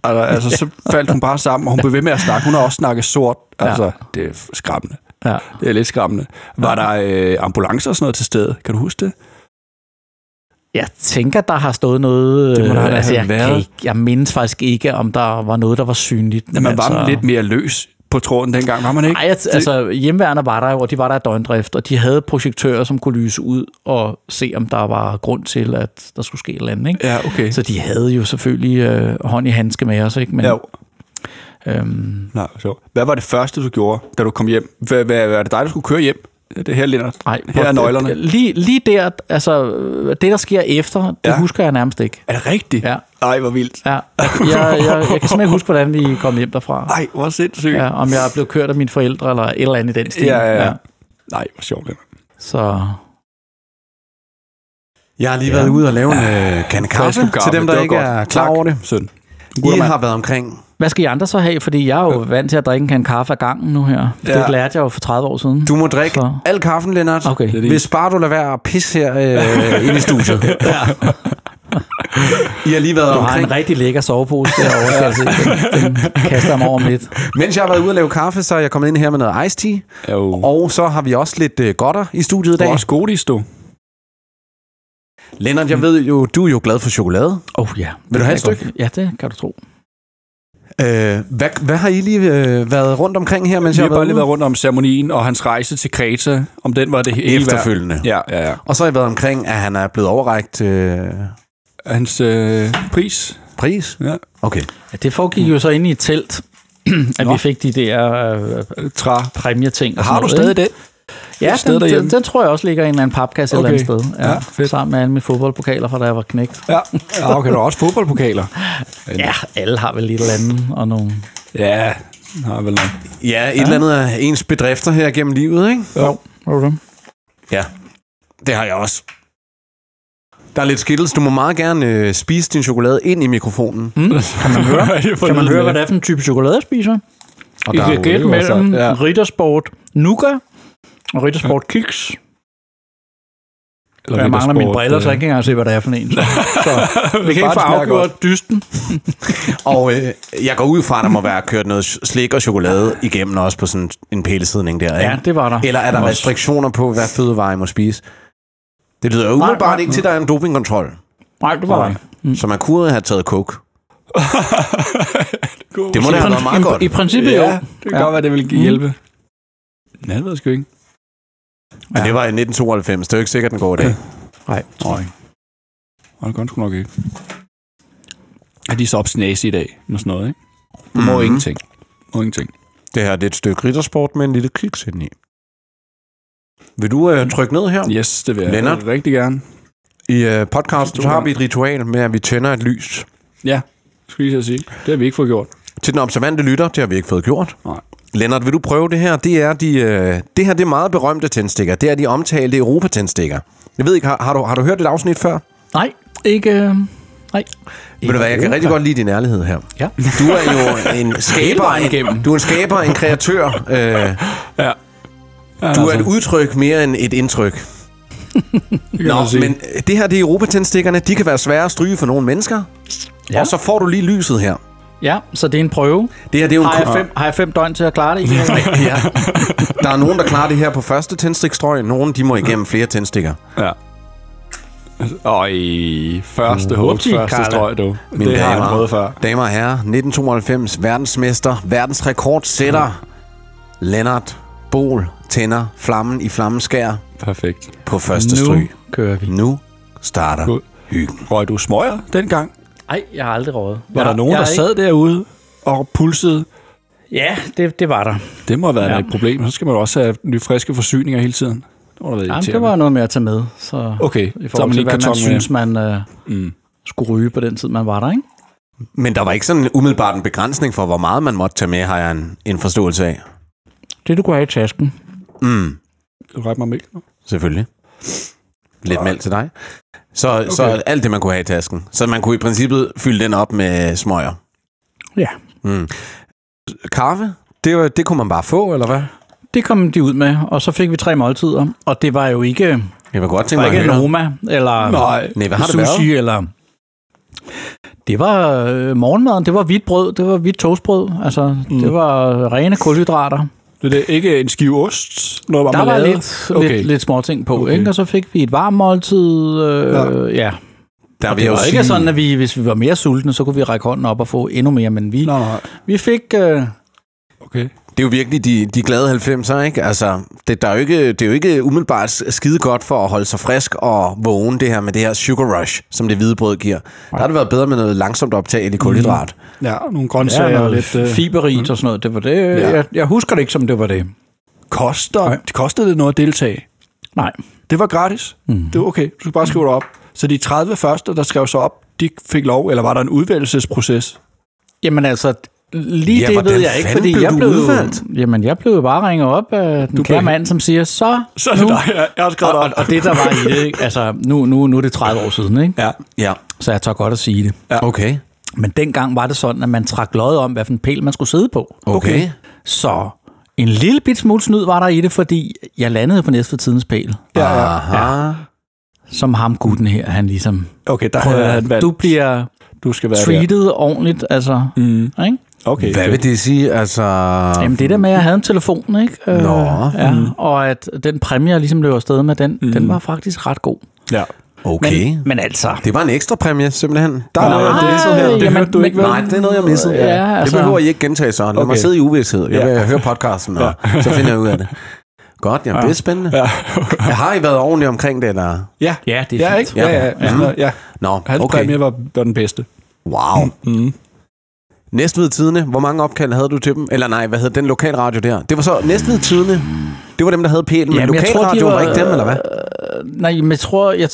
C: Altså, altså så faldt hun bare sammen, og hun blev ved med at snakke. Hun har også snakket sort. Altså, ja. det er skræmmende.
D: Ja.
C: Det er lidt skræmmende. Var der øh, ambulancer og sådan noget til stede? Kan du huske det?
D: Jeg tænker, der har stået noget...
C: Det må der
D: øh,
C: da
D: altså,
C: have
D: jeg,
C: været.
D: kan Ikke, jeg mindes faktisk ikke, om der var noget, der var synligt. altså-
C: Ja,
B: Altså-
C: man var lidt mere løs på tråden dengang, var man ikke?
D: Nej, altså hjemmeværende var der jo, og de var der i døgndrift, og de havde projektører, som kunne lyse ud og se, om der var grund til, at der skulle ske et eller andet. Ikke?
C: Ja, okay.
D: Så de havde jo selvfølgelig øh, hånd i handske med os, ikke? Men,
C: Jo.
D: øhm,
C: Nej, så. Hvad var det første, du gjorde, da du kom hjem? Hvad, hvad, var det dig, der skulle køre hjem? Det her, Lennart.
D: nej,
C: her er
D: hvor-
C: nøglerne.
D: Lige, lige der, altså øh, det, der sker efter, det
C: Ja.
D: ja. husker jeg nærmest ikke.
C: Er det rigtigt?
D: Ja.
C: Ej, hvor vildt.
D: Ja, jeg, jeg, jeg, jeg kan simpelthen ikke huske, hvordan vi kom hjem derfra.
C: Ej, hvor sindssygt.
D: Ja, om jeg blev kørt af mine forældre, eller et eller andet i den stil.
C: ja, ja, ja. Nej, hvor sjovt, Lennart.
D: Så
B: Jeg har lige været ude og lave en øh, kan kaffe
C: Frisk kaffe,
B: til dem,
C: det
B: der
C: var
B: ikke
C: godt.
B: er klar
C: Tak.
B: over det.
C: Søn.
B: I
C: Gutter,
B: har været omkring
D: Hvad skal I andre så have? Fordi jeg er jo vant til at drikke en kan kaffe af gangen nu her.
C: Ja.
D: Ja. Det lærte jeg jo for 30 år siden.
B: Du må drikke
D: Så-
B: al kaffen, Lennart.
D: Okay. Det er din.
B: Hvis bare du lader være at pisse her øh, inde i studiet. ja. I har lige været
D: Du har
B: omkring.
D: en rigtig lækker sovepose derovre, kan jeg se. Den, den kaster jeg mig om lidt.
B: Mens jeg har været ude og lave kaffe, så er jeg kommet ind her med noget iced tea.
C: Jo.
B: Og så har vi også lidt øh, godter i studiet i
C: Du er
B: dag.
C: også godis, du.
B: Lennart, jeg ved jo, du er jo glad for chokolade.
D: Oh ja. Det
B: Vil
D: kan
B: du have et
D: jeg
B: stykke?
D: godt. Ja, det kan du tro.
B: Øh, hvad, hvad har I lige øh, været rundt omkring her, mens
C: Vi
B: jeg
C: har
B: har
C: bare lige
B: været
C: været
B: ude?
C: rundt om ceremonien og hans rejse til Kreta, om den var det hele værd.
B: Efterfølgende.
C: Ja, ja, ja.
B: Og så har jeg været omkring, at han er blevet overrækt øh,
C: Hans øh, pris.
B: pris.
C: Ja.
B: Okay.
D: Ja, det foregik jo så inde i et telt, Mm. at
C: Nå.
D: vi fik de der øh,
C: Træ.
D: præmieting. og sådan
C: Har du
D: noget,
C: stadig
D: ikke?
C: det?
D: Ja,
C: stadig
D: den,
C: derhjemme?
D: den, den, tror jeg også ligger i en eller anden papkasse okay. et eller
C: Okay.
D: andet sted. Ja,
C: Ja, fedt.
D: Sammen med alle mine fodboldpokaler fra da jeg var knægt.
C: Ja. ja okay, du har også fodboldpokaler.
D: Ja, alle har vel et eller andet og nogle...
C: Ja, den har jeg vel nok.
B: Ja, et ja. eller andet af ens bedrifter her gennem livet, ikke?
D: Jo, okay.
B: Ja, det har jeg også. Der er lidt skittels. Du må meget gerne øh, spise din chokolade ind i mikrofonen. Mm.
C: Kan man høre?
D: Kan man høre, hvad det er for en type chokolade, jeg spiser?
B: Og
D: I
B: der er
D: kan
B: jo-
D: gætte
C: jo altså-
D: mellem
C: ja.
D: ja. Rittersport Nuka og Rittersport Kiks. Jeg mangler mine briller,
C: øh,
D: så jeg kan ikke engang se, hvad det er for en. Så, så vi kan ikke få
C: smager
D: afgjort dysten.
B: Og øh, jeg går ud fra, at der må være kørt noget slik og chokolade igennem også på sådan en pælesidning der, ikke?
D: Ja, det var der.
B: Eller er der
D: Også.
B: restriktioner på, hvad fødevarer I må spise? Det lyder jo umiddelbart
D: nej.
B: ikke til, at der er en dopingkontrol.
D: Nej, det var der. ikke.
B: Mm. Så man kunne have taget coke. Det må
D: I,
B: da have været meget
D: prin-
B: godt.
D: i, I princippet jo.
C: Ja, det kan
D: Ja.
C: godt være, det vil give hjælpe. Nej, det ved jeg sgu ikke.
B: Men det var i 1992. Det er jo ikke sikkert, den går i dag.
D: Nej, tror jeg ikke.
C: Og det gør den sgu nok ikke. Er de så obstinæse i dag? Med sådan noget, ikke? Du må
B: Mhm.
C: ingenting. Må ingenting.
B: Det her det er et stykke riddersport med en lille kiks ind i. Vil du øh, trykke ned her?
C: Yes, det vil jeg
B: Lennart?
C: rigtig gerne.
B: I øh, podcasten så har vi et ritual med, at vi tænder et lys.
C: Ja, skulle lige så sige. Det har vi ikke fået gjort.
B: Til den observante lytter, det har vi ikke fået gjort.
C: Nej.
B: Lennart, vil du prøve det her? Det er de, øh, det her det er meget berømte tændstikker. Det er de omtalte Europa-tændstikker. Jeg ved ikke, har, har, du, har du hørt et afsnit før?
D: Nej, ikke... øh, Nej.
B: Ved du hvad, jeg kan rigtig godt lide din ærlighed her.
D: Ja.
B: Du er jo en skaber,
D: vejen
B: en,
D: igennem.
B: du er en skaber, en kreatør. Øh,
C: Ja. ja altså,
B: du er
D: altså.
B: et udtryk mere end et indtryk.
C: Nå,
B: Men øh, det her, det er Europa-tændstikkerne. De kan være svære at stryge for nogle mennesker. Ja.
D: Ja.
B: Og så får du lige lyset her.
D: Ja, så det er en prøve.
B: Det her, det er jo en
D: Har jeg
B: kun-
D: fem, har jeg fem døgn til at klare det?
B: ja. Der er nogen, der klarer det her på første tændstikstrøg. Nogen, de må igennem flere tændstikker.
C: Ja. Altså, Og i første hug,
D: Upti,
C: første
D: Karla.
C: strøg, du.
B: Mine
C: det har jeg prøvet før.
B: damer og herrer, 1992, verdensmester, verdensrekordsætter, Lennart Bol tænder flammen i flammeskær
C: Perfekt.
B: på første
D: Nu
B: stryg.
D: kører vi.
B: Nu starter
C: God.
B: hyggen.
C: Røg du smøger dengang?
D: Nej, jeg har aldrig røget.
C: Var
D: Jeg-
C: der nogen,
D: jeg
C: der
D: er
C: sad derude og pulsede?
D: ikke- Ja, det, det var der.
C: Det må have været
D: Ja.
C: ja. et problem. Så skal man jo også have nye friske forsyninger hele tiden. Det må da være
D: Jamen,
C: irriterende.
D: det var noget med at tage med. Så
C: Okay,
D: i
C: så har
D: forhold
C: man
D: til,
C: lige
D: hvad man
C: karton med.
D: synes, man øh,
C: Mm.
D: skulle ryge på den tid, man var der, ikke?
B: Men der var ikke sådan umiddelbart en begrænsning for, hvor meget man måtte tage med, har jeg en, en forståelse af.
D: Det, du kunne have i tasken.
B: Mm,
C: Vil du række mig mælk nu?
B: selvfølgelig. Lidt mælk til dig. Så, okay. så alt det, man kunne have i tasken. Så man kunne i princippet fylde den op med smøger.
D: Ja.
B: Mm. Kaffe, det, var- det kunne man bare få, eller hvad?
D: Det kom de ud med, og så fik vi tre måltider. Og det var jo ikke,
B: Jeg vil godt tænke
D: var
B: mig at
D: ikke
B: høre.
D: Noma eller
C: Nej.
B: Nej, hvad har det
D: sushi
B: været?
D: eller... Det var øh, morgenmaden, det var hvidt brød, det var hvidt toastbrød, altså mm. det var rene kulhydrater.
C: Det er det. ikke en skive ost, noget
D: Der var
C: marmelade?
D: lidt, okay. lidt, lidt små ting på, okay. ikke? Og så fik vi et varmt måltid. Øh, ja. ja.
B: Der vil
D: Det
B: jeg
D: var
B: jo
D: ikke
B: sige,
D: sådan, at vi, hvis vi var mere sultne, så kunne vi række hånden op og få endnu mere, men vi,
C: Nej, nej.
D: vi fik... Øh,
C: Okay.
B: det er jo virkelig de, de glade 90'er, ikke? Altså, det, der er jo ikke, det er jo ikke umiddelbart skide godt for at holde sig frisk og vågen det her med det her sugar rush, som det hvide brød giver. Der har det været bedre med noget langsomt optag i kulhydrat.
C: Ja, nogle
D: så
C: grøntsager
D: ja,
C: og
D: noget
C: lidt...
D: lidt,
C: Øh,
D: fiberigt og sådan noget. Det var det. Ja. Jeg, jeg husker det ikke, som det var det.
C: koster, det kostede det noget at deltage.
D: Nej.
C: Det var gratis. Mm. Det var okay. Du skal bare skrive dig op. Så de 30 første, der skrev sig op, de fik lov, eller var der en udvælgelsesproces?
D: Jamen altså, lige
B: Ja,
D: det
B: hvordan
D: ved jeg ikke,
B: fanden
D: fordi
B: blev
D: jeg
B: du
D: blev...
B: udvalgt?
D: Jamen, jeg blev jo bare ringet op af den du kære
C: blev-
D: mand, som siger, så...
C: Så er det dig, jeg- jeg har skrevet
D: og,
C: dig
D: og,
C: op.
D: og det, der var i det, ikke? altså, nu, nu, nu er det 30 år siden, ikke?
C: Ja.
B: Ja.
D: så jeg tør godt at sige det.
B: ja. Okay.
D: Men dengang var det sådan, at man trak lod om, hvad for en pæl man skulle sidde på.
B: Okay.
D: Så en lille bit smule snyd var der i det, fordi jeg landede på næste tidens pæl,
B: Aha.
D: som ham gutten her, han ligesom...
C: Okay, der havde han valgt.
D: Du bliver
C: du skal være der.
D: treated ordentligt, altså... Mm. Ikke?
C: Okay.
B: Hvad vil det sige? Altså...
D: Jamen det der med, at jeg havde en telefon, ikke? Øh,
B: Nå.
D: Mhm. Ja, og at den præmie, jeg ligesom løb afsted med, den, mm. den var faktisk ret god.
C: Ja.
B: Okay.
D: Men, men altså...
B: Det var en ekstra præmie, simpelthen. Der
C: er noget, jeg missede her. Det
D: jamen,
C: hørte du ikke, vel?
B: Nej, det er noget, jeg missede.
D: Ja,
B: altså...
D: altså-
B: Det behøver I ikke gentage så. Lad okay.
C: Okay.
B: mig sidde i uvidshed. Jeg
C: Ja.
B: vil høre podcasten, og så finder jeg ud af det. Godt, jamen, ja. det er spændende. Ja. har I været ordentligt omkring det, eller?
C: Ja,
D: Ja, det er
C: ja,
D: fint.
C: ikke? Ja, ja, ja. ja. ja.
B: Nå,
C: Hans okay.
B: okay.
C: præmie var, var den bedste.
B: Wow.
C: Mm.
B: Næstved Tidene, hvor mange opkald havde du til dem? Eller nej, hvad hed den lokale radio der? Det var så Næstved Tidene. Det var dem, der havde pælen, men
D: Jamen, jeg tror, de
B: lokalradioen var, var
D: var- Øh,
B: ikke dem, eller hvad?
D: Nej, men jeg tror... Jeg,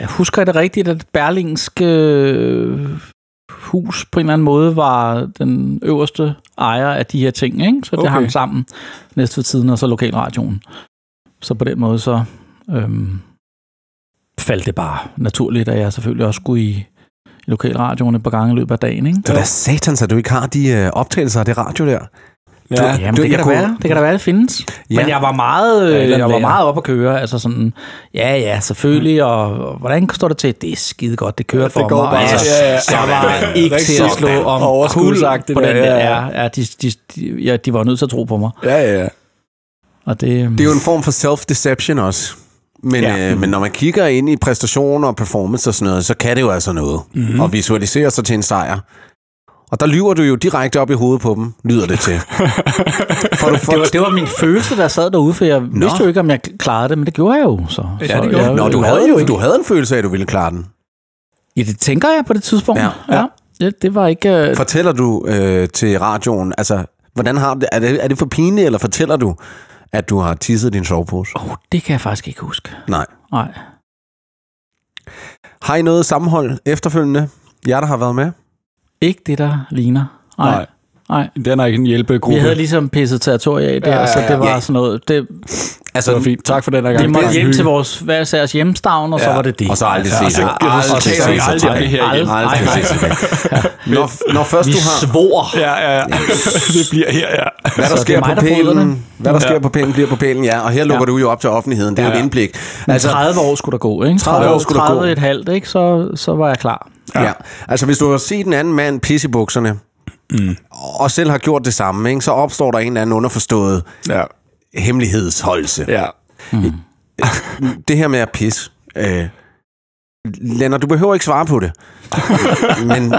D: jeg husker det rigtigt, at Berlingske øh, hus på en eller anden måde var den øverste ejer af de her ting, ikke? Så det
C: Okay.
D: okay. hang sammen næste for tiden, og så lokalradioen. Så på den måde så øhm, faldt det bare naturligt, at jeg selvfølgelig også skulle i, i lokalradioen et par gange i løbet af dagen, ikke?
B: Det er da satans, at du ikke har de øh, optagelser af det radio der.
C: Ja.
B: Du-
D: Jamen,
B: du-
D: det, kan
B: jeg
D: da
B: kunne-
D: være, det kan da være, det findes.
B: Ja.
D: Ja. Men jeg var meget,
C: Ja,
D: øh,
C: eller
D: jeg var
C: lærer.
D: meget op at køre. Altså sådan, ja, ja, selvfølgelig. Og, og hvordan står det til? Det er skide godt, det kører
C: det
D: for
C: går
D: mig.
C: bare.
D: Altså,
C: Ja, ja.
D: Jeg var
C: Sådan.
D: ikke til at slå
C: Sådan.
D: om kul
C: Overskudsagtigt
D: på den
C: der,
D: der.
C: ja,
D: Ja, ja, de, de, de, ja, de var nødt til at tro på mig.
C: Ja, ja, ja.
D: Og det,
B: Det er jo en form for self-deception også. Men, ja.
D: Ja.
B: øh, men når man kigger ind i præstationer og performance og sådan noget, så kan det jo altså noget.
D: Mhm.
B: Mm-hmm. Og visualisere sig til en sejr. Og der lyver du jo direkte op i hovedet på dem, lyder det til. for du, for,
D: det, var, det var min følelse, der sad derude, for jeg Nå. vidste jo ikke, om jeg klarede det, men det gjorde jeg jo så. så
C: det gjorde
D: jeg,
B: Nå, du
D: jeg
B: havde
D: var
B: jo du havde en følelse af, at du ville klare den.
D: Ja, det tænker jeg på det tidspunkt.
B: Ja.
D: Ja, ja. ja det var ikke... øh,
B: Fortæller du øh, til radioen, altså, hvordan har det, er, det, er det for pinligt, eller fortæller du, at du har tisset din sovepose?
D: Åh, oh, det kan jeg faktisk ikke huske.
B: Nej.
D: Nej.
B: Har I noget sammenhold efterfølgende? Jeg der har været med?
D: Ikke det, der ligner. Nej.
C: Nej.
D: Nej. Nej.
C: Den er ikke en hjælpegruppe.
D: Vi havde ligesom pisset territoriet af der, ja, ja, ja. så det var
B: Ja.
D: ja. sådan noget. Det,
B: Altså,
C: Det var fint. Tak for den her gang.
D: vi måtte
C: Det var
D: hjem
C: en
D: til
C: hy-
D: vores hver særs hjemstavn, og ja. så var det det.
B: Og så aldrig
D: altså,
B: ses.
D: altså,
B: Ja, aldrig ses.
C: aldrig-
B: Aldrig-
C: aldrig her igen.
B: Aldrig
D: Nej, nej.
B: ses igen. Når, når først
D: Vi
B: du har...
D: svor.
C: Ja, ja, ja. det bliver her, ja.
B: Hvad der
D: Så det
B: sker
D: er mig, der
B: på
D: bryder
B: pælen,
D: det.
B: hvad der sker på pælen, bliver på pælen, ja. Og her lukker
D: Ja.
B: du jo op til offentligheden. Det er jo et
C: ja.
B: indblik. Altså,
D: Men 30 år skulle der gå, ikke?
B: 30 år skulle der gå.
D: 30 et halvt, ikke? Så, så var jeg klar.
B: Ja. ja. Altså, hvis du har set en anden mand pisse i bukserne, mm. og selv har gjort det samme, ikke, så opstår der en eller anden underforstået
C: Ja,
B: hemmelighedsholdelse. Ja.
C: ja.
B: Det her med at pisse... Øh, Lennart, du behøver ikke svare på det. Men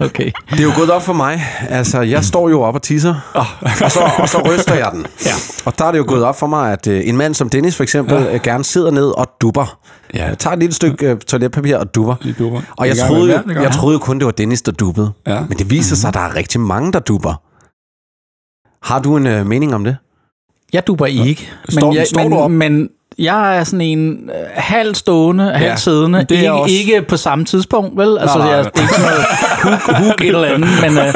D: Okay.
B: det er jo gået op for mig. Altså, jeg står jo op og tisser,
C: Ah.
B: og så, og så ryster jeg den. Ja. Og der er det jo gået op for mig, at øh, en mand som Dennis for eksempel ja. øh, gerne sidder ned og dupper.
C: Ja.
B: Jeg tager et lille stykke øh, toiletpapir og dupper.
C: Lige dupper.
B: Og jeg
C: Det gør
B: troede,
C: man
B: jo,
C: hver- det gør
B: jeg
C: man.
B: troede jo kun, det var Dennis, der duppede.
C: Ja.
B: Men det viser sig, at der er rigtig mange, der dupper. Har du en øh, mening om det?
D: Jeg duber ikke.
C: Står-
D: jeg,
C: står
D: men,
C: du op?
D: men jeg er sådan en øh, halv stående, halv
C: Ja,
D: siddende.
C: det er
D: ikke,
C: jeg også.
D: ikke på samme tidspunkt, vel? Altså,
C: nej,
D: nej, nej. Jeg,
C: nej.
D: det er ikke sådan noget hook, hook et eller andet, men øh,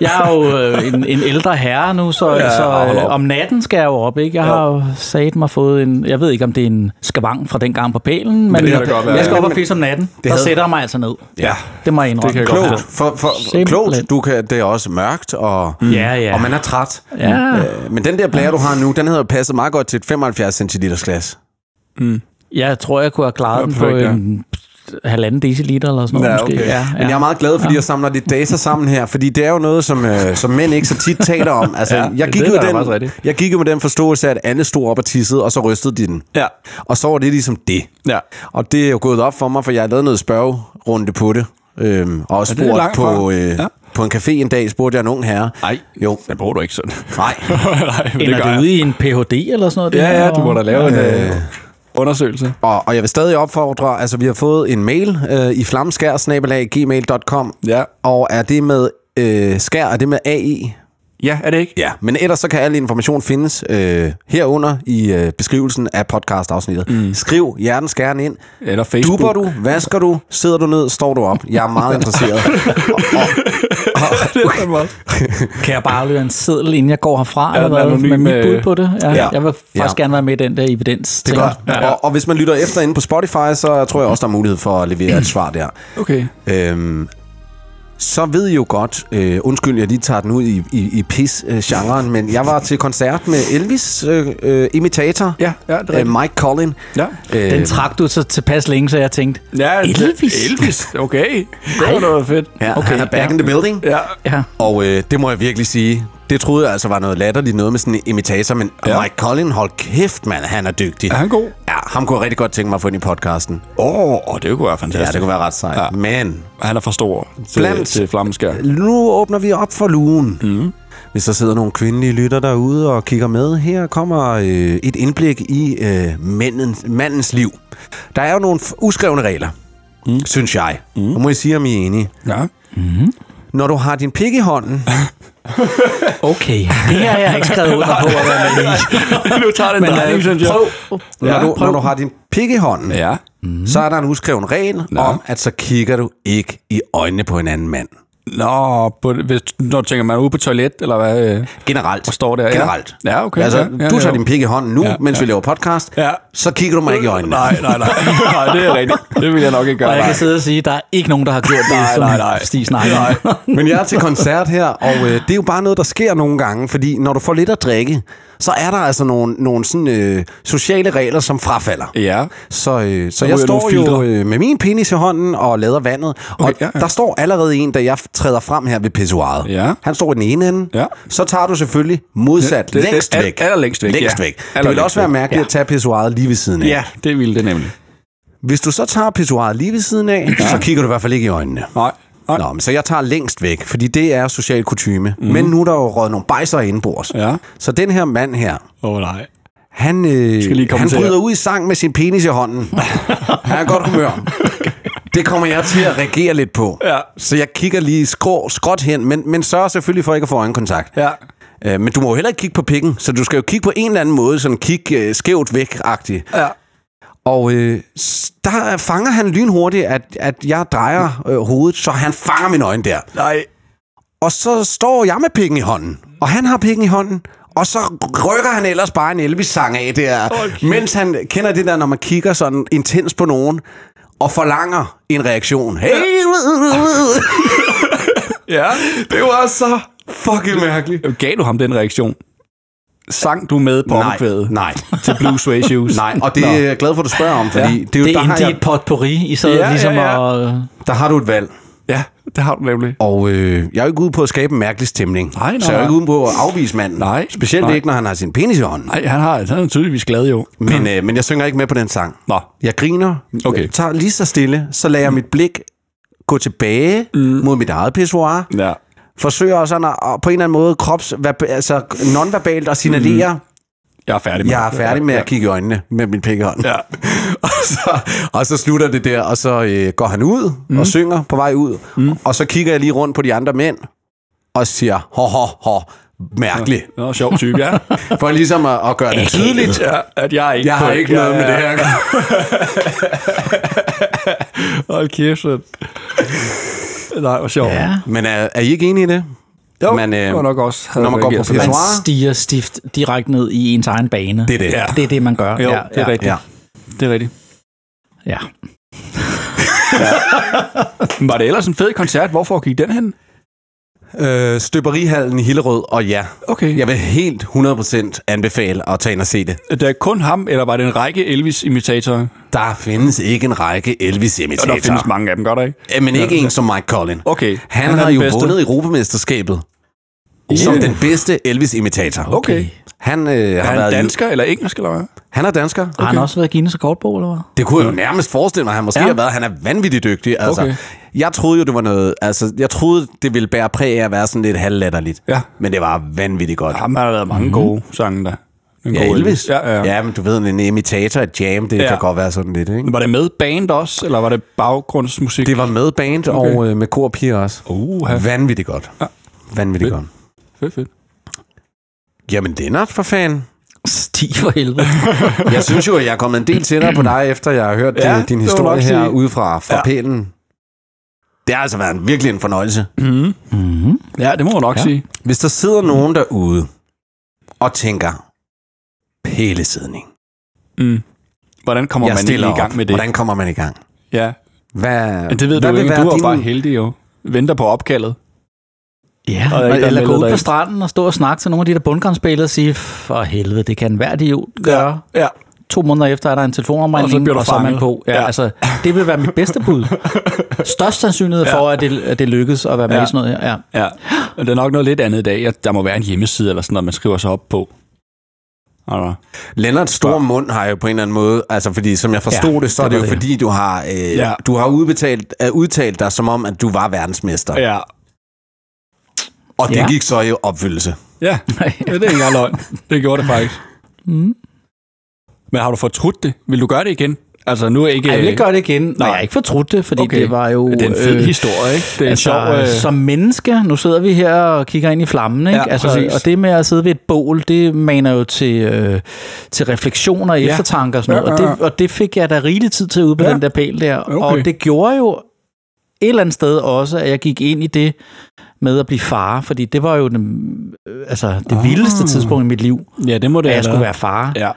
D: jeg er jo øh, en, en ældre herre nu, så, ja, så
C: hold op.
D: øh, om natten skal jeg jo op, ikke? Jeg har jo sat mig fået en... Jeg ved ikke, om det er en skavang fra dengang på pælen, men,
C: det kan
D: men
C: det godt være,
D: jeg skal
B: ja.
D: op og pisse om natten. Det der
B: havde-
D: sætter jeg mig altså ned.
B: Ja.
D: Det må jeg indrømme.
C: Det kan jeg godt
B: Klogt.
C: forstå.
B: For, for,
D: Simpelthen.
B: klogt. Du kan, det er også mørkt, og,
C: Mm.
D: Ja, ja.
B: og man er træt.
D: Ja.
B: Øh, men den der blære, du har nu, den havde jo passet meget godt til et 75 cm glas.
D: Jeg tror, jeg kunne have klaret
C: Ja,
D: den på
C: perfekt, ja.
D: en halvanden deciliter eller sådan noget
B: Ja,
D: måske.
B: okay.
D: Ja,
B: Men jeg er meget glad, fordi ja. jeg samler lidt data sammen her, fordi det er jo noget, som, øh, som mænd ikke så tit taler om. Altså,
C: Ja,
B: ja, jeg, gik
C: det
B: jo
C: er da faktisk
B: med den,
C: rigtigt.
B: jeg gik jo med den forståelse, at Anne stod op og tissede, og så rystede de den.
C: Ja.
B: Og så var det ligesom det.
C: Ja.
B: Og det er jo gået op for mig, for jeg har lavet noget spørgerunde på det. Øhm, og også
C: det er
B: spurgt
C: langt
B: på,
C: fra.
B: øh,
C: Ja.
B: ja. på en café en dag, spurgte jeg en ung herre.
C: Nej,
B: Jo.
C: det bruger du ikke sådan.
B: Nej.
C: Nej, men
D: Ender
C: det
D: det
C: gør jeg.
D: ude i en Ph.D. eller sådan noget? det her,
C: Ja, ja, du
D: og-
C: må da lave en øh, undersøgelse.
B: Og, og jeg vil stadig opfordre, altså vi har fået en mail øh, i flammeskær-gmail.com,
C: Ja.
B: og er det med øh, skær, er det med AE?
C: Ja, er det ikke?
B: Ja, men ellers så kan al information findes øh, herunder i øh, beskrivelsen af podcastafsnittet. Mm. Skriv hjertenskæren ind.
C: Eller Facebook.
B: Duber du? Vasker du? Sidder du ned? Står du op? Jeg er meget interesseret.
C: det er fandme også.
D: Kan jeg bare aflevere en seddel, inden jeg går herfra? Ja,
C: den
D: eller hvad?
C: anonyme-
D: Med mit bud på det? Ja,
B: Ja.
D: ja. Jeg vil faktisk
B: Ja.
D: ja. gerne være med i den der evidens.
B: Det er godt. Ja, ja. Og, og hvis man lytter efter inde på Spotify, så tror jeg også, der er mulighed for at levere et svar der.
C: Okay.
B: Øhm, så ved I jo godt, øh, undskyld, jeg lige tager den ud i, i, i pis-genren, men jeg var til koncert med Elvis-imitator, øh, øh, imitator,
C: Ja, ja, det er rigtigt.
B: øh, Mike Collin. Øh,
C: Ja.
D: Den trak du så tilpas længe, så jeg tænkte,
C: Øh. ja
D: Elvis?
C: Elvis, okay. Det var noget fedt.
B: Ja, okay, han er back ja. in the building.
C: Ja.
D: ja,
B: Og øh, det må jeg virkelig sige, det troede jeg altså var noget latterligt, noget med sådan en imitator, men
C: Ja.
B: ja. Mike Collin, hold kæft mand, han er dygtig.
C: Er han god?
B: Ja, ham kunne jeg rigtig godt tænke mig at få ind i podcasten.
C: Åh, oh, det kunne være
B: Ja,
C: fantastisk.
B: det kunne være ret sejt.
C: Ja.
B: Ja. Men
C: Han er for stor til,
B: Blandt-
C: til flammeskær.
B: nu åbner vi op for lugen.
C: Mhm.
B: Mm. Hvis der sidder nogle kvindelige lytter derude og kigger med, her kommer øh, et indblik i øh, mændens, mandens liv. Der er jo nogle f- uskrevne regler, mm.
C: Mhm.
B: synes jeg. Mm. Nu må I sige, om I er enige.
C: Ja.
B: Når du har din pik i hånden,
D: okay, det her har jeg ikke skrevet under på. At være med i.
C: nu tager den
D: Men øh, prøv.
B: når,
C: Ja,
B: du, når
C: prøv.
B: du har din pik i hånden,
C: Ja.
B: mm. så er der en uskreven regel Nå. om, at så kigger du ikke i øjnene på en anden mand.
C: Nå, på, hvis, når du tænker, man er ude på toilet, eller hvad? øh?
B: Generelt.
C: Og står der, ja.
B: Generelt.
C: Ja, okay,
B: Altså,
C: ja, ja,
B: du
C: ja.
B: tager din pik i hånden nu, ja, mens ja. vi laver podcast,
C: Ja.
B: så kigger du mig ikke i øjnene.
C: Nej, nej, nej. nej, det er rigtigt. Det vil jeg nok ikke gøre.
D: Og jeg
C: nej.
D: kan sidde og sige, at der er ikke nogen, der har gjort det,
C: Nej,
D: som
C: nej, nej.
D: Stig snakker om.
B: Men jeg er til koncert her, og øh, det er jo bare noget, der sker nogle gange, fordi når du får lidt at drikke, så er der altså nogle, nogle sådan, øh, sociale regler, som frafalder.
C: Ja.
B: Så, øh, så
C: ryger
B: jeg
C: nogle
B: står
C: filtre.
B: jo øh, med min penis i hånden og lader vandet, okay, og
C: ja,
B: ja,
C: ja.
B: ja. der står allerede en, da jeg træder frem her ved pissoiret.
C: Ja.
B: Han står i den ene ende.
C: Ja.
B: Så tager du selvfølgelig modsat
C: Det- det- det-
B: længst
C: al-
B: væk.
C: allerlængst væk,
B: Længst
C: ja.
B: væk. Det vil
C: Allerlængst
B: også være
C: væk,
B: mærkeligt
C: ja.
B: at tage pissoiret lige ved siden af.
C: Ja, det ville det nemlig.
B: Hvis du så tager pissoiret lige ved siden af, ja. så kigger du i hvert fald ikke i øjnene.
C: Nej. nej. Mhm.
B: Nå, men så jeg tager længst væk, fordi det er social kutume. Mm. Men nu er der jo røget nogle bajser indbords.
C: Ja.
B: Så den her mand her,
C: Åh, oh, nej.
B: han, øh,
C: Skal lige komme
B: han
C: til
B: bryder
C: her.
B: ud i sang med sin penis i hånden. han er i godt humør. Det kommer jeg til at reagere lidt på.
C: Ja.
B: Så jeg kigger lige skrå, skråt hen, men, men sørger selvfølgelig for ikke at få øjenkontakt.
C: Ja.
B: Øh, men du må jo heller ikke kigge på pikken, så du skal jo kigge på en eller anden måde, sådan kigge øh, skævt væk-agtigt.
C: Ja.
B: Og øh, s- der fanger han lynhurtigt, at, at jeg drejer øh, hovedet, så han fanger mine øjne der.
C: Nej.
B: Og så står jeg med pikken i hånden, og han har pikken i hånden, og så rykker han ellers bare en Elvis-sang af der, okay. mens han kender det der, når man kigger sådan intens på nogen, og forlanger en reaktion. Hey!
C: Ja.
B: det var så fucking mærkeligt.
C: Gav du ham den reaktion? Sang du med på
B: Nej,
C: omkvædet?
B: nej,
C: Til Blue Sway Shoes?
B: nej, og det
C: Nå.
B: er jeg glad for, at du spørger om, fordi ja, det er jo,
D: Det
B: der, har
D: endte i
B: jeg,
D: et potpourri, I sad
C: Ja,
D: ja, ligesom
C: ja, ja.
D: ja, og...
B: der har du et valg.
C: Ja, det har du nemlig.
B: Og øh, jeg er jo ikke ude på at skabe en mærkelig stemning.
C: Nej, nej,
B: så jeg er jo
C: nej.
B: ikke ude på at afvise manden.
C: Nej,
B: Specielt
C: nej.
B: ikke, når han har sin penis i hånden.
C: Nej, han, har, han er tydeligvis glad jo.
B: Men, øh, men jeg synger ikke med på den sang.
C: Nå.
B: Jeg griner,
C: Okay.
B: tager lige så stille, så lader jeg mit blik gå tilbage mm. mod mit eget pissoir,
C: Ja.
B: forsøger sådan at, at på en eller anden måde krops, verba- altså nonverbalt at signalere, mm.
C: Jeg er færdig med
B: jeg er
C: det.
B: færdig med
C: ja.
B: at kigge i øjnene med min pikkehånd.
C: Ja.
B: og, så, og så slutter det der, og så øh, går han ud mm. og synger på vej ud, mm. og så kigger jeg lige rundt på de andre mænd og siger, ho, ho, ho, mærkeligt.
C: Nå, sjov type, ja.
B: For ligesom at, at gøre det tydeligt,
C: ja, at jeg er ikke
B: jeg har
C: på-
B: ikke noget
C: ja,
B: med
C: ja.
B: det her. at gøre.
C: Hold kæft, mand. Nej, hvor sjovt.
D: Ja.
B: Men er, er I ikke enige i det?
C: Jo,
B: Men, øh,
C: det var nok også. havde
B: når man går
C: reageret
B: på
C: sådan.
B: pissoir,
D: Man
B: Pissoir?
D: stiger stift direkte ned i ens egen bane.
B: Det er det.
C: Ja.
D: det er det, man gør.
C: Jo, det er rigtigt.
B: Ja.
C: Det er rigtigt.
D: Ja.
C: Men Var det ellers en fed koncert? Hvor foregik den hen?
B: Øh, Støberihallen i Hillerød, og ja.
C: Okay.
B: Jeg vil helt 100% anbefale at tage ind og se det.
C: Er det kun ham, eller var det en række Elvis-imitatorer?
B: Der findes ikke en række
C: Og
B: Elvis-imitator.
C: der findes mange af dem, gør der ikke?
B: Men ikke en som Mike Collin.
C: Okay.
B: Han,
C: er
B: har
C: den
B: jo
C: bedste.
B: vundet Europamesterskabet som den bedste Elvis-imitator.
C: Okay.
B: Han, øh,
C: Er
B: har
C: han
B: været
C: dansker eller engelsk, eller hvad?
B: han er dansker.
D: Har han også været i Guinness Rekordbog, eller hvad?
B: Det kunne jeg jo nærmest forestille mig, han måske
D: Ja.
B: ja. har været. Han er vanvittigt dygtig. Altså,
C: Okay.
B: okay. Jeg troede jo, det var noget... Altså, jeg troede, det ville bære præg af at være sådan lidt halvlatterligt.
C: Ja. Ah,
B: Men det var vanvittigt godt.
C: Ham har der været mange gode sange der. Den
B: Ja,
C: gode
B: Elvis.
C: Mhm. Ja, ja. ja.
B: ja, men du ved, en imitator af jam, det
C: Ja.
B: ja. kan godt være sådan lidt, ikke?
C: Var det med band også, eller var det baggrundsmusik?
B: Det var med band okay. og øh, med kor og piger også.
C: Uh,
B: Vanvittigt godt.
C: Ja.
B: Ja. Vanvittigt
C: Fedt.
B: godt.
C: fedt, fedt.
B: Jamen, Lennart, for fanden.
D: Stig for helvede.
B: Jeg synes jo, at jeg er kommet en del tættere på dig, efter jeg har hørt
C: Ja,
B: ja,
C: det
B: din,
C: må
B: din
C: man
B: historie
C: nok
B: her
C: sige.
B: ude fra, fra
C: Ja.
B: ja. pælen. Det har altså været en, virkelig en fornøjelse.
D: Mm-hmm.
C: Mhm. Ja, det må man nok
D: Ja.
C: ja. sige.
B: Hvis der sidder nogen derude og tænker, pælesidning,
C: Mm. Hvordan kommer
B: jeg
C: man
B: stiller
C: egentlig
B: op.
C: i gang med det?
B: Hvordan kommer man i gang?
C: Ja,
B: Hvad,
C: men det ved
B: hvad
C: du
B: vil
C: ikke. Du
B: være
C: er
B: din-
C: bare heldig jo. Venter på opkaldet.
D: Ja,
C: Og der er ikke, der
D: og,
C: er
D: eller gå
C: meldet
D: ud på
C: derind.
D: stranden og stå og snakke til nogle af de der bundkampsspillere og sige, for helvede, det kan hver idiot gøre.
C: Ja.
D: To måneder efter er der en telefonomregning,
C: Og så bliver du
D: og så er man
C: fanget.
D: på. Ja,
C: Ja.
D: ja. Altså, det vil være mit bedste bud. Størst sandsynlighed for, at det, at det lykkes at være med
C: Ja.
D: i sådan noget her. Ja.
C: Ja, men det er nok noget lidt andet i dag. at Der må være en hjemmeside eller sådan noget, man skriver sig op på. Eller?
B: Lennarts store mund har jo på en eller anden måde, altså fordi som jeg forstod
D: Ja,
B: ja, det, så er
D: det
B: det jo
D: var det.
B: fordi, du har, øh,
C: Ja.
B: ja. du har udbetalt, øh, udtalt dig som om, at du var verdensmester. Ja.
C: Ja.
B: Og det
D: Ja.
B: ja. gik så i opfyldelse.
C: Ja, ja det er ikke engang løgn. Det gjorde det faktisk.
D: Mm.
C: Men har du fortrudt det? Vil du gøre det igen? Altså, nu er ikke...
D: Ej, jeg vil ikke gøre det igen. Nej,
C: nej.
D: jeg har ikke fortrudt det, fordi
C: Okay.
D: okay. det var jo...
C: Det er en fed
D: øh,
C: historie, ikke? Det er en
D: altså,
C: sjov... Øh,
D: Som menneske, nu sidder vi her og kigger ind i flammen, ikke?
C: Ja,
D: altså,
C: præcis.
D: og det med at sidde ved et bål, det maner jo til, øh, til refleksioner og
C: Ja.
D: eftertanker og sådan
C: Ja,
D: noget.
C: ja,
D: Og, det, og det fik jeg da rigelig tid til ude på
C: Ja.
D: ja. den der pæl der.
C: Okay.
D: Okay. Og det gjorde jo et eller andet sted også, at jeg gik ind i det med at blive far, fordi det var jo den, øh, altså, det oh. vildeste tidspunkt i mit liv,
C: Ah. ja, det må det
D: at jeg
C: have
D: skulle
C: været.
D: være far. Ja.
C: Ja.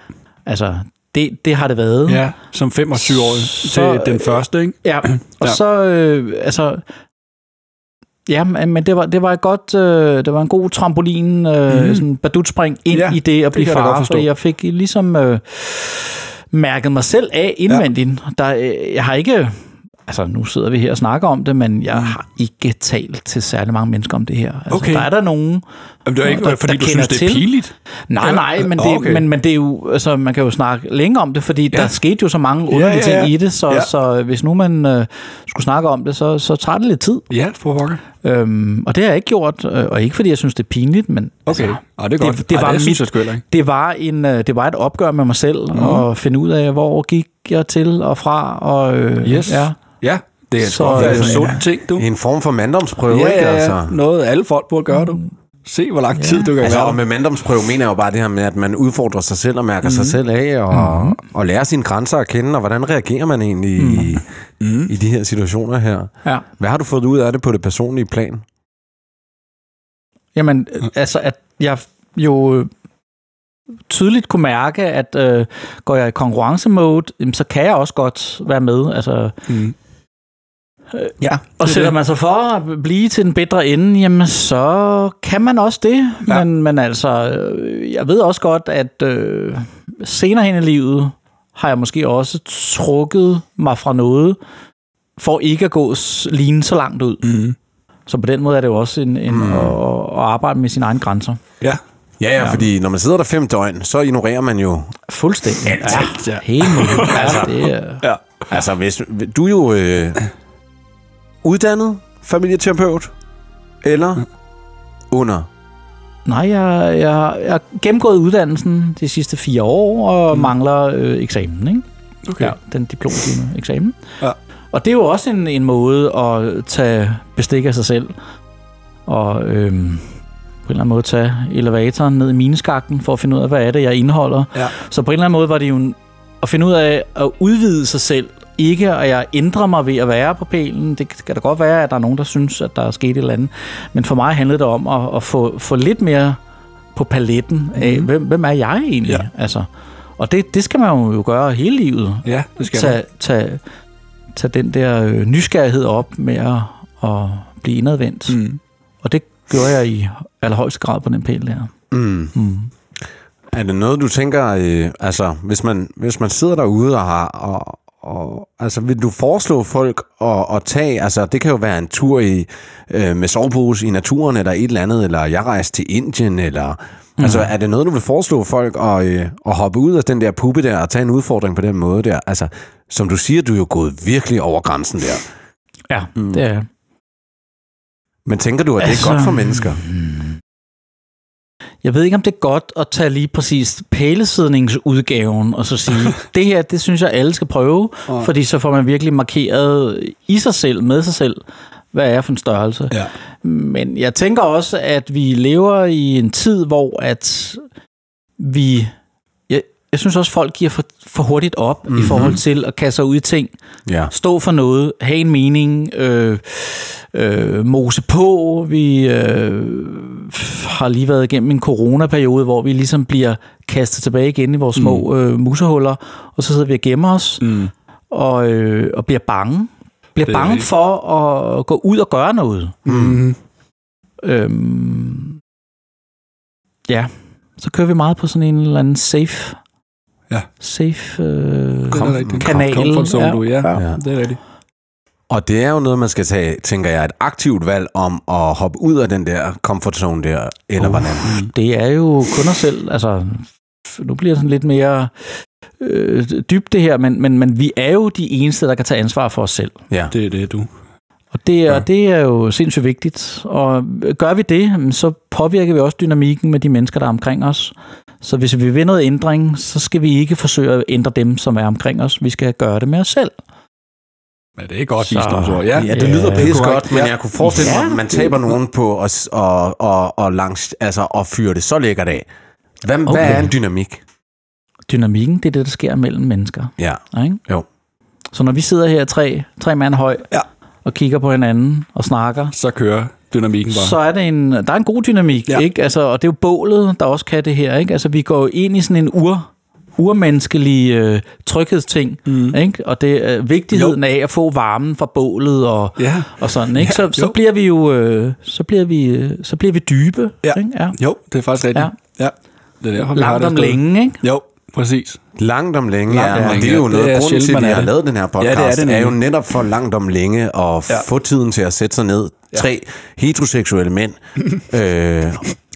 D: Altså, det, det har det været.
C: ja, som 25-årig.
D: Så,
C: Det er den første, ikke?
D: Ja, og
C: Ja.
D: ja. så, øh, altså, ja, men men det var, det var et godt, øh, det var en god trampolin, øh, mm. sådan badutspring ind
C: Mhm. Ja,
D: ja, i det at blive
C: kan jeg da godt
D: far,
C: forstå.
D: for jeg fik ligesom øh, mærket mig selv af indvendigt. Ja. Der, øh, jeg har ikke, altså nu sidder vi her og snakker om det, men jeg har ikke talt til særlig mange mennesker om det her. Altså,
C: Mhm. Okay.
D: Der er der nogen,
C: Jamen, det er ikke,
D: Der-
C: fordi
D: der
C: du
D: kender
C: synes, det er
D: til.
C: pinligt.
D: Nej, nej, men det,
C: ah, Okay.
D: okay. men, men det er jo, altså, man kan jo snakke længe om det, fordi
C: Ja.
D: ja. der skete jo så mange underlige ja, ja, ja. ting i det, så,
C: Ja.
D: ja. så hvis nu man øh, skulle snakke om det, så, så tager det lidt tid.
C: Ja, for pokker.
D: Øhm, og det har jeg ikke gjort, øh, og ikke fordi jeg synes, det er pinligt, men altså,
C: Okay. Ej, det er godt.
D: Det, det,
C: Ej,
D: var
C: det synes
D: mit,
C: jeg sgu heller ikke. Mhm.
D: det, var en, øh, det var et opgør med mig selv, mm. og finde ud af, hvor gik jeg til og fra. Og, øh,
C: Yes.
D: ja.
C: Ja, det er
D: Så,
C: så, det er
D: øh,
C: sundt ting, du.
B: En form for manddomsprøve,
C: ja,
B: ikke?
C: ja, ja.
B: Altså.
C: Noget alle folk burde gøre, du.
D: Mm.
C: Se, hvor lang tid du kan
B: Altså,
C: være.
B: og med manddomsprøve mener jeg jo bare det her med, at man udfordrer sig selv og mærker mm. sig selv af, og, mm. og lærer sine grænser at kende, og hvordan reagerer man egentlig mm. I, i de her situationer her.
D: Ja.
B: Hvad har du fået ud af det på det personlige plan?
D: Jamen, øh, altså, at jeg jo øh, tydeligt kunne mærke, at øh, går jeg i konkurrencemode, jamen, så kan jeg også godt være med. Altså,
C: Mm.
D: ja,
C: er
D: og sætter
C: det.
D: man sig for at blive til den bedre ende, jamen, så kan man også det.
C: Ja.
D: Ja. Men, men altså, øh, jeg ved også godt, at øh, senere hen i livet har jeg måske også trukket mig fra noget, for ikke at gå s- ligne så langt ud.
C: Mm.
D: Så på den måde er det jo også en,
C: Mhm.
D: en mm. at, at arbejde med sine egne grænser.
C: Ja.
B: Ja, ja, fordi når man sidder der fem døgn, så ignorerer man jo...
D: Fuldstændig.
C: Alt, ja.
D: Helt muligt. altså, det er...
C: ja.
B: Altså, hvis, du er jo øh, uddannet familieterapeut, eller under.
D: Nej, jeg, jeg, jeg har gennemgået uddannelsen de sidste fire år, og mm. mangler øh, eksamen, ikke?
C: Okay.
D: Den diplomgivende eksamen.
C: Ja.
D: Og det er jo også en, en måde at tage bestik af sig selv, og øhm, på en eller anden måde tage elevatoren ned i mineskakten, for at finde ud af, hvad er det, jeg indeholder.
C: Ja.
D: Så på en eller anden måde var det jo en, at finde ud af at udvide sig selv. Ikke at jeg ændrer mig ved at være på pælen. Det kan da godt være, at der er nogen, der synes, at der er sket et eller andet. Men for mig handlede det om at, at få, få lidt mere på paletten af, mm. hvem, hvem er jeg egentlig?
C: Mhm. Ja.
D: Ja. Altså, og det, det skal man jo gøre hele livet.
C: Ja, det skal man.
D: Tag, tag,
C: Mhm.
D: tag den der øh, nysgerrighed op med at, at blive indadvendt. Mm. Og det gjorde jeg i allerhøjeste grad på den pæl der.
B: Mm.
D: Mm.
B: Er det noget, du tænker, øh, altså, hvis man, hvis man sidder derude og har, og, og, altså, vil du foreslå folk at, at tage, altså, det kan jo være en tur i, øh, med sovepose i naturen, eller et eller andet, eller jeg rejser til Indien, eller, mm. altså, er det noget, du vil foreslå folk at, øh, at hoppe ud af den der puppe der, og tage en udfordring på den måde der, altså, som du siger, du er jo gået virkelig over grænsen der,
D: Ja, mm. det er jeg.
B: men tænker du, at det
D: Altså,
B: altså, er godt for mennesker?
D: Jeg ved ikke, om det er godt at tage lige præcis pælesidningsudgaven og så sige, det her, det synes jeg, alle skal prøve, fordi så får man virkelig markeret i sig selv, med sig selv, hvad er for en størrelse.
C: Ja.
D: Men jeg tænker også, at vi lever i en tid, hvor at vi... Jeg, jeg synes også, folk giver for, for hurtigt op mm-hmm. i forhold til at kaste sig ud i ting,
B: Ja.
D: stå for noget, have en mening, øh, øh, mose på. Vi øh, f- har lige været igennem en coronaperiode, hvor vi ligesom bliver kastet tilbage igen i vores små mm. øh, musehuller, og så sidder vi og gemmer os mm. og, øh, og bliver bange. Bliver
C: Det er
D: bange
C: rigtigt.
D: for at gå ud og gøre noget.
B: Mm.
D: Øhm, ja, så kører vi meget på sådan en eller anden safe,
C: Ja.
D: safe øh,
C: Det er
B: Kom-
C: rigtigt.
D: kanal.
C: Comfort zone,
D: Ja.
C: du, ja.
B: Ja.
C: ja. Det er rigtigt.
B: Og det er jo noget, man skal tage, tænker jeg, et aktivt valg om at hoppe ud af den der comfort zone der, eller uh. hvordan.
D: det er jo kun os selv, altså f- nu bliver det sådan lidt mere øh, dybt det her, men, men, men vi er jo de eneste, der kan tage ansvar for os selv.
B: Ja.
C: Det er det, du.
D: Og det er,
B: Ja.
D: ja. det er jo sindssygt vigtigt. Og gør vi det, jamen, så påvirker vi også dynamikken med de mennesker, der er omkring os. Så hvis vi vil noget ændring, så skal vi ikke forsøge at ændre dem, som er omkring os. Vi skal gøre det med os selv.
C: Ja, det er godt
D: Så-
C: visdomsord. Ja.
B: Ja, det
D: Ja,
B: lyder
D: det er
B: pis godt,
C: korrekt.
B: men
C: Ja.
B: jeg kunne forestille mig,
D: Ja.
B: at man taber nogen på at og, og, og langs, altså, og fyre det så lækkert af. Hvad, okay. hvad
D: Okay.
B: er en dynamik?
D: Dynamikken, det er det, der sker mellem mennesker.
B: Ja.
D: Ikke?
B: Jo.
D: Så når vi sidder her tre, tre mand høj
C: Ja.
D: og kigger på hinanden og snakker,
C: Så kører dynamikken bare.
D: så er det en, der er en god dynamik,
C: Ja.
D: ja. ikke? Altså, og det er jo bålet, der også kan det her, ikke? Altså, vi går jo ind i sådan en ur, urmenneskelig øh, tryghedsting, mm. ikke? Og det er øh, vigtigheden jo. af at få varmen fra bålet og,
C: Ja.
D: og sådan, ikke?
C: Ja,
D: Ja, så, så
C: jo.
D: bliver vi jo, øh, så bliver vi, øh, så bliver vi dybe, ikke? Ja.
C: Jo, det er faktisk rigtigt. Ja. ja. Det er derfor, vi har
D: Langt
C: det
D: om
C: sted.
D: længe, ikke?
C: Jo, præcis.
B: Langt om længe,
C: Langt om
B: ja. Og
C: længe,
B: det er jo
C: ja.
B: noget
C: Det er
B: grund
C: sjældent,
B: til, at
C: man
B: vi
C: er
B: har
C: det.
B: lavet den her podcast.
C: Ja, det er det
B: er jo
C: nemlig.
B: netop for langt om længe at
C: Ja.
B: få tiden til at sætte sig ned. Tre heteroseksuelle mænd. øh,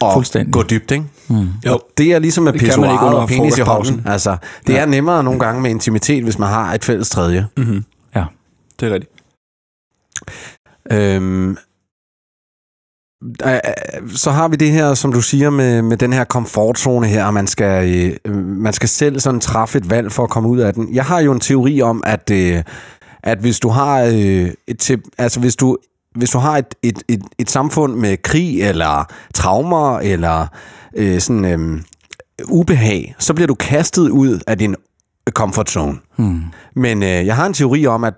B: og
D: Fuldstændig.
B: gå dybt, ikke?
C: Mm. Jo.
B: Og det er ligesom med
C: Det kan man ikke
B: pissoaret
C: under
B: og penis i hånden.
C: frokostpausen.
B: Altså, det ja. er nemmere nogle gange med intimitet, hvis man har et fælles tredje.
C: Mm-hmm.
D: Ja.
C: Det er rigtigt.
B: Øhm, øh, øh, så har vi det her, som du siger, med, med den her komfortzone her, og man skal, øh, øh, man skal selv sådan træffe et valg for at komme ud af den. Jeg har jo en teori om, at, øh, at hvis du har øh, et tip, altså hvis du, hvis du har et, et, et, et samfund med krig, eller traumer, eller øh, sådan øh, ubehag, så bliver du kastet ud af din comfort zone.
D: Hmm.
B: Men øh, jeg har en teori om, at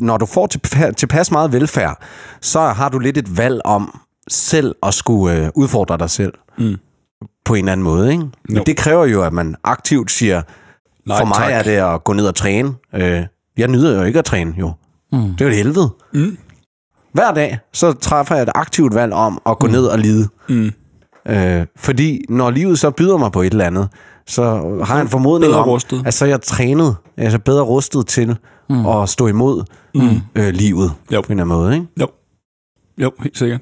B: når du får tilpa- tilpas meget velfærd, så har du lidt et valg om selv at skulle øh, udfordre dig selv.
C: Mm.
B: På en eller anden måde, ikke? Men
C: Jo.
B: det kræver jo, at man aktivt siger,
C: Nej,
B: for mig
C: tak.
B: er det at gå ned og træne. Øh, jeg nyder jo ikke at træne, jo.
C: Hmm.
D: Mm.
B: Det er jo et helvede.
C: Mm.
B: Hver dag, så træffer jeg et aktivt valg om at gå mm. ned og lide.
C: Mm.
B: Øh, fordi når livet så byder mig på et eller andet, så har jeg en formodning
C: Bedre
B: om,
C: rustet.
B: at så er jeg trænet, altså bedre rustet til mm. at stå imod mm. øh, livet
C: Jo.
B: på en eller anden måde. Ikke?
C: Jo. Jo, helt sikkert.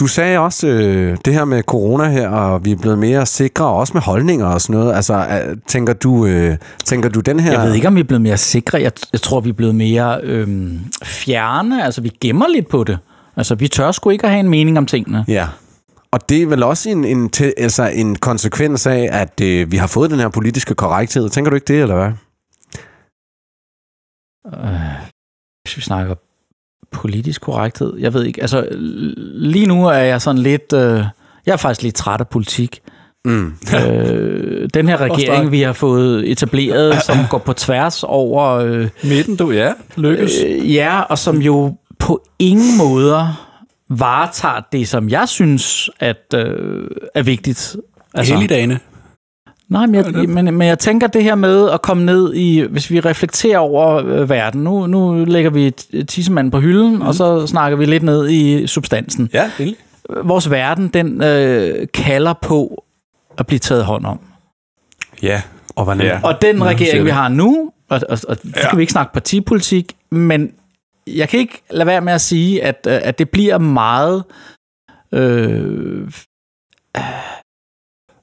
B: Du sagde også øh, det her med corona her, og vi er blevet mere sikre, også med holdninger og sådan noget. Altså, øh, tænker, du, øh, tænker du den her...
D: Jeg ved ikke, om vi er blevet mere sikre. Jeg, jeg tror, vi er blevet mere øhm, fjerne. Altså, vi gemmer lidt på det. Altså, vi tør sgu ikke at have en mening om tingene.
B: Ja. Og det er vel også en, en, te, altså en konsekvens af, at øh, vi har fået den her politiske korrekthed. Tænker du ikke det, eller hvad?
D: Øh, hvis vi snakker politisk korrekthed, jeg ved ikke. Altså, l- lige nu er jeg sådan lidt... Øh, jeg er faktisk lidt træt af politik.
B: Mm.
D: øh, den her
C: dig.
D: regering, vi har fået etableret, som går på tværs over... Øh,
C: Midten, du, ja. Lykkes.
D: øh, ja, og som jo på ingen måder varetager det, som jeg synes at, øh, er vigtigt.
C: altså. Helligdagene.
D: Nej, men
C: Ja, det-
D: jeg, men, men jeg tænker det her med at komme ned i, hvis vi reflekterer over øh, verden. Nu, nu lægger vi t- tissemanden på hylden, mm. og så snakker vi lidt ned i substansen.
C: Ja, endelig.
D: vores verden, den øh, kalder på at blive taget hånd om.
B: Ja, og hvordan?
C: Ja.
B: Ja.
D: Og den
C: Nå, siger
D: regering,
C: du.
D: vi har nu, og, og, og så skal
C: Ja.
D: vi ikke snakke partipolitik, men jeg kan ikke lade være med at sige, at, øh, at det bliver meget... Øh,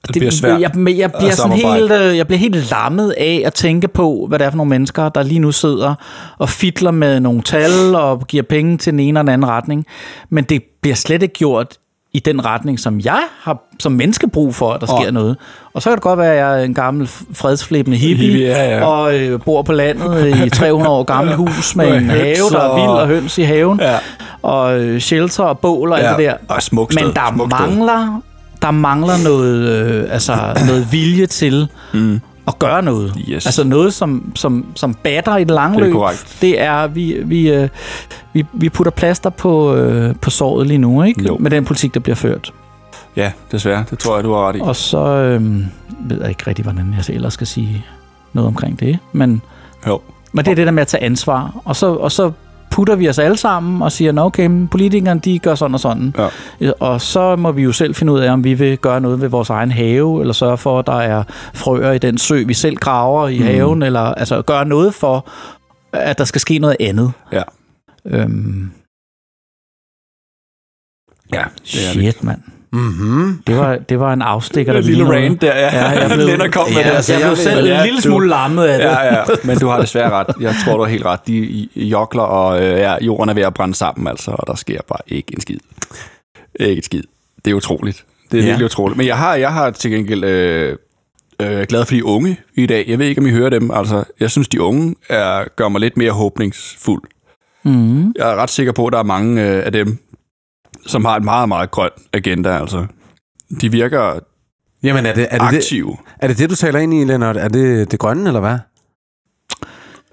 C: Det bliver svært.
D: Jeg, men jeg, bliver
C: at
D: sådan helt,
C: samarbejde.
D: øh, jeg bliver helt lammet af at tænke på, hvad det er for nogle mennesker, der lige nu sidder og fitler med nogle tal og giver penge til den ene og den anden retning. Men det bliver slet ikke gjort i den retning, som jeg har som menneske brug for, at der sker noget. Og så kan det godt være, at jeg er en gammel fredsflæbende hippie,
C: Hippie, ja, ja.
D: og øh, bor på landet i et 300 år gammelt hus med
C: Med
D: en have,
C: høns
D: der er
C: og-
D: vild og høns i haven,
C: Ja.
D: og øh, shelter og bål og ja. alt det der.
C: Og smukt sted.
D: Men der
C: smukt sted.
D: mangler, der mangler noget, øh, altså noget vilje til mm. at gøre noget.
C: Yes.
D: Altså noget, som, som, som batter i det lange
C: Det er
D: løb.
C: korrekt.
D: Det er, vi, vi, øh, vi, vi putter plaster på, øh, på såret lige nu, ikke?
C: Jo.
D: Med den politik, der bliver ført.
C: Ja, desværre. Det tror jeg, du har ret i.
D: Og så øh, ved jeg ikke rigtig, hvordan jeg så ellers skal sige noget omkring det. Men,
C: Jo.
D: men det er det der med at tage ansvar. Og så, og så putter vi os alle sammen og siger, "Nå, okay, men politikerne de gør sådan og sådan.
C: Ja.
D: Ja, Og så må vi jo selv finde ud af, om vi vil gøre noget ved vores egen have, eller sørge for, at der er frøer i den sø, vi selv graver
C: Mhm.
D: i mm. haven, eller altså gøre noget for, at der skal ske noget andet.
C: Ja.
D: Øhm,
C: Ja, det er det.
D: shit, mand.
B: Mm-hmm.
D: Det var, det var en afstikker, der
C: En lille
D: lignede noget.
C: rant der, ja.
D: Ja, jeg blev,
C: Lennart kom med
D: ja,
C: det.
D: altså, jeg, jeg blev
B: ved-
D: selv
C: Ja,
D: en lille
C: du-
D: smule lammet af det.
C: Ja, ja, men du har desværre ret. Jeg tror, du har helt ret. De i- i jokler, og øh, ja, jorden er ved at brænde sammen, altså, og der sker bare ikke en skid. Ikke en skid. Det er utroligt. Det er
B: Ja.
C: ja. virkelig utroligt. Men jeg har, jeg har til gengæld øh, øh, glad for de unge i dag. Jeg ved ikke, om I hører dem. Altså, jeg synes, de unge er, gør mig lidt mere håbningsfuld.
D: Mm.
C: Jeg er ret sikker på, at der er mange øh, af dem, som har en meget, meget grøn agenda, altså. De virker
B: Jamen, er det er det, det,
C: aktive.
B: er det det, du taler ind i, Lennart? Er det det grønne, eller hvad?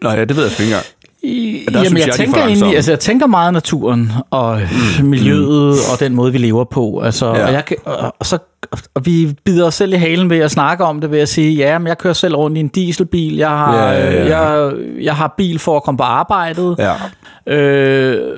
C: Nå ja, det ved jeg sgu ikke engang.
D: I,
C: Ja, der
D: jamen,
C: synes
D: jeg,
C: jeg, de er for
D: tænker
C: langsomme.
D: egentlig, altså, jeg tænker meget naturen og mm. miljøet mm. og den måde, vi lever på. Altså, ja.
C: Ja.
D: og, jeg, kan- og, og, så, og vi bider os selv i halen ved at snakke om det, ved at sige, ja, men jeg kører selv rundt i en dieselbil, jeg har,
C: Ja, ja, ja.
D: Jeg, jeg har bil for at komme på arbejdet.
C: Ja.
D: Øh,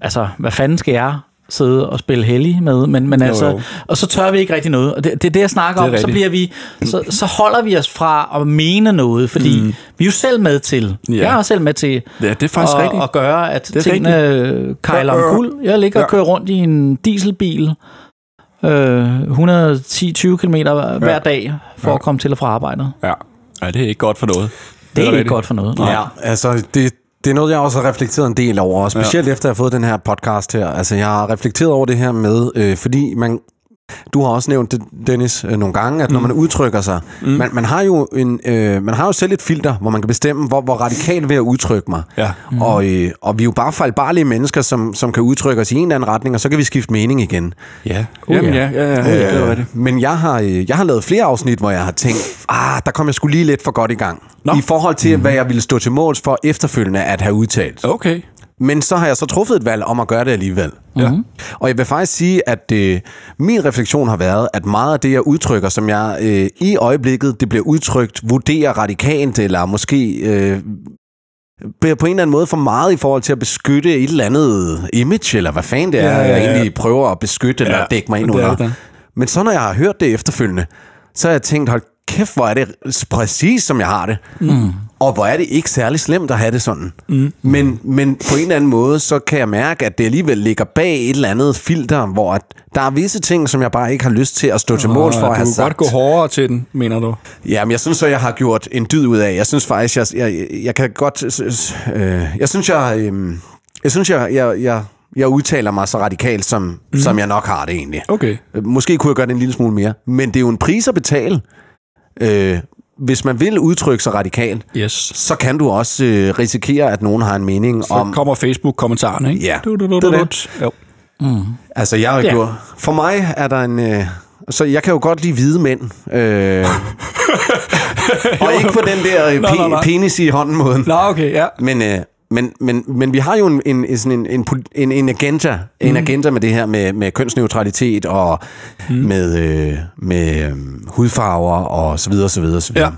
D: altså, hvad fanden skal jeg sidde og spille hellig med? Men, men
C: Jo,
D: altså,
C: jo.
D: og så tør vi ikke rigtig noget. Og det, det er det, jeg snakker
C: Det
D: om.
C: er
D: Så,
C: rigtigt.
D: bliver vi, så, så holder vi os fra at mene noget, fordi mm. vi er jo selv med til.
C: Ja.
D: Jeg er også selv med til
C: ja, det er faktisk
D: at,
C: rigtigt.
D: at gøre, at
C: er
D: tingene øh, kejler
C: Ja,
D: om
C: øh.
D: kul. Jeg ligger og
C: Ja.
D: kører rundt i en dieselbil øh, 110-20 km hver
C: Ja.
D: dag for at komme til og fra arbejdet.
C: Ja. ja, det er ikke godt for noget.
D: Det er ikke
C: rigtigt.
D: godt for noget.
B: Ja, altså det, det er noget, jeg også har reflekteret en del over, og specielt ja. efter jeg har fået den her podcast her. Altså jeg har reflekteret over det her med, øh, fordi man, du har også nævnt det, Dennis, øh, nogle gange, at når man udtrykker sig, mm. man, man, har jo en, øh, man har jo selv et filter, hvor man kan bestemme, hvor, hvor radikalt vil jeg udtrykke mig.
C: Ja.
B: Mm. Og, øh, og vi er jo bare fejlbarlige mennesker, som, som kan udtrykke os i en eller anden retning, og så kan vi skifte mening igen.
C: Ja. Uh, Jamen ja, ja, ja, ja, det er rigtigt.
B: Men jeg har, øh, jeg har lavet flere afsnit, hvor jeg har tænkt, ah, der kom jeg skulle lige lidt for godt i gang. Nå.
C: Nå. Mhm.
B: I forhold til, mm-hmm. hvad jeg ville stå til måls for efterfølgende at have udtalt.
C: Okay.
B: Men så har jeg så truffet et valg om at gøre det alligevel.
C: Ja.
B: Og jeg vil faktisk sige, at øh, min refleksion har været, at meget af det, jeg udtrykker, som jeg øh, i øjeblikket, det bliver udtrykt, vurderer radikalt, eller måske øh, bliver på en eller anden måde for meget i forhold til at beskytte et eller andet image, eller hvad fanden det er, ja, ja, ja. jeg egentlig prøver at beskytte ja, eller
C: Ja,
B: dække mig ind
C: det er
B: under.
C: det da.
B: Men så når jeg har hørt det efterfølgende, så har jeg tænkt, hold kæft, hvor er det præcis, som jeg har det. Mm. Og hvor er det ikke særlig slemt at have det sådan. Mm. Men, men på en eller anden måde, så kan jeg mærke, at det alligevel ligger bag et eller andet filter, hvor at der er visse ting, som jeg bare ikke har lyst til at stå til mål for
C: du
B: at have
C: kan
B: sagt.
C: godt gå hårdere til den, mener du?
B: Jamen, jeg synes så, jeg har gjort en dyd ud af. Jeg synes faktisk, jeg, jeg, jeg kan godt... s- s- Øh, jeg synes, jeg... Øh, jeg synes, jeg, jeg, jeg, jeg udtaler mig så radikalt, som,
C: Mhm.
B: mm. som jeg nok har det egentlig.
C: Okay.
B: Øh, Måske kunne jeg gøre det en lille smule mere. Men det er jo en pris at betale. Øh, hvis man vil udtrykke sig radikalt,
C: Yes.
B: så kan du også øh, risikere, at nogen har en mening
C: Så
B: om...
C: kommer Facebook-kommentarerne, ikke?
B: Ja.
C: Du, du, du,
B: Det
C: du,
B: er
C: du.
B: det.
C: Jo.
B: Altså, jeg har
D: Ja.
B: ja. gjort... For mig er der en... Øh, så jeg kan jo godt lide hvide mænd. Øh, og ikke på den der øh,
C: Nå, nå,
B: pe-
C: nå.
B: penis i hånden måden.
C: Nå, okay, ja.
B: Men, øh, men, men, men vi har jo en, en, en, sådan en, en, pol- en, en agenda, en agenda med det her med, med kønsneutralitet og mm. med, øh, med øh, hudfarver og så videre, så videre, så videre.
C: Ja.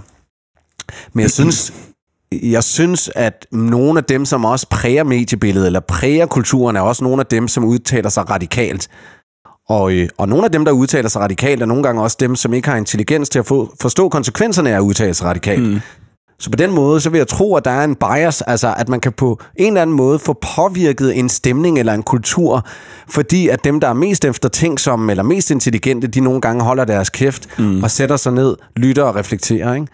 B: Men jeg synes, jeg synes, at nogle af dem, som også præger mediebilledet, eller præger kulturen, er også nogle af dem, som udtaler sig radikalt. Og, øh, og nogle af dem, der udtaler sig radikalt, er nogle gange også dem, som ikke har intelligens til at få, forstå konsekvenserne af at udtale sig radikalt. Mm. Så på den måde, så vil jeg tro, at der er en bias, altså at man kan på en eller anden måde få påvirket en stemning eller en kultur, fordi at dem, der er mest eftertænksomme eller mest intelligente, de nogle gange holder deres kæft mm. og sætter sig ned, lytter og reflekterer. Ikke?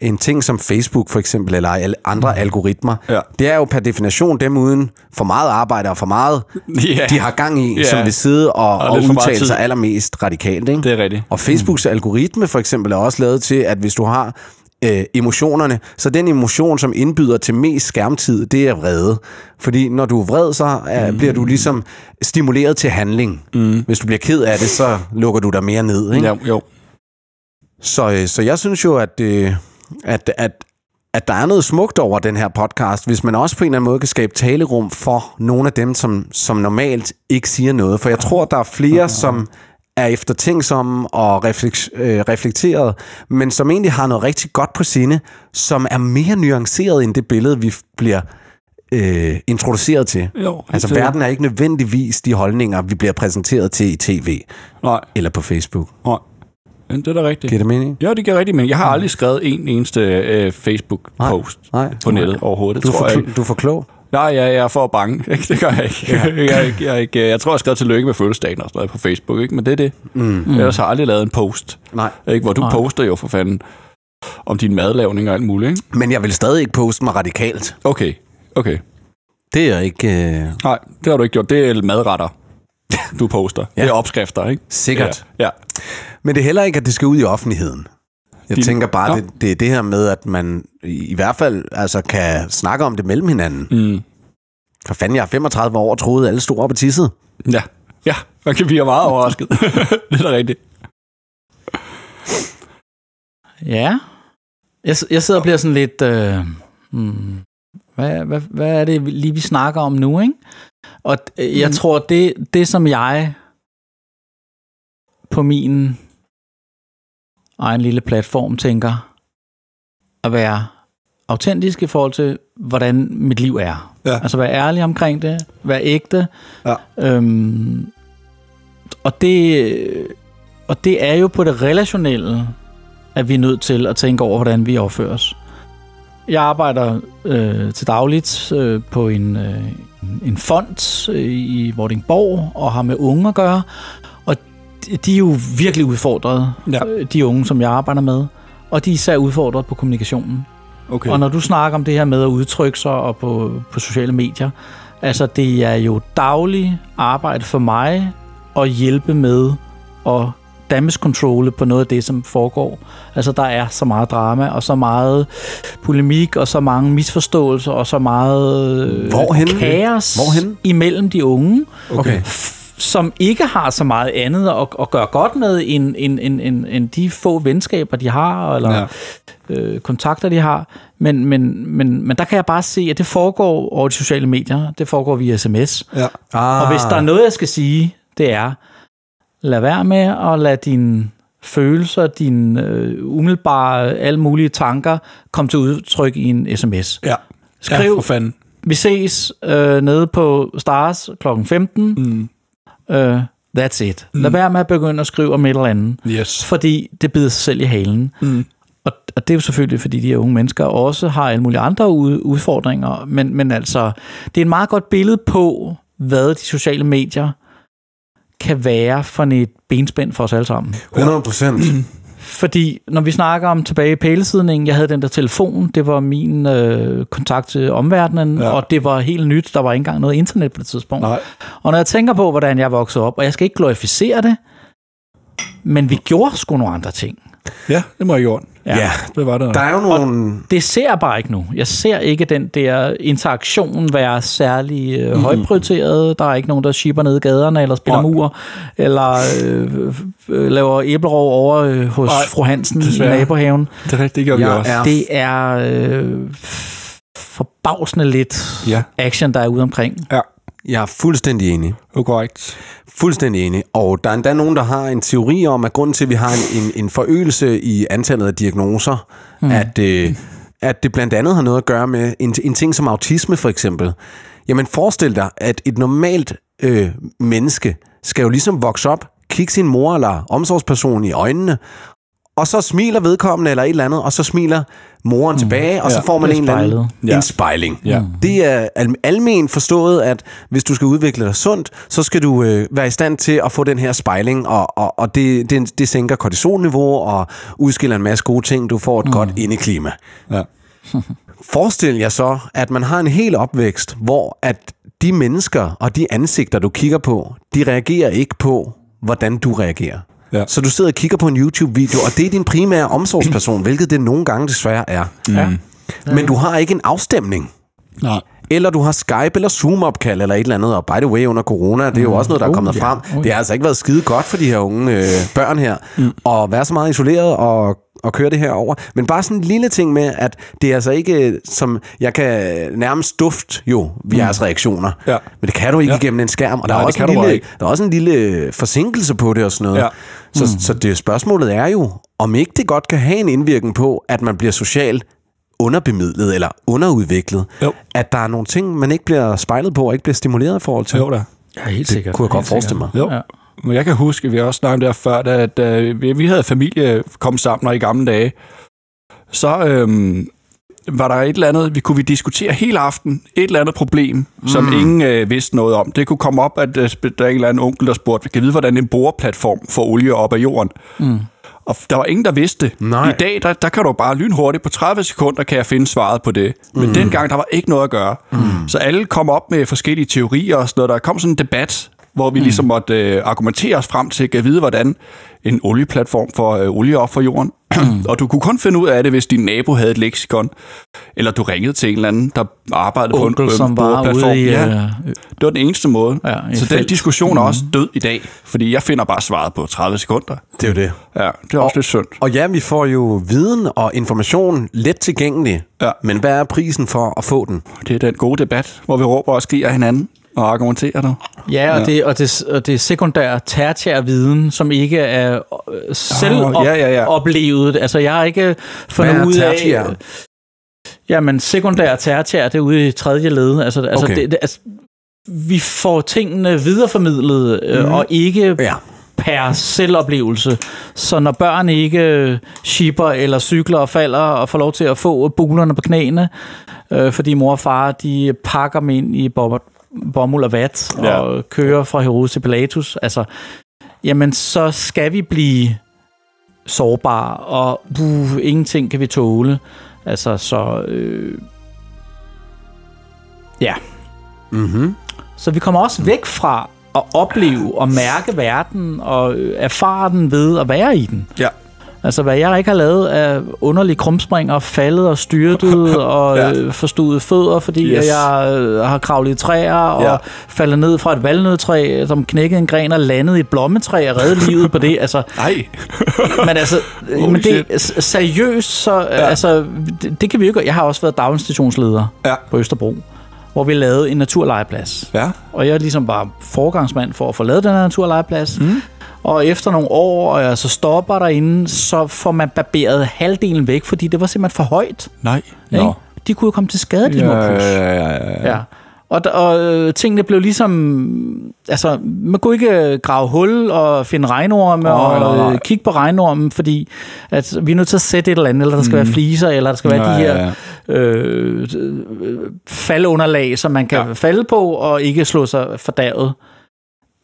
B: En ting som Facebook for eksempel, eller al- andre algoritmer,
C: Ja.
B: det er jo per definition dem uden for meget arbejde og for meget,
C: Ja.
B: de har gang i,
C: Ja.
B: som vil sidde og, og,
C: Og
B: og
C: lidt for meget
B: udtale
C: tid.
B: sig allermest radikalt. Ikke?
C: Det er rigtigt.
B: Og Facebooks mm. algoritme for eksempel er også lavet til, at hvis du har øh, emotionerne, så den emotion, som indbyder til mest skærmtid, det er vrede. Fordi når du er vred, så er, mm. bliver du ligesom stimuleret til handling. Mm. Hvis du bliver ked af det, så lukker du dig mere ned. Ikke?
C: Ja, jo.
B: Så, øh, så jeg synes jo, at, øh, at, at, at der er noget smukt over den her podcast, hvis man også på en eller anden måde kan skabe talerum for nogle af dem, som, som normalt ikke siger noget. For jeg tror, der er flere, som er eftertænksomme og refleks, øh, reflekteret, men som egentlig har noget rigtig godt på sinde, som er mere nuanceret end det billede, vi f- bliver øh, introduceret til.
C: Jo, helt
B: altså
C: sikkert.
B: verden er ikke nødvendigvis de holdninger, vi bliver præsenteret til i tv
C: Nej,
B: eller på Facebook.
C: nej. Men det er da rigtigt.
B: Giver det mening?
C: Ja, det giver rigtigt, men jeg har aldrig skrevet en eneste øh, Facebook-post
B: Nej, nej.
C: på nettet overhovedet.
B: Du
C: Det
B: er,
C: tror
B: for,
C: jeg
B: kl- du er for klog.
C: ikke. Nej, jeg, jeg er for bange. Ikke? Det gør jeg ikke. Ja. jeg, er ikke, jeg, er ikke. Jeg tror, jeg har skrevet tillykke med fødselsdagen og sådan noget på Facebook, ikke? men det er det. Mm. Ellers har jeg aldrig lavet en post,
B: Nej.
C: ikke? hvor du nej. poster jo for fanden om din madlavning og alt muligt. Ikke?
B: Men jeg vil stadig ikke poste mig radikalt.
C: Okay, okay.
B: Det er ikke øh,
C: Nej, det har du ikke gjort. Det er madretter, du poster. ja. Det er opskrifter, ikke?
B: sikkert. Ja.
C: Ja, ja.
B: Men det er heller ikke, at det skal ud i offentligheden. Jeg
C: Din-
B: tænker bare,
C: Nå.
B: det, det er det her med, at man i i hvert fald altså, kan snakke om det mellem hinanden.
C: Mm.
B: For fanden, jeg er 35 år og troede, alle stod op og tissede.
C: Ja, ja. Man kan blive meget overrasket. det er da rigtigt.
D: Ja. Jeg, s- jeg sidder og bliver sådan lidt... Øh, hmm, hvad, hvad, hvad er det vi- lige, vi snakker om nu, ikke? Og øh, jeg mm. tror, det, det som jeg på min egen lille platform tænker at være autentisk i forhold til, hvordan mit liv er.
C: Ja.
D: Altså være ærlig omkring det, være ægte.
C: Ja.
D: Øhm, og, det, og det er jo på det relationelle, at vi er nødt til at tænke over, hvordan vi opfører os. Jeg arbejder øh, til dagligt øh, på en, øh, en- en fond øh, i Vordingborg og har med unge at gøre. Og de, de er jo virkelig udfordrede,
C: Ja.
D: øh, de unge, som jeg arbejder med. Og de er især udfordret på kommunikationen.
C: Okay.
D: Og når du snakker om det her med at udtrykke sig og på, på sociale medier, altså det er jo daglig arbejde for mig at hjælpe med at damage controle på noget af det, som foregår. Altså der er så meget drama og så meget polemik og så mange misforståelser og så meget øh,
B: Hvorhenne?
D: kaos
B: Hvorhenne?
D: imellem de unge
B: Okay.
D: som ikke har så meget andet at, at gøre godt med end, end, end, end, end de få venskaber, de har, eller
C: Ja.
D: ja. øh, kontakter, de har. Men, men, men, men der kan jeg bare se, at det foregår over de sociale medier. Det foregår via sms.
C: Ja.
B: Ah,
D: Og hvis der er noget, jeg skal sige, det er, lad være med at lade dine følelser, dine øh, umiddelbare, alle mulige tanker komme til udtryk i en sms.
C: Ja.
D: Skriv-
C: Ja, for fanden.
D: Vi ses øh, nede på Stars kl. 15.
C: Mm.
D: Øh, that's it. Mm. Lad være med at begynde at skrive om et eller andet,
C: Yes.
D: fordi det bider sig selv i halen.
C: Mm.
D: Og, og det er jo selvfølgelig, fordi de her unge mennesker også har alle mulige andre ude- udfordringer, men, men altså, det er et meget godt billede på, hvad de sociale medier kan være for et benspænd for os alle sammen.
B: 100 procent.
D: Fordi når vi snakker om tilbage i pælesidningen, jeg havde den der telefon, det var min øh, kontakt til omverdenen,
C: Ja.
D: ja. og det var helt nyt, der var ikke engang noget internet på det tidspunkt.
C: Nej.
D: Og når jeg tænker på, hvordan jeg voksede op, og jeg skal ikke glorificere det, men vi gjorde sgu nogle andre ting.
C: Ja, det må jeg gjort.
B: Ja. ja.
C: Det var det.
B: Der er jo nogle...
D: Det ser jeg bare ikke nu. Jeg ser ikke den der interaktion være særlig øh, højprioriteret. Der er ikke nogen, der shipper ned i gaderne, eller spiller
C: Nej.
D: mur, eller øh, øh, laver æblerov over øh, hos
C: Nej,
D: fru Hansen
C: desværre.
D: i nabohaven.
C: Det er rigtigt, det gjorde
B: Jeg er
D: Det er øh, f- forbavsende lidt
C: Ja.
D: action, der er ude omkring.
C: Ja,
B: Jeg er fuldstændig enig.
C: det er korrekt.
B: Fuldstændig enig. Og der er endda nogen, der har en teori om, at grunden til, at vi har en, en, en forøgelse i antallet af diagnoser, mm. at, øh, at det blandt andet har noget at gøre med en, en ting som autisme for eksempel. Jamen forestil dig, at et normalt øh, menneske skal jo ligesom vokse op, kigge sin mor eller omsorgsperson i øjnene, og så smiler vedkommende eller et eller andet, og så smiler moren mm. tilbage, og ja, så får man
D: det er
B: en eller anden
D: spejlet.
C: Ja.
B: en spejling.
C: Ja.
B: Det er al- almen forstået, at hvis du skal udvikle dig sundt, så skal du øh, være i stand til at få den her spejling, og, og, og det, det, det sænker kortisolniveau og udskiller en masse gode ting. Du får et mm. godt indeklima.
C: Ja.
B: Forestil jer så, at man har en hel opvækst, hvor at de mennesker og de ansigter, du kigger på, de reagerer ikke på, hvordan du reagerer.
C: Ja.
B: Så du sidder og kigger på en YouTube-video, og det er din primære omsorgsperson, hvilket det nogle gange desværre er.
A: Ja.
B: Men du har ikke en afstemning.
C: Nej.
B: Eller du har Skype eller Zoom-opkald eller et eller andet. Og by the way, under corona, det er
C: Mm.
B: jo også noget, der
C: Oh,
B: er kommet frem. Det har altså ikke været skide godt for de her unge øh, børn her.
C: Mm.
B: At være så meget isoleret og, og køre det her over. Men bare sådan en lille ting med, at det er altså ikke øh, som... Jeg kan nærmest duft jo jeres reaktioner.
C: Mm. Ja.
B: Men det kan du ikke
C: Ja.
B: igennem en skærm. Og der,
C: Nej, det
B: er også
C: kan
B: en
C: du bare
B: lille,
C: ikke.
B: der er også en lille øh, forsinkelse på det og sådan noget.
C: Ja.
B: Så,
C: Mm.
B: så det spørgsmålet er jo, om ikke det godt kan have en indvirkning på, at man bliver socialt underbemidlet eller underudviklet.
C: Jo.
B: At der er nogle ting, man ikke bliver spejlet på og ikke bliver stimuleret i forhold til.
C: Jo da.
D: Ja, helt sikkert.
B: kunne jeg godt
D: Helt
B: forestille mig.
D: sikkert.
C: Jo. Ja.
D: Ja.
C: Men jeg kan huske, vi har også snakket om det her før, da, da vi, vi havde familie kom sammen og i gamle dage. Så øhm, var der et eller andet, vi kunne vi diskutere hele aften, et eller andet problem, mm. som ingen øh, vidste noget om. Det kunne komme op, at øh, sp- der er en eller anden onkel, der spurgte, vi kan vide, hvordan en boreplatform får olie op af jorden. Mm. Og f- der var ingen, der vidste det.
B: Nej.
C: I dag, der, der kan du bare lynhurtigt på 30 sekunder, kan jeg finde svaret på det. Men mm. dengang, der var ikke noget at gøre. Mm. Så alle kom op med forskellige teorier og sådan noget. Der kom sådan en debat, hvor vi ligesom måtte øh, argumentere os frem til at vide, hvordan en olieplatform får øh, olie op fra jorden. og du kunne kun finde ud af det, hvis din nabo havde et leksikon, eller du ringede til en eller anden, der arbejdede på en
D: Onkel,
C: øh,
D: som var
C: boreplatform.
D: ude i... øh,
C: Ja.
D: Ja.
C: Det var den eneste måde.
D: Ja, i
C: så den
D: felt.
C: diskussion er også død i dag, fordi jeg finder bare svaret på 30 sekunder.
B: Det er jo det.
C: Ja, det er også lidt synd.
B: Og ja, vi får jo viden og information let tilgængelig.
C: Ja.
B: Men hvad er prisen for at få den?
C: Det er den gode debat, hvor vi råber og skriger af hinanden og argumenterer der.
D: Ja, og det, og det, og det sekundære, tertiære viden, som ikke er øh, selv
C: Åh, ja, ja, ja.
D: oplevet. Altså, jeg har ikke
B: Hvad
D: fundet
B: er
D: ud af...
B: tertiære?
D: Jamen, sekundær og tertiær, det er ude i tredje led. Altså, altså,
B: Okay.
D: okay. det, det, altså vi får tingene videreformidlet, øh, og ikke
B: Ja.
D: per selvoplevelse. Så når børn ikke øh, shipper eller cykler og falder og får lov til at få bulerne på knæene, øh, fordi mor og far de pakker dem ind i bo- bomuld og vat
C: Ja.
D: og kører fra Herodes til Pilatus, altså, jamen så skal vi blive sårbare, og uh, ingenting kan vi tåle. Altså, så... Øh, ja.
B: Mm-hmm.
D: Så vi kommer også væk fra at opleve og mærke verden og øh, erfare den ved at være i den.
C: Ja.
D: Altså hvad jeg ikke har lavet af underlige krumspring og faldet og styrtet og
C: Ja.
D: ja. øh, forstudet fødder, fordi
C: Yes.
D: yes. jeg øh, har kravlet i træer og
C: Ja.
D: ja. faldet ned fra et valnødtræ, som knækkede en gren og landede i et blommetræ og redde livet på det. Altså,
C: Nej.
D: men altså,
C: Holy
D: men det, s- seriøst, så, ja. altså, det, det kan vi jo ikke. Jeg har også været daginstitutionsleder
C: Ja.
D: på Østerbro, hvor vi lavede en naturlegeplads.
C: Ja.
D: Og jeg er ligesom bare forgangsmand for at få lavet den her naturlegeplads. Mm. Og efter nogle år, og jeg så stopper derinde, så får man barberet halvdelen væk, fordi det var simpelthen for højt.
C: Nej.
D: Ikke? De kunne jo komme til skade, de ja,
C: Ja,
D: små pus.
C: ja, ja, ja, ja.
D: Ja. Og, d- og øh, tingene blev ligesom... Altså, man kunne ikke øh, grave hul og finde regnorme
C: Åh,
D: oh, og
C: nej, nej.
D: øh, kigge på regnormen, fordi at vi er nødt til at sætte et eller andet, eller der skal mm. være fliser, eller der skal være
C: Ja,
D: de her
C: ja,
D: øh, øh, faldunderlag, som man kan ja. falde på og ikke slå sig fordavet.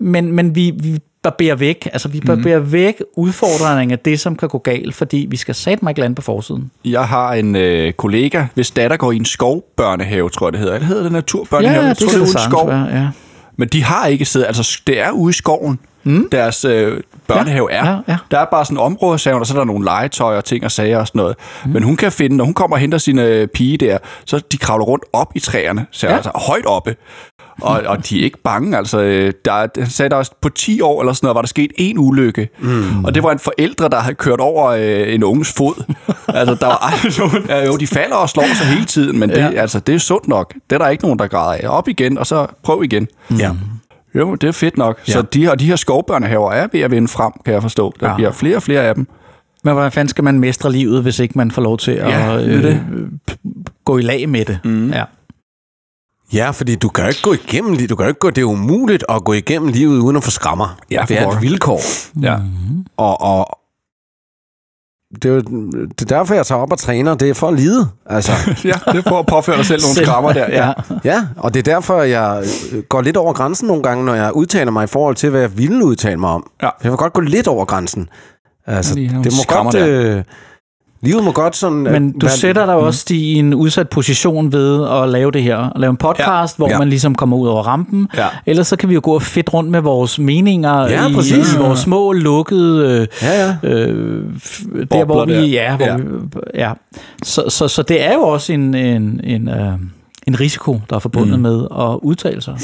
D: Men, men vi, vi barberer væk. Altså, vi barberer mm. væk udfordringen af det, som kan gå galt, fordi vi skal sætte mig ikke lande på forsiden.
C: Jeg har en øh, kollega, hvis datter går i en skovbørnehave, tror jeg det hedder. Eller hedder det naturbørnehave? jeg tror, ude i en skov.
D: være, ja.
C: Men de har ikke siddet, altså det er ude i skoven, mm. deres øh, børnehave
D: Ja,
C: er.
D: ja, ja.
C: Der er bare sådan en område, sagde hun, og så er der nogle legetøj og ting og sager og sådan noget. Mm. Men hun kan finde, når hun kommer og henter sin øh, pige der, så de kravler rundt op i træerne, så ja.
D: Ja.
C: altså højt oppe. Og, og de er ikke bange, altså. øh, Der, er- han sagde der også, på 10 år eller sådan noget, var der sket en ulykke. Mm. Og det var en forældre, der havde kørt over øh, en unges fod. altså, der var aldrig nogen... Ja, jo, de falder og slår sig hele tiden, men det, ja.
D: Ja.
C: altså, det er sundt nok. Det er der ikke nogen, der græder af. Op igen, og så prøv igen.
B: ja.
C: Jo, det er fedt nok. Ja. Så de her, de her skovbørnehaver er ved at vinde frem, kan jeg forstå. Der ja.
D: Ja.
C: bliver flere og flere af dem.
D: Men hvordan fanden skal man mestre livet, hvis ikke man får lov til at
C: Ja, det er det.
D: øh, gå i lag med det. Mm. Ja.
B: Ja, fordi du kan jo ikke gå igennem livet. Du kan jo ikke gå, det er umuligt at gå igennem livet uden at få skrammer.
C: Ja, for
B: det er
C: pokker.
B: et vilkår.
C: Ja.
B: Og, og det, er jo, det er derfor, jeg tager op og træner. Det er for at lide. Altså,
C: ja, det er for at påføre dig selv nogle
D: Selv.
C: skrammer der. Ja.
D: Ja.
B: ja, og det er derfor, jeg øh, går lidt over grænsen nogle gange, når jeg udtaler mig i forhold til, hvad jeg ville udtale mig om.
C: Ja.
B: Jeg vil godt gå lidt over grænsen. Altså,
C: Ja, lige
B: det
C: nogle
B: må
C: skrammer
B: godt... Øh, livet må godt sådan... øh,
D: Men du
B: være-
D: sætter
C: mm.
D: dig også i en udsat position ved at lave det her. At lave en podcast, ja. hvor
C: Ja.
D: ja. man ligesom kommer ud over rampen.
C: Ja.
D: Ellers så kan vi jo gå og fedt rundt med vores meninger
B: Ja,
D: i,
B: præcis.
D: i vores små, lukkede... Øh,
B: Ja, ja.
D: øh, f- der
C: Bobler
D: hvor vi
C: der.
D: ja, hvor
C: Ja.
D: ja. Vi, ja. Så, så, så det er jo også en en en, øh, en risiko der er forbundet mm. med at udtale sig.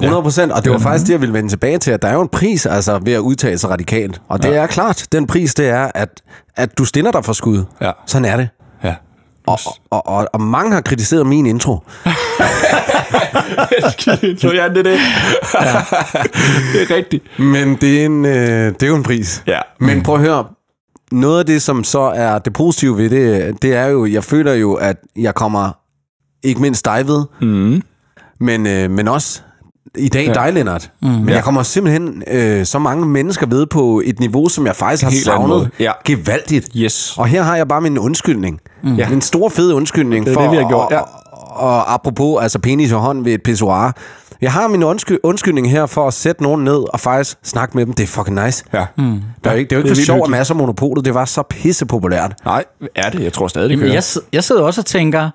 B: 100 procent, og det var faktisk det, jeg ville vende tilbage til, at der er jo en pris altså, ved at udtale sig radikalt. Og det er klart, den pris det er, at, at du stiller dig for skud.
C: Ja.
B: Sådan er det.
C: ja.
B: Og, og, og, og mange har kritiseret min intro.
C: Så ja, det er det. det er rigtigt.
B: Men det er, en, øh, det er jo en pris.
C: Ja.
B: Men prøv at høre, noget af det, som så er det positive ved det, det er jo, jeg føler jo, at jeg kommer ikke mindst dig ved,
C: Mm.
B: men, øh, men også i dag ja. dig, Lennart. Mm. Men jeg kommer simpelthen øh, så mange mennesker ved på et niveau, som jeg faktisk har
C: Helt anden måde.
B: savnet
C: Ja.
B: gevaldigt.
C: Yes.
B: Og her har jeg bare min undskyldning. Mm. Ja. En stor, fed undskyldning.
C: Det er
B: for,
C: det, vi har gjort,
B: Og,
C: ja.
B: og, og apropos, altså penis og hånd ved et pissoir. Jeg har min undsky- undskyldning her for at sætte nogen ned og faktisk snakke med dem. Det er fucking nice.
C: Ja. Mm.
B: Det er jo ikke, det er jo ikke
C: Det er
B: for
C: vildt
B: sjov, at
C: hyggeligt.
B: masser af monopolet, det var så pissepopulært.
C: Nej, er det? Jeg tror stadig, det
D: Jamen,
C: kører.
D: jeg, sid- jeg sidder også og tænker,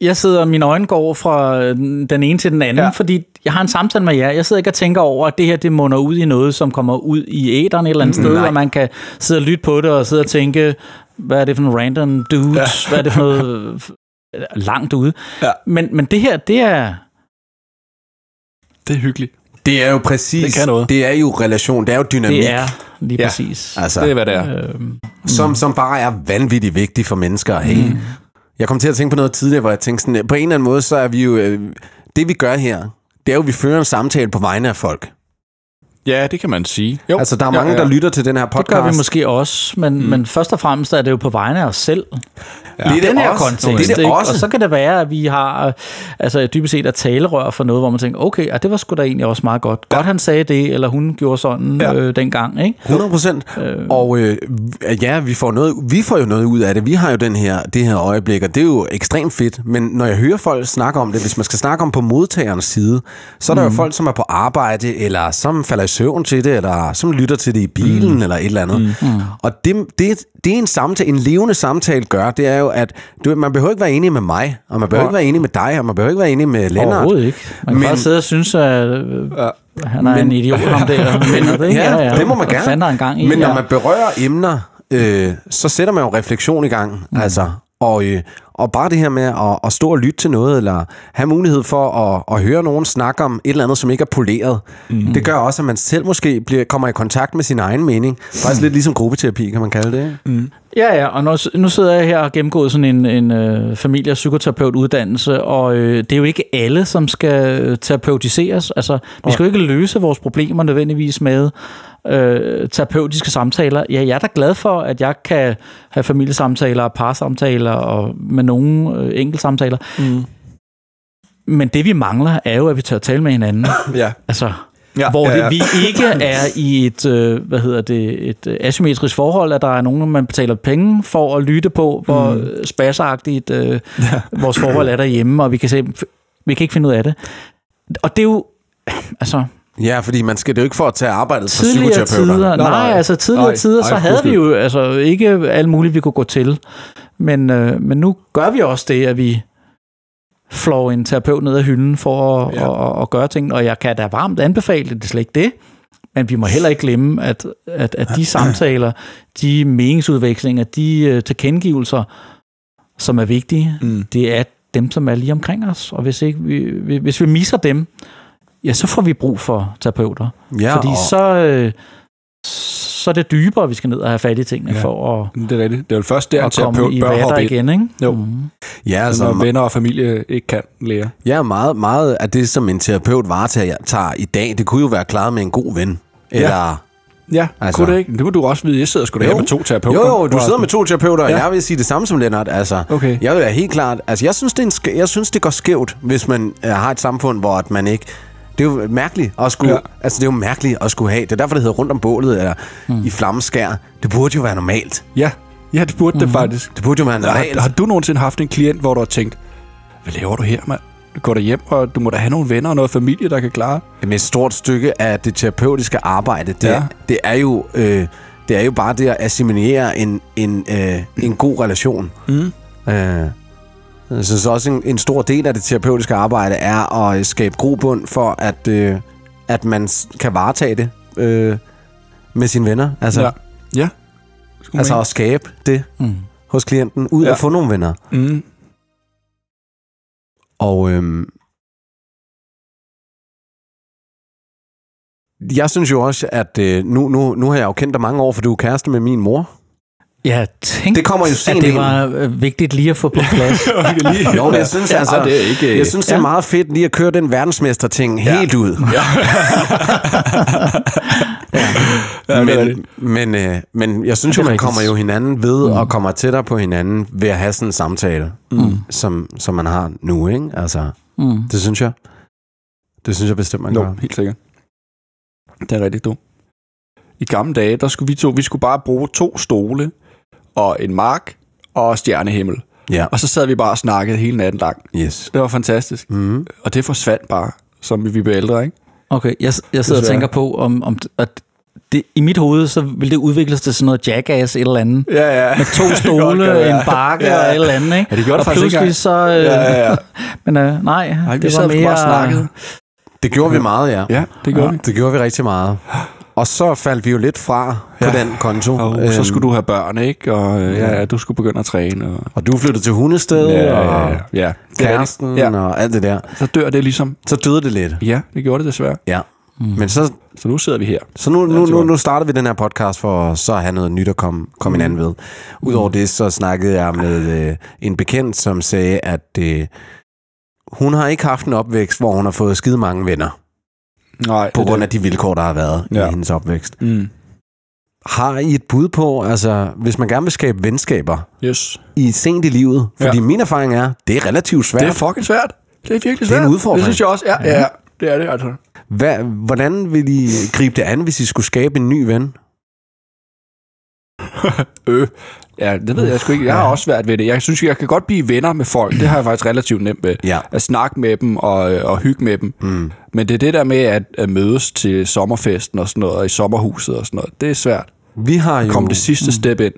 D: jeg sidder, mine øjne går fra øh, den ene til den anden,
C: Ja.
D: ja. fordi jeg har en samtale med jer. Jeg sidder ikke og tænker over, at det her det munder ud i noget, som kommer ud i æderen et eller andet sted, og man kan sidde og lytte på det og sidde og tænke, hvad er det for en random dude? Ja. Hvad er det for noget øh, f- langt ude?
C: Ja.
D: Men, men det her, det er...
C: Det er hyggeligt.
B: Det er jo præcis.
C: Det kan noget.
B: Det er jo relation, det er jo dynamik.
D: Det er lige
C: Ja.
D: ja. præcis.
B: Altså,
C: Det er, hvad det er.
D: Øhm,
B: som, som bare er vanvittigt vigtig for mennesker at have. Mm. Jeg kom til at tænke på noget tidligere, hvor jeg tænkte sådan, på en eller anden måde, så er vi jo, øh, det vi gør her, det er jo, at vi fører en samtale på vegne af folk.
C: Ja, det kan man sige. Jo.
B: Altså, der er mange, ja,
C: ja,
B: ja.
C: ja.
B: der lytter til den her podcast.
D: det gør vi måske også, men, mm. men først og fremmest er det jo på vegne af os selv.
B: Ja. Det er
D: den her
B: også.
D: kontekst.
B: Det er det
D: ikke?
B: også.
D: Og så kan det være, at vi har øh, altså, dybest set at talerør for noget, hvor man tænker, okay, ah, det var sgu da egentlig også meget godt. Godt, han sagde det, eller hun gjorde sådan
C: Ja.
D: ja. øh, dengang. Ikke?
B: 100 procent. Og øh, ja, vi får, noget, vi får jo noget ud af det. Vi har jo den her, det her øjeblik, og det er jo ekstremt fedt. Men når jeg hører folk snakke om det, hvis man skal snakke om på modtagerens side, så er
D: Mm.
B: der jo folk, som er på arbejde, eller som falder i søvn til det, eller som lytter til det i bilen, mm. eller et eller andet. Mm. Og det, det, det er en samtale, en levende samtale gør, det er jo, at du, ved, man behøver ikke være enig med mig, og man behøver ikke være enig med dig, og man behøver ikke være enig med Lennart.
D: Overhovedet ikke. Man kan
B: Men-
D: men, bare sidde og synes, at øh, han er en idiot om det. Eller, men, det, ikke?
B: Ja, ja, det må man
D: Hvad
B: gerne.
D: Fanden er en gang i,
B: Men
D: ja.
B: når man berører emner, øh, så sætter man jo refleksion i gang. Mm. Altså, og, øh, og bare det her med at, at stå og lytte til noget, eller have mulighed for at, at høre nogen snakke om et eller andet, som ikke er poleret, mm. det gør også, at man selv måske bliver, kommer i kontakt med sin egen mening. Faktisk lidt ligesom gruppeterapi, kan man kalde det. ikke?
D: Mm. Ja, ja, og nu, nu sidder jeg her og gennemgået sådan en, en øh, familie- og psykoterapeutuddannelse, og øh, det er jo ikke alle, som skal øh, terapeutiseres. Altså, vi skal jo ikke løse vores problemer nødvendigvis med øh, terapeutiske samtaler. Ja, jeg er da glad for, at jeg kan have familiesamtaler og parsamtaler og med nogle øh, enkeltsamtaler.
C: Mm.
D: Men det, vi mangler, er jo, at vi tør tale med hinanden.
C: Ja.
D: Altså,
C: Ja,
D: ja, hvor ja,
C: ja, ja.
D: ja. Det, vi ikke er i et, øh, hvad hedder det, et øh, asymmetrisk forhold, at der er nogen, man betaler penge for at lytte på, hvor mm. spasseragtigt øh, ja. vores forhold er derhjemme, og vi kan, se, vi kan ikke finde ud af det. Og det er jo, altså,
B: Ja, fordi man skal det jo ikke for at tage arbejdet fra
D: tidligere tider, nej,
B: psykoterapeuterne.
D: nej,
C: Altså, nej.
D: altså tidligere
C: Nej,
D: nej, tider,
C: nej,
D: så havde
C: undskyld.
D: vi jo altså ikke alt muligt, vi kunne gå til. Men, øh, men nu gør vi også det, at vi flår en terapeut ned af hylden for at,
C: Ja.
D: ja. at, at, at gøre ting, og jeg kan da varmt anbefale det, det er slet ikke det. Men vi må heller ikke glemme, at, at, at de samtaler, de meningsudvekslinger, de øh, tilkendegivelser, som er vigtige,
C: Mm.
D: det er dem, som er lige omkring os. Og hvis, ikke vi, hvis vi misser dem, ja, så får vi brug for terapeuter.
B: Ja,
D: Ja, fordi
B: og-
D: så, øh, så er det dybere, vi skal ned og have fat i tingene
C: Ja.
D: ja. for at,
C: Det er rigtigt. Det er jo først der, en
D: at komme
C: terapeut
D: i
C: bør
D: vatter
C: hoppe ind.
D: igen, ikke?
C: Jo.
D: Mm.
B: Ja, altså,
C: Når venner og familie ikke kan lære.
B: Ja, meget, meget af det, som en terapeut varetager tager i dag, det kunne jo være klaret med en god ven. Eller
C: Ja,
B: Altså-
C: altså. kunne det ikke? Det må du også vide. Jeg sidder sgu da her med to terapeuter.
B: Jo, jo, du sidder med to terapeuter, ja.
C: Ja.
B: og jeg vil sige det samme som Lennart. Altså,
C: Okay.
B: Jeg vil da helt klart... Altså, jeg synes, det er en sk- jeg synes, det går skævt, hvis man øh, har et samfund, hvor at man ikke... Det er jo mærkeligt at skulle, ja.
C: Ja.
B: altså det er jo mærkeligt at skulle have. Det er derfor, det hedder rundt om bålet eller
C: Hmm.
B: mm. i flammeskær. Det burde jo være normalt.
C: Ja, ja det burde mm-hmm. det faktisk.
B: Det burde jo være normalt.
C: Har, har du nogensinde haft en klient, hvor du har tænkt, hvad laver du her, mand? Du går der hjem, og du må da have nogle venner og noget familie, der kan klare.
B: Jamen, et stort stykke af det terapeutiske arbejde, det, ja.
C: Ja.
B: det er jo... Øh, det er jo bare det at assimilere en, en, øh, en god relation.
C: Mm.
B: Øh, jeg synes også, en, en stor del af det terapeutiske arbejde er at øh, skabe grobund for, at, øh, at man s- kan varetage det øh, med sine venner. Altså,
C: Ja.
B: ja.
C: ja.
B: altså at skabe det
D: Mm.
B: hos klienten, ud ja.
C: Ja.
B: at få nogle venner.
C: mm.
B: Og øhm, jeg synes jo også, at øh, nu, nu, nu har jeg jo kendt dig mange år, for du er kæreste med min mor.
D: Jeg tænkte,
B: Det kommer jo
D: at
B: sent
D: det
B: ind.
D: var øh, vigtigt lige at få på plads.
C: lige.
B: Jo, men jeg synes altså,
C: det er ikke...
B: jeg synes, det er meget fedt lige at køre den verdensmester-ting ja. helt ud.
C: ja, det er
B: men,
C: rigtigt.
B: men, øh, men jeg synes
D: Ja, det
B: jo,
D: er
B: man
D: rigtigt.
B: kommer jo hinanden ved mm. og kommer tættere på hinanden ved at have sådan en samtale, mm. som, som man har nu, ikke? Altså,
D: Mm.
B: det synes jeg. Det synes jeg bestemt, man gør.
C: Jo, helt sikkert. Det er rigtigt, du. I gamle dage, der skulle vi to, vi skulle bare bruge to stole og en mark og stjernehimmel.
B: Ja,
C: Og så sad vi bare og snakkede hele natten lang.
B: yes.
C: Det var fantastisk.
B: Mm.
C: Og det forsvandt bare, som vi blev ældre, ikke?
D: Okay, jeg, jeg sidder og
C: Desværre.
D: tænker på, om, om at det, i mit hoved, så vil det udvikles til sådan noget jackass et eller andet.
C: Ja, ja.
D: Med to stole, en bakke
C: Ja.
D: og et eller andet, ikke?
C: Ja, det gjorde det
D: og
C: faktisk ikke
D: pludselig
C: engang.
D: så... Øh,
C: Ja, ja, ja.
D: Men øh, nej,
C: Nej, vi
D: det
C: sad
D: var
C: sgu
D: mere...
C: bare og snakkede.
B: Det gjorde vi meget, ja.
C: Ja, det gør ja. vi.
B: Det gjorde vi rigtig meget. Og så faldt vi jo lidt fra på
C: Ja.
B: den konto.
C: Og øhm. så skulle du have børn, ikke? Og øh, ja, ja, du skulle begynde at træne. Og,
B: og du flyttede til hundestedet, og
C: ja, ja.
B: kæresten,
C: Ja.
B: og alt det der.
C: Så dør det ligesom.
B: Så døde det lidt.
C: Ja, det gjorde det desværre.
B: Ja. Mm. Men så
C: Så nu sidder vi her.
B: Så nu, nu, nu, nu starter vi den her podcast for så at have noget nyt at komme,
C: Mm.
B: komme hinanden ved. Udover det, så snakkede jeg med øh, en bekendt, som sagde, at øh, hun har ikke haft en opvækst, hvor hun har fået skide mange venner,
C: Nej,
B: på grund af de vilkår, der har været ja.
C: Ja.
B: i hendes opvækst.
C: Mm.
B: Har I et bud på, altså hvis man gerne vil skabe venskaber
C: Yes.
B: i sent i livet? Fordi
C: Ja.
B: ja. min erfaring er, det er relativt svært.
C: Det er fucking svært. Det er virkelig
B: Det er
C: svært.
B: en udfordring.
C: Det synes jeg også. Ja, ja. ja. Det er det, altså.
B: Hva, hvordan vil I gribe det an, hvis I skulle skabe en ny ven?
C: Øh. Ja, det ved jeg sgu ikke. Jeg har også svært ved det. Jeg synes, jeg kan godt blive venner med folk. Det har jeg faktisk relativt nemt ved.
B: Ja.
C: At snakke med dem og, øh, og hygge med dem.
B: Mm.
C: Men det er det der med at, at mødes til sommerfesten og sådan noget, og i sommerhuset og sådan noget. Det er svært.
B: Vi har jo,
C: Kom det
D: Øhm,
C: sidste step ind.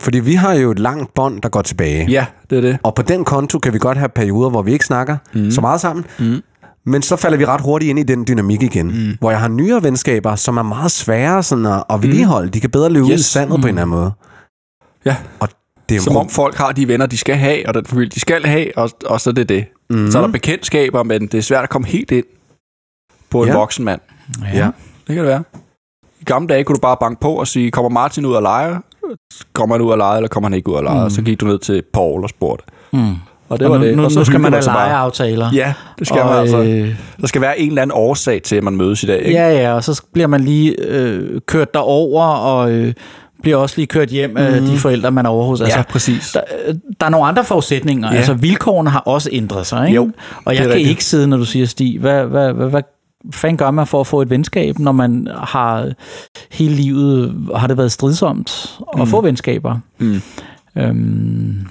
B: fordi vi har jo et langt bånd, der går tilbage.
C: Ja, det er det.
B: Og på den konto kan vi godt have perioder, hvor vi ikke snakker mm. så meget sammen. Mm. Men så falder vi ret hurtigt ind i den dynamik igen, mm. hvor jeg har nyere venskaber, som er meget sværere sådan at, at vedligeholde. De kan bedre løbe yes. ud i
C: Yes.
B: sandet mm. på en eller anden måde.
C: Ja.
B: Og det er
C: Som om
B: jo
C: folk har de venner, de skal have, og den familie, de skal have, og, og så er det det. Mm. Så
D: Mhm.
C: er der bekendtskaber, men det er svært at komme helt ind på en
B: Ja.
C: ja. voksen mand.
B: Ja.
C: Det kan det være. I gamle dage kunne du bare banke på og sige, kommer Martin ud og lege? Kommer han ud og lege, eller kommer han ikke ud og lege? Mm. Så gik du ned til Paul og spurgte.
D: Mhm. Mm.
C: Og det
D: Det
C: var
D: og nu,
C: det.
D: nu,
C: og så
D: nu skal
C: hyggede
D: man da
C: sig
D: lege
C: bare.
D: aftaler.
C: Ja, det skal og, man altså.
D: øh,
C: Der skal være en eller anden årsag til, at man mødes i dag. Ikke?
D: Ja, ja, og så bliver man lige øh, kørt derover, og øh, bliver også lige kørt hjem af mm.
C: Mhm.
D: de forældre, man er over hos. Altså,
C: præcis.
D: der, øh, der er nogle andre forudsætninger. Ja.
C: Ja.
D: Altså, vilkårene har også ændret sig, ikke?
C: Jo,
D: og jeg
C: det er
D: kan
C: rigtigt.
D: ikke sidde, når du siger, Stig, hvad, hvad, hvad, hvad fanden gør man for at få et venskab, når man har øh, hele livet, har det været stridsomt at mm.
C: Mhm.
D: få venskaber?
C: Mm.
D: Øhm,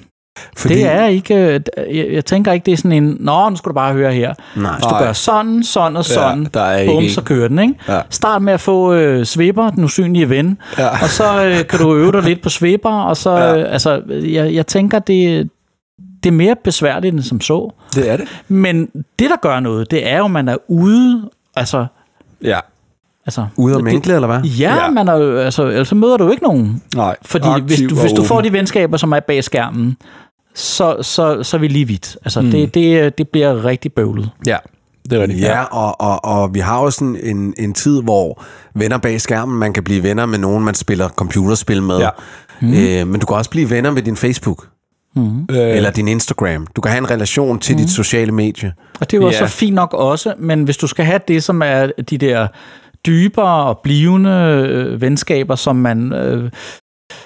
B: fordi,
D: Det er ikke, øh, jeg, jeg tænker ikke, det er sådan en, nå, nu skal du bare høre her.
B: Nej.
D: Hvis du
C: Nej.
D: gør sådan, sådan og sådan,
C: der er ikke
D: bum,
C: en.
D: så kører den, ikke?
C: Ja.
D: Start med at få øh, Sveber, den usynlige ven,
C: Ja.
D: og så øh, kan du øve dig lidt på Sveber, og så,
C: Ja.
D: øh, altså, jeg, jeg tænker, det, det er mere besværligt end som så.
C: Det er det.
D: Men det, der gør noget, det er jo, at man er ude, altså,
C: Ja.
D: altså
B: ude at
D: det-
B: minkle, eller hvad?
D: Ja, ja. Mm.
C: Ja.
D: man er, jo- altså, ellers så møder du ikke nogen.
C: Nej.
D: Fordi hvis
C: Aktiv
D: du,
C: og
D: hvis du får
C: åben.
D: de venskaber, som er bag skærmen, så, så, så er vi lige vidt. Altså, mm. det, det, det bliver rigtig bøvlet.
C: Ja, det er rigtigt.
B: Ja, og, og, og vi har jo sådan en, en tid, hvor venner bag skærmen, man kan blive venner med nogen, man spiller computerspil med.
C: Ja.
B: Mm.
D: Mm-hmm.
B: Øh, men du kan også blive venner med din Facebook
D: Mhm.
C: Øh,
B: eller din Instagram. Du kan have en relation til mm. dit sociale medie.
D: Og Mm-hmm. det var
C: Ja.
D: så fint nok også, men hvis du skal have det, som er de der dybere og blivende øh, venskaber, som man øh,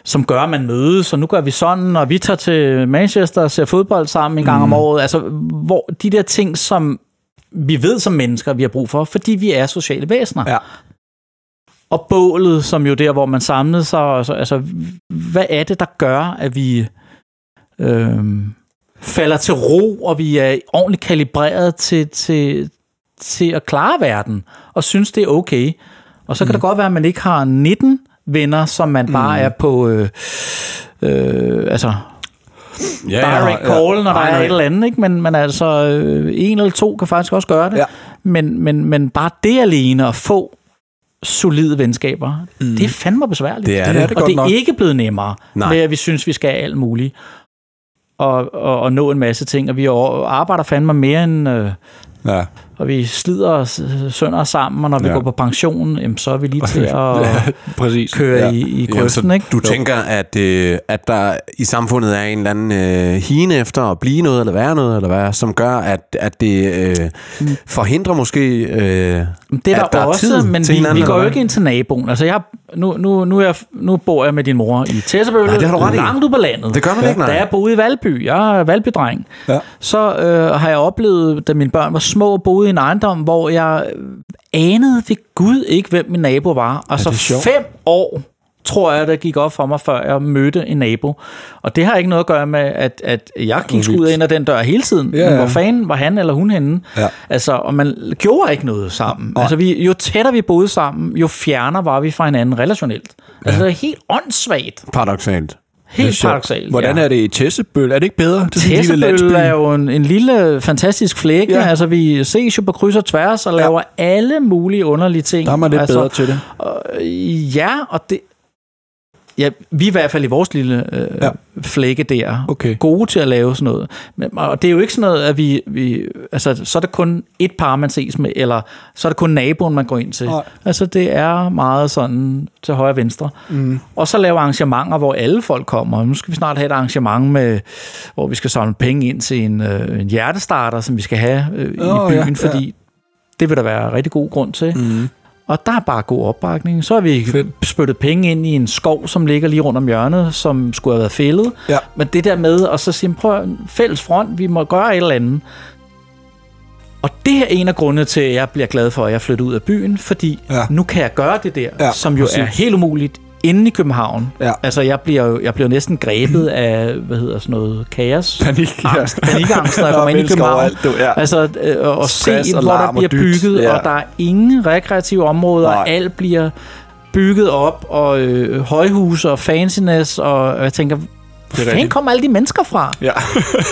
D: som gør, at man mødes, og nu gør vi sådan, og vi tager til Manchester og ser fodbold sammen en gang mm. om året. Altså, hvor de der ting, som vi ved som mennesker, vi har brug for, fordi vi er sociale væsener.
C: Ja.
D: Og bålet, som jo der, hvor man samlede sig, og så, altså, hvad er det, der gør, at vi øh, falder til ro, og vi er ordentligt kalibreret til, til, til at klare verden, og synes, det er okay. Og så kan mm. det godt være, at man ikke har 19 venner, som man bare mm. er på, øh, øh, altså
C: Ja,
D: direct call, når der er et eller andet, ikke? Men, men altså, øh, en eller to kan faktisk også gøre det.
C: Ja.
D: Men, men, men bare det alene at få solide venskaber, mm. det er fandme besværligt.
C: Det er Det det. er det
D: og
C: godt
D: det er
C: nok.
D: ikke blevet nemmere,
B: Nej.
D: Nej. ved at vi synes, vi skal alt muligt. Og, og, og nå en masse ting, og vi over- arbejder fandme mere end... Øh,
C: Ja.
D: og vi slider os øh, sønder os sammen, og når vi
C: Ja.
D: går på pension, jamen, så er vi lige til at
C: ja, præcis.
D: køre
C: ja.
D: i, i
B: Jamen, så
D: grøften, ikke?
B: Du tænker, at, øh, at der i samfundet er en eller anden øh, hine efter at blive noget, eller være noget, eller hvad, som gør, at, at det øh, forhindrer måske... Øh,
D: Mm. Det er
B: at
D: der, der også,
B: tid
D: men
B: til
D: vi,
B: hinanden,
D: vi går
B: eller
D: jo
B: hvad?
D: ikke ind til naboen. Altså, jeg, nu, nu, nu, er jeg, nu bor jeg med din mor i Tessebøl,
B: Nej, det har du ret i.
D: langt ude på landet.
B: Det gør man ikke, nej.
D: Da jeg boede i Valby, jeg er valbydreng,
C: Ja.
D: så øh, har jeg oplevet, da mine børn var små og boede i en ejendom, hvor jeg øh, anede ved Gud ikke, hvem min nabo var. Og
C: det er
D: så
C: sjovt.
D: fem år tror jeg, der gik op for mig, før jeg mødte en nabo. Og det har ikke noget at gøre med, at, at jeg gik sgu ud af ind ad den dør hele tiden.
C: Ja,
D: Men
C: ja.
D: hvor fanden var han eller hun henne?
C: Ja.
D: Altså, og man gjorde ikke noget sammen. Altså, vi, jo tættere vi boede sammen, jo fjernere var vi fra hinanden relationelt. Altså, det er helt åndssvagt.
B: paradoxalt.
D: Helt paradoxalt.
C: Hvordan
D: ja.
C: er det i Tessebøl? Er det ikke bedre? Det er sådan en lille
D: Tessebøl
C: landsby.
D: er jo en, en lille, fantastisk flække. Ja.
C: Ja.
D: Altså, vi ses jo på kryds og tværs og laver ja. alle mulige underlige ting.
C: Der er man lidt
D: altså,
C: bedre til det.
D: Øh, ja, og det... Ja, vi er i hvert fald i vores lille øh, ja.
C: Ja.
D: flække der.
C: Okay.
D: Gode til at lave sådan noget. Men, og det er jo ikke sådan noget, at vi, vi... Altså, så er det kun et par, man ses med, eller så er det kun naboen, man går ind til.
C: Nej.
D: Altså, det er meget sådan til højre og venstre. Mm. Og så lave arrangementer, hvor alle folk kommer. Nu skal vi snart have et arrangement, med, hvor vi skal samle penge ind til en, øh, en hjertestarter, som vi skal have øh,
C: Åh,
D: i
C: ja,
D: byen, fordi det vil der være rigtig god grund til. Mm. Og der er bare god opbakning. Så har vi
C: Fedt.
D: spyttet penge ind i en skov, som ligger lige rundt om hjørnet, som skulle have været fældet.
C: Ja.
D: Men det der med, og så siger prøv at høre, fælles front, vi må gøre et eller andet. Og det er en af grundene til, at jeg bliver glad for, at jeg flytter ud af byen, fordi ja.
C: Ja.
D: nu kan jeg gøre det der, ja,
C: Ja,
D: som jo præcis. er
C: præcis.
D: helt umuligt inde i København.
C: Ja.
D: Altså, jeg bliver jo jeg bliver næsten grebet af, hvad hedder sådan noget, kaos
C: Panik. Ja.
D: angst, panikangst, når jeg
C: Der er
D: kommer ind i
C: mennesker
D: København.
C: overalt, du, ja.
D: Altså, øh, og, og se,
C: Stress og
D: hvor der
C: larm og
D: bliver
C: dybt,
D: bygget,
C: ja.
D: og der er ingen rekreative områder,
C: Nej.
D: og alt bliver bygget op, og øh, højhuse og fanciness, og, og jeg tænker, hvor fanden
C: rigtigt.
D: kommer alle de mennesker fra?
C: Ja.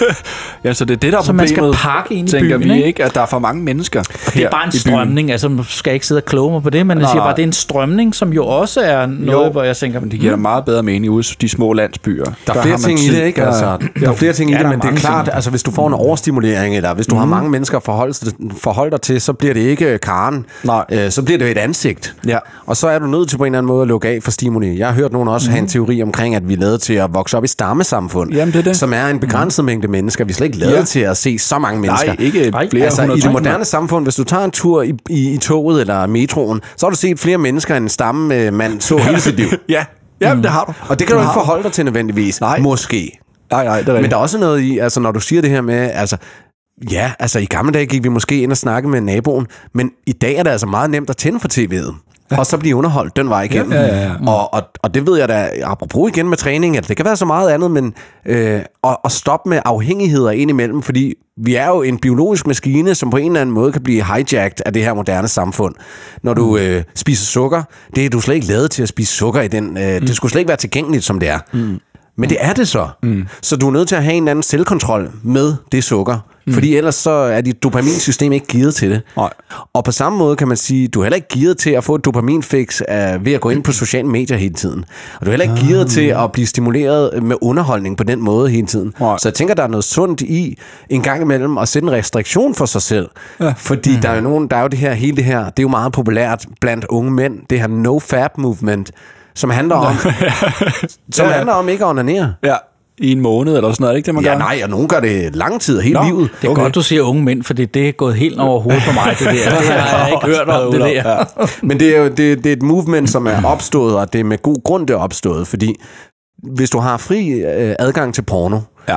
C: ja, så det er det, der er
D: Så man skal
C: problemet,
D: pakke ind i
C: tænker
D: byen,
C: vi
D: ikke?
C: ikke, at der er for mange mennesker
D: Det er bare en strømning, altså nu skal jeg ikke sidde og kloge mig på det, men jeg
C: Nej,
D: siger bare,
C: nej.
D: det er en strømning, som jo også er noget,
C: Jo.
D: hvor jeg tænker,
C: Det giver da meget bedre mening ude i de små landsbyer.
B: Der er flere ting i det, ikke? Altså, der er flere ting Mm.
C: Ja,
B: i det,
C: der er
B: men det er
C: mange
B: klart, altså, hvis du får en overstimulering, eller hvis du har mange mennesker at forholde, forholde dig til, så bliver det ikke øh, Karen.
C: Nej.
B: Øh, så bliver det jo et ansigt.
C: Ja.
B: Og så er du nødt til på en eller anden måde at lukke af for stimuli. Jeg har hørt nogen også have en teori omkring, at vi er lavet til at vokse op i stammesamfund,
C: Jamen, det er det.
B: som Mm. er Mm. en begrænset mængde mennesker. Vi er slet ikke lavet
C: Ja.
B: til at se så mange mennesker.
C: Nej, ikke
D: Nej,
C: flere
B: Altså, i det
C: hundrede
B: moderne samfund, hvis du tager en tur i, i, i toget eller metroen, så har du set flere mennesker, end en stammemand så hele sit liv.
C: Ja, Jamen, det har du.
B: Mm. Og det kan du ikke
C: har-
B: forholde dig til nødvendigvis.
C: Nej.
B: Måske.
C: Nej, nej, det er
B: Men
C: rigtigt.
B: der er også noget i, altså når du siger det her med, altså ja, altså i gamle dage gik vi måske ind og snakke med naboen, men i dag er det altså meget nemt at tænde for tv'et. Og så blive underholdt den vej igennem.
C: Ja, ja, Mm. ja, ja.
B: Og, og, og det ved jeg da, apropos igen med træning, at det kan være så meget andet, men øh, at, at stoppe med afhængigheder indimellem, fordi vi er jo en biologisk maskine, som på en eller anden måde kan blive hijacked af det her moderne samfund. Når du øh, spiser sukker, det er du slet ikke lavet til at spise sukker i den. Øh, mm. Det skulle slet ikke være tilgængeligt, som det er. Mm. Men det er det så. Mm. Så du er nødt til at have en eller anden selvkontrol med det sukker. Mm. Fordi ellers så er dit dopaminsystem ikke gearet til det.
C: Nej.
B: Og på samme måde kan man sige, du er heller ikke gearet til at få et dopaminfix uh, ved at gå ind på sociale medier hele tiden. Og du er heller ikke gearet til at blive stimuleret med underholdning på den måde hele tiden.
C: Nej.
B: Så jeg tænker, der er noget sundt i en gang imellem at sætte en restriktion for sig selv. Ja. Fordi mm. der er jo nogen, der er jo det her, hele det her, det er jo meget populært blandt unge mænd, det her no-fab movement, som handler om, som
C: Ja.
B: handler om ikke at onanere.
C: Ja, i en måned eller sådan noget. Er det ikke det, man
B: Ja,
C: gør?
B: nej, og nogen gør det lang tid, hele
C: Nå,
B: livet.
D: Det er okay. godt, du siger unge mænd, fordi det er gået helt over hovedet på mig, det der. Det har jeg ikke hørt om, det der.
C: Ja.
B: Men det er jo det, det er et movement, som er opstået, og det er med god grund, det er opstået, fordi hvis du har fri øh, adgang til porno,
C: Ja.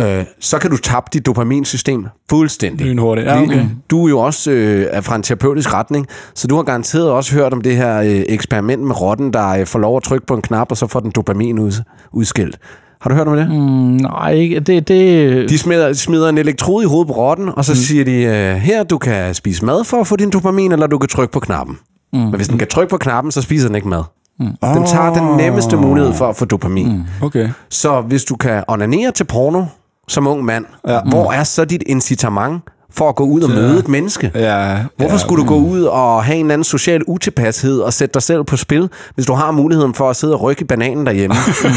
B: øh, så kan du tabe dit dopaminsystem fuldstændig.
C: Lynhurtigt. Ja,
B: Lige-
C: okay.
B: Du er jo også øh, er fra en terapeutisk retning, så du har garanteret også hørt om det her øh, eksperiment med rotten, der øh, får lov at trykke på en knap, og så får den dopamin ud, udskilt. Har du hørt om det? Mm.
D: Mm, nej, ikke- det, det,
B: De smider, smider en elektrode i hovedet på rotten, og så mm. siger de, øh, her du kan spise mad for at få din dopamin, eller du kan trykke på knappen. Mm. Men hvis den kan trykke på knappen, så spiser den ikke mad. Mm. Den tager den nemmeste mulighed for at få dopamin. Mm.
C: Okay.
B: Så hvis du kan onanere til porno som ung mand, ja. hvor er så dit incitament for at gå ud og møde et menneske?
C: Ja,
B: Hvorfor skulle du gå ud og have en eller anden social utilpashed og sætte dig selv på spil, hvis du har muligheden for at sidde og rykke i bananen derhjemme?
C: Mm.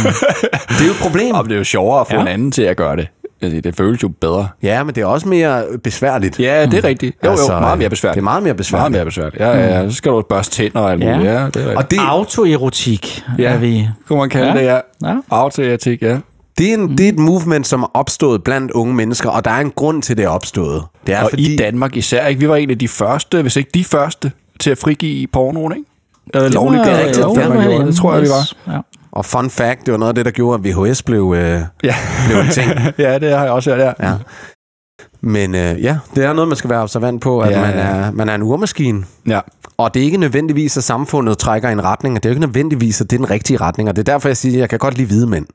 B: det er jo et problem.
C: Om det er jo sjovere at få ja. en anden til at gøre det. Altså, det føles jo bedre.
B: Ja, men det er også mere besværligt.
C: Ja, det er rigtigt. Jo, altså,
B: Altså,
C: jo, meget mere besværligt.
B: det er meget mere besværligt.
C: Meget mere besværligt. Mm. Ja, ja, ja. Så skal du børste tænder og alt
D: Ja.
C: muligt. Ja, det er rigtigt.
B: Og det,
D: autoerotik ja. er vi.
C: kunne man kalde
D: Ja.
C: det, ja.
D: Ja.
C: Autoerotik, ja.
B: det, er
C: Mm.
B: en, det er et movement, som er opstået blandt unge mennesker, og der er en grund til, det er opstået. Det er
C: Og
B: fordi...
C: i Danmark især, ikke? Vi var en af de første, hvis ikke de første, til at frigive pornoen, ikke? Eller Øh, lovligt
D: Det
C: det
D: var-
C: er rigtigt.
D: jo,
C: Det,
D: det var
C: det,
D: herinde.
C: det tror jeg, vi var.
D: Yes. Ja.
B: Og fun fact, det var noget af det, der gjorde, at VHS blev, øh,
C: Ja.
B: blev en ting.
C: ja, det har jeg også hørt, ja.
B: Ja. Men øh, ja, det er noget, man skal være observant på, at
C: Ja,
B: ja, man,
C: ja.
B: er, man er en urmaskine.
C: ja.
B: Og det er ikke nødvendigvis, at samfundet trækker i en retning, og det er jo ikke nødvendigvis, at det er den rigtige retning. Og det er derfor, jeg siger, at jeg kan godt lide hvide mænd.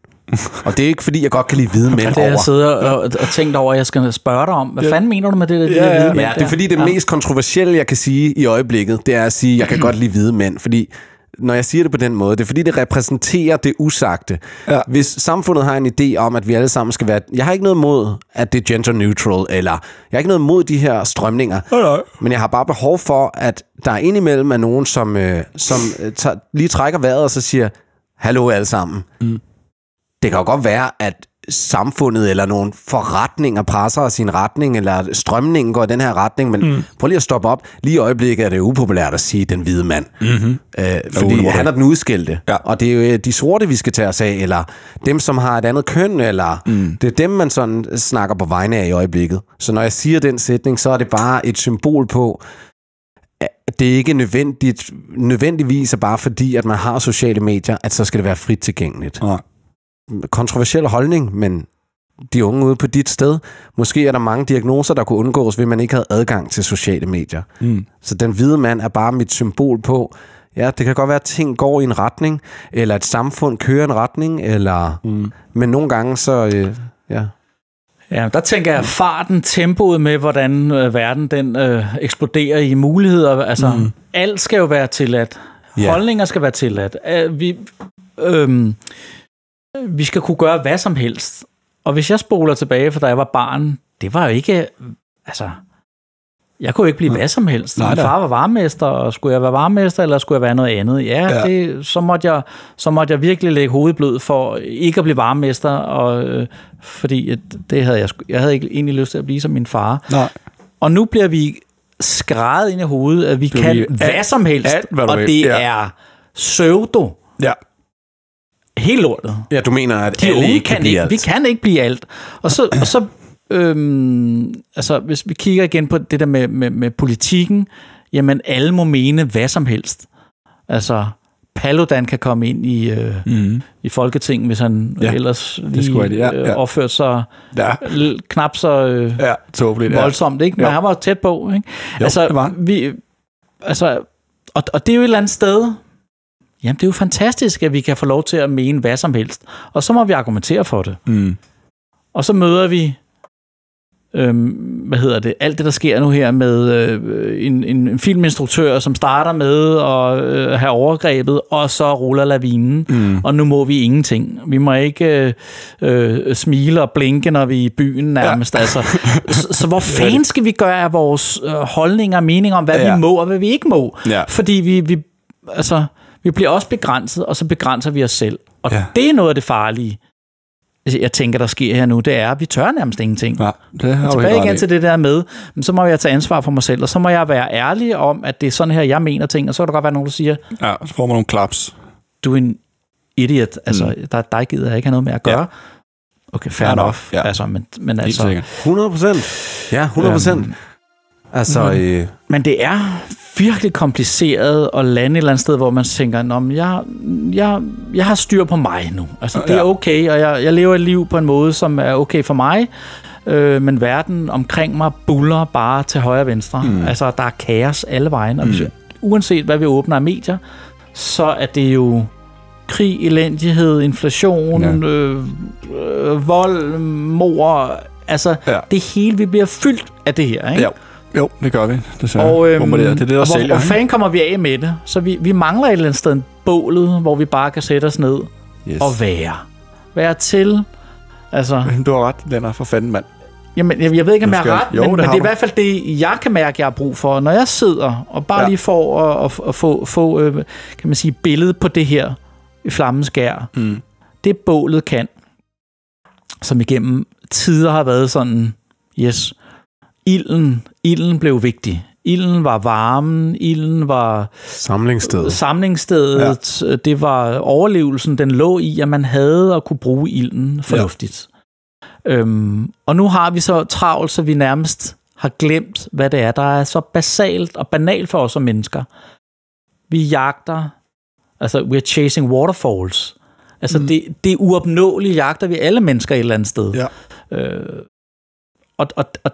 B: Og det er ikke, fordi jeg godt kan lide hvide mænd
D: Det har
B: over.
D: jeg siddet og, og tænkt over, at jeg skal spørge dig om. Hvad fanden mener du med det der? de der
C: Ja, ja.
D: hvide
C: Ja,
D: mænd
B: Ja, det er
D: der?
B: fordi, det
D: Ja.
B: mest kontroversielle, jeg kan sige i øjeblikket, det er at sige, at jeg kan godt lide hvide mænd. Fordi når jeg siger det på den måde, det er fordi, det repræsenterer det usagte. Ja. Hvis samfundet har en idé om, at vi alle sammen skal være... Jeg har ikke noget mod, at det er gender neutral, eller jeg har ikke noget mod de her strømninger.
C: nej.
B: Men jeg har bare behov for, at der indimellem er nogen, som, øh, som øh, tager, lige trækker vejret og så siger, hallo alle sammen. Mm. Det kan jo godt være, at samfundet eller nogle forretninger presser os i en retning, eller at strømningen går i den her retning, men mm. prøv lige at stoppe op. Lige i øjeblikket er det upopulært at sige den hvide mand. Mm-hmm. Øh, fordi
C: det må
B: uh,
C: du
B: han er den udskilte.
C: Ja.
B: Og det er jo øh, de sorte, vi skal tage os af, eller dem, som har et andet køn, eller mm. det er dem, man sådan snakker på vegne af i øjeblikket. Så når jeg siger den sætning, så er det bare et symbol på, at det ikke nødvendigt, nødvendigvis er bare fordi, at man har sociale medier, at så skal det være frit tilgængeligt.
C: Nej.
B: Kontroversiel holdning, men de unge ude på dit sted, måske er der mange diagnoser, der kunne undgås, ved at man ikke havde adgang til sociale medier.
C: Mm.
B: Så den hvide mand er bare mit symbol på, ja, det kan godt være, at ting går i en retning, eller et samfund kører en retning, eller... Mm. Men nogle gange så... Øh, ja.
D: Ja, der tænker jeg farten, tempoet med, hvordan øh, verden den øh, eksploderer i muligheder. Altså, mm. alt skal jo være tilladt.
B: Ja.
D: Holdninger skal være tilladt. Øh, vi, øhm, vi skal kunne gøre hvad som helst. Og hvis jeg spoler tilbage, for da jeg var barn, det var jo ikke... Altså, jeg kunne jo ikke blive hvad som helst.
C: Nej
D: Min
C: da.
D: far var varmester, og skulle jeg være varmester, eller skulle jeg være noget andet? Ja,
C: Ja.
D: ja. Det, så, måtte jeg, så måtte jeg virkelig lægge hovedet blød for ikke at blive varmester, og, øh, fordi at det havde jeg, sgu- jeg havde ikke egentlig lyst til at blive som min far.
C: Nej.
D: Og nu bliver vi skrejet ind i hovedet, at vi
C: Du
D: kan
C: bliver-
D: hvad
C: alt-
D: som helst,
C: alt, hvad du
D: og
C: vil.
D: det
C: Ja.
D: er pseudo.
C: Ja.
D: Helt lortet.
B: ja, du mener, at
D: De
B: alle
D: unge
B: ikke kan,
D: kan
B: blive
D: ikke,
B: alt.
D: vi kan ikke blive alt. Og så, og så øhm, altså, hvis vi kigger igen på det der med, med, med politikken, jamen alle må mene hvad som helst. Altså, Paludan kan komme ind i, øh,
C: Mm.
D: i Folketinget, hvis han
C: Ja,
D: ja, ellers
C: skulle
D: lige
C: jeg- ja, ja.
D: øh, opførte sig
C: Ja.
D: l- knap så øh,
C: Ja, tåbeligt. Ja.
D: voldsomt, ikke? Men
C: Jo.
D: han var tæt på, ikke?
C: Jo,
D: altså,
C: det var han.
D: vi, altså, og, og det er jo et eller andet sted, jamen det er jo fantastisk, at vi kan få lov til at mene hvad som helst. Og så må vi argumentere for det.
C: Mm.
D: Og så møder vi, øhm, hvad hedder det, alt det, der sker nu her med øh, en, en, en filminstruktør, som starter med at øh, have overgrebet, og så ruller lavinen.
C: Mm.
D: Og nu må vi ingenting. Vi må ikke øh, øh, smile og blinke, når vi er i byen nærmest. Ja. Altså. Så, så hvor fanden skal vi gøre af vores øh, holdninger og meninger om, hvad
C: Ja.
D: ja. vi må og hvad vi ikke må?
C: Ja.
D: Fordi vi, vi, altså, vi bliver også begrænset, og så begrænser vi os selv. Og
C: Ja.
D: ja. det er noget af det farlige, altså, jeg tænker, der sker her nu, det er, at vi tør nærmest ingenting.
C: Ja, det har du helt
D: Tilbage
C: ret
D: igen
C: i.
D: til det der med, "Men så må jeg tage ansvar for mig selv, og så må jeg være ærlig om, at det er sådan her, jeg mener ting, og så kan der godt være nogen, der siger,
C: Ja, så får man nogle klaps.
D: du er en idiot. Altså, mm. der, dig gider jeg ikke have noget med at gøre. Okay, fair
C: Ja, nå,
D: enough.
C: ja.
D: Ja. Altså, men, men
C: Helt
D: altså,
C: sikkert.
B: 100 procent. Ja, 100 procent.
D: Øhm,
B: altså, øh,
D: Men det er virkelig kompliceret at lande et eller andet sted, hvor man tænker, Nå, men jeg, jeg, jeg har styr på mig nu. Altså, det
C: Ja.
D: er okay, og jeg, jeg lever et liv på en måde, som er okay for mig, øh, men verden omkring mig buller bare til højre og venstre. Mm. Altså, der er kaos alle vejen, og mm. uanset hvad vi åbner af medier, så er det jo krig, elendighed, inflation, ja. øh, øh, vold, mor, altså
C: Ja.
D: ja. det hele, vi bliver fyldt af det her, ikke?
C: Ja. Jo, det gør vi. Desværre.
D: Og, øhm,
C: Bombarderet. det er det, der
D: og hvor,
C: sælger.
D: hvor
C: ikke?
D: fanden kommer vi af med det? Så vi, vi mangler et eller andet sted en bålet, hvor vi bare kan sætte os ned
B: yes.
D: og være. Være til. Altså,
C: Men Du har ret, Lennart, for fanden, mand.
D: jamen, jeg, jeg ved ikke, om
C: Nu
D: jeg har
C: skal-
D: ret, men,
C: Jo, det
D: det, men
C: har
D: det er i
C: du.
D: hvert fald det, jeg kan mærke, jeg har brug for, når jeg sidder og bare
C: Ja.
D: ja. lige får at, at, at få, få øh, kan man sige, billedet på det her i flammens skær.
C: Mm.
D: Det bålet kan, som igennem tider har været sådan, yes, ilden, ilden blev vigtig. Ilden var varmen, ilden var
B: samlingssted.
D: samlingsstedet, ja. det var overlevelsen, den lå i, at man havde at kunne bruge ilden fornuftigt. Ja. Øhm, og nu har vi så travlt, så vi nærmest har glemt, hvad det er, der er så basalt og banalt for os som mennesker. Vi jagter, altså we're chasing waterfalls. Altså mm. det, det uopnåelige jagter vi alle mennesker et eller andet sted.
C: Ja.
D: Øh, og, og, og,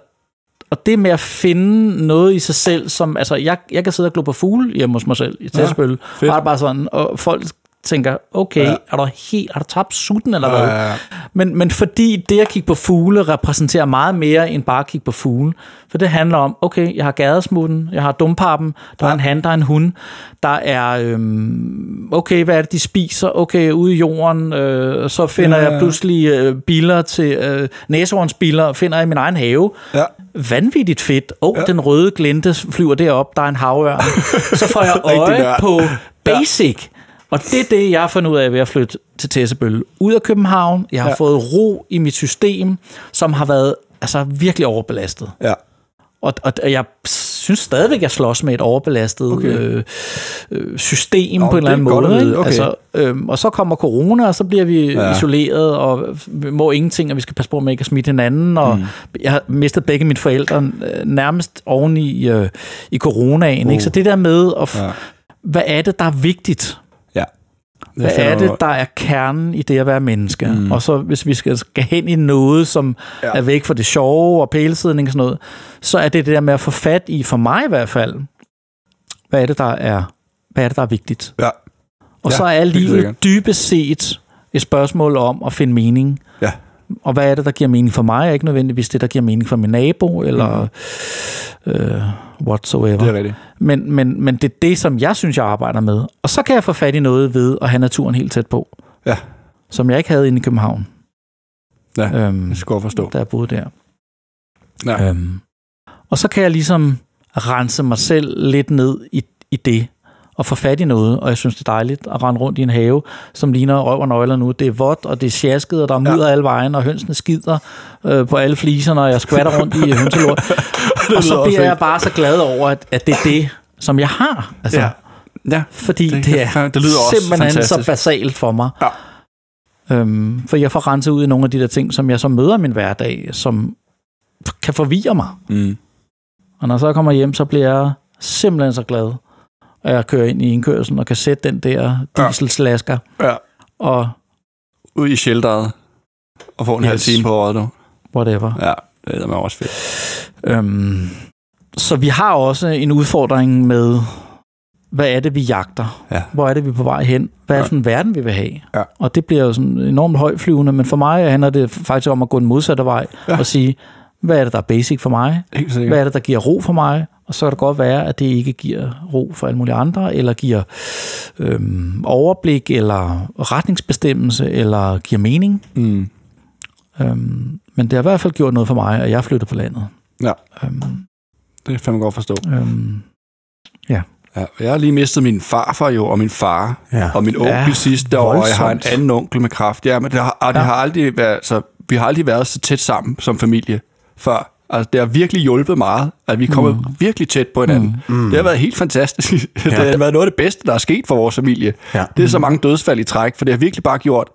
D: og det med at finde noget i sig selv, som, altså jeg, jeg kan sidde og glo på fugle hjemme hos mig selv i Tæsbøl, ja,
C: fedt.
D: og er bare sådan, og folk tænker, okay,
C: Ja.
D: ja. er du helt, har du tabt sutten eller hvad?
C: ja, ja.
D: Men, men fordi det at kigge på fugle repræsenterer meget mere end bare at kigge på fugle. For det handler om, okay, jeg har gadesmutten, jeg har dumpappen, der ja. er en han, der er en hund, der er, øhm, okay, hvad er det, de spiser? Okay, ude i jorden, øh, så finder
C: Ja,
D: ja,
C: ja,
D: ja.
C: ja.
D: jeg pludselig øh, biler til, øh, næsehornsbiler finder jeg i min egen have.
C: Ja.
D: Vanvittigt fedt. Åh, oh, ja. den røde glinte flyver derop, der er en havørn. så får jeg
C: Rigtig
D: øje
C: nørd.
D: på basic. Og det er det, jeg har fundet ud af ved at flytte til Tessebøl. Ud af København, jeg har
C: Ja.
D: ja. fået ro i mit system, som har været altså, virkelig overbelastet.
C: ja.
D: Og, og, og jeg synes stadigvæk, jeg slås med et overbelastet
C: Okay.
D: okay. øh, øh, system
C: Nå,
D: Nå, på en
C: det er
D: eller anden
C: godt at
D: måde.
C: vide.
D: Ikke?
C: Okay.
D: Altså, øhm, og så kommer corona, og så bliver vi
C: Ja.
D: ja. isoleret, og vi må ingenting, og vi skal passe på med ikke at smitte hinanden. Og mm. Jeg har mistet begge mine forældre øh, nærmest oven i, øh, i coronaen. Ikke? Så det der med, at f-
C: Uh. Ja.
D: ja. hvad er det, der er vigtigt?
C: ja.
D: Hvad
C: finder
D: er
C: du
D: det,
C: godt.
D: der er kernen i det at være menneske? Mm. Og så hvis vi skal, skal hen i noget, som
C: Ja.
D: ja. er væk fra det sjove og pælesidning og sådan noget, så er det det der med at få fat i, for mig i hvert fald, hvad er det, der er, hvad er, det, der er vigtigt?
C: Ja.
D: Og
C: Ja,
D: ja, så er
C: helt sikkert.
D: livet dybest set et spørgsmål om at finde mening.
C: Ja.
D: Og hvad er det, der giver mening for mig? Er ikke nødvendigvis det, der giver mening for min nabo, eller mm. øh, whatsoever.
C: Det er rigtigt.
D: Men, men, men det er det, som jeg synes, jeg arbejder med. Og så kan jeg få fat i noget ved at have naturen helt tæt på.
C: Ja.
D: Som jeg ikke havde inde i København,
C: Ja.
D: øhm,
C: Det skal jeg godt forstå.
D: da jeg boede der.
C: Ja.
D: Øhm, og så kan jeg ligesom rense mig selv lidt ned i, i det, og få fat i noget, og jeg synes, det er dejligt at rende rundt i en have, som ligner røv og nøgler nu. Det er vådt, og det er sjasket, og der er mudder alle vejen, og hønsene skider øh, på alle fliserne, og jeg skvatter rundt i hønselort. og så
C: lyder
D: bliver jeg
C: fedt.
D: bare så glad over, at, at det er det, som jeg har. Altså,
C: Ja. ja.
D: fordi
C: Det-
D: det,
C: det-
D: det
C: fa-
D: er
C: det lyder også
D: simpelthen
C: fantastisk.
D: så basalt for mig.
C: Ja.
D: Øhm, for jeg får renset ud i nogle af de der ting, som jeg så møder i min hverdag, som f- kan forvirre mig.
C: Mm.
D: Og når jeg så kommer hjem, så bliver jeg simpelthen så glad, at jeg kører ind i indkørselen og kan sætte den der
C: Ja.
D: dieselslasker.
C: Ja.
D: Og
C: Ud i shelteret. Og få en yes. halv
D: Yes.
C: time på året, du.
D: whatever.
C: Ja. Det er mig også fedt.
D: Øhm, så vi har også en udfordring med, hvad er det, vi jagter?
C: Ja.
D: Hvor er det, vi er på vej hen? Hvad er
C: Ja.
D: det for en verden, vi vil have?
C: Ja.
D: Og det bliver jo sådan enormt højflyvende, men for mig handler det faktisk om at gå den modsatte vej
C: Ja.
D: og sige, hvad er det, der er basic for mig?
C: Helt sikkert.
D: Hvad er det, der giver ro for mig? Og så kan det godt være, at det ikke giver ro for alle mulige andre, eller giver øhm, overblik, eller retningsbestemmelse, eller giver mening.
C: Mm.
D: Øhm, men det har i hvert fald gjort noget for mig, at jeg flytter på landet.
C: Ja.
D: Øhm,
C: Det kan fandme godt forstå.
D: Øhm,
C: Ja. Jeg har lige mistet min farfar jo, og min far.
B: Ja.
C: Og min onkel ja,
D: Ja,
C: sidste år, og jeg har en
D: voldsomt.
C: anden onkel med kraft. Ja, men det har, og det ja.
D: Ja.
C: har aldrig været, altså, vi har aldrig været så tæt sammen som familie før. Altså, det har virkelig hjulpet meget at vi er kommet mm. virkelig tæt på hinanden. Mm. Det har været helt fantastisk. Ja. det har været noget af det bedste, der er sket for vores familie.
B: Ja.
C: Ja. Det er så mange dødsfald i træk, for det har virkelig bare gjort,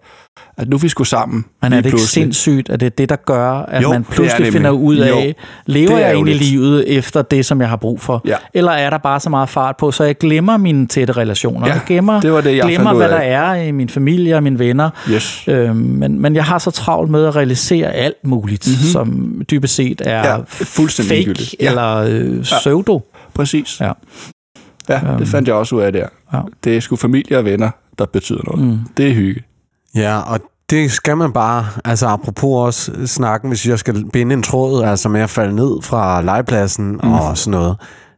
C: at nu er vi skulle sammen.
D: Men er
C: lige
D: det ikke
C: pludselig.
D: sindssygt, at det er det, der gør, at
C: Jo,
D: jo, man
C: det er
D: pludselig
C: nemlig.
D: finder ud
C: Jo,
D: af, lever
C: det er
D: jeg egentlig
C: ærgerligt.
D: livet efter det, som jeg har brug for?
C: Ja.
D: Eller er der bare så meget fart på, så jeg glemmer mine tætte relationer?
C: Ja,
D: jeg glemmer,
C: det var det, jeg
D: glemmer
C: fandt ud
D: hvad der
C: af.
D: er i min familie og mine venner.
C: Yes.
D: Øhm, men, men jeg har så travlt med at realisere alt muligt, mm-hmm. som dybest set er
C: Mhm. Ja,
D: ja,
C: fuldstændig ligegyldigt.
D: fake
C: Ja.
D: ja. eller øh, pseudo.
C: Præcis.
D: Ja. øhm.
C: Ja, det fandt jeg også ud af der.
D: Ja.
C: Det er sgu familie og venner, der betyder noget. Mm. Det er hygge.
B: Ja, og det skal man bare, altså apropos også snakken, hvis jeg skal binde en tråd, altså med at falde ned fra legepladsen mm. og sådan noget.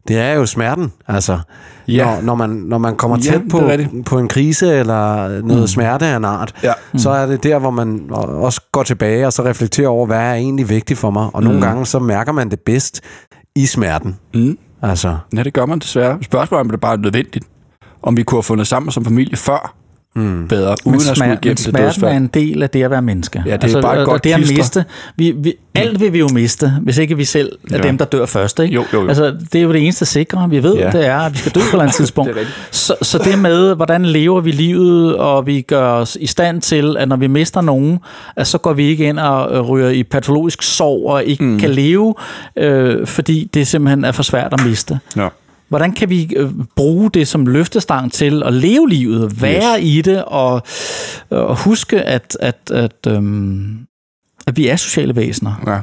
B: Det er jo smerten, altså.
C: Ja.
B: Ja. Når, når, man, når man kommer
C: Ja,
B: tæt
C: det er
B: på,
C: rigtigt.
B: på en krise eller noget mm. smerte af en art,
C: Ja.
B: mm. så er det der, hvor man o- også går tilbage og så reflekterer over, hvad er egentlig vigtigt for mig. Og nogle gange, så mærker man det bedst i smerten.
C: Mm.
B: Altså,
C: Ja, det gør man desværre. Spørgsmålet er, om det bare er nødvendigt. Om vi kunne have fundet sammen som familie før mm. bedre, uden
D: Men,
C: at skulle
D: smer- men
C: igennem det
D: smerten er
C: dødsfald.
D: en del af det at være menneske. Altså,
C: det er bare et
D: og- og
C: godt
D: det at
C: klister.
D: miste. Vi, vi, alt vil vi jo miste, hvis ikke vi selv er
C: Ja.
D: ja. dem, der dør først. Ikke?
C: Jo, jo, jo.
D: Altså, det er jo det eneste sikre, vi ved,
C: Ja.
D: ja. det er, at vi skal dø på et eller andet tidspunkt.
C: Det er
D: så, så det med, hvordan lever vi livet, og vi gør os i stand til, at når vi mister nogen, at så går vi ikke ind og øh, ryger i patologisk sorg og ikke mm. kan leve, øh, fordi det simpelthen er for svært at miste.
C: Ja.
D: Hvordan kan vi øh, bruge det som løftestang til at leve livet, være yes. i det og, og huske, at, at, at, øhm, at vi er sociale væsener?
C: Ja.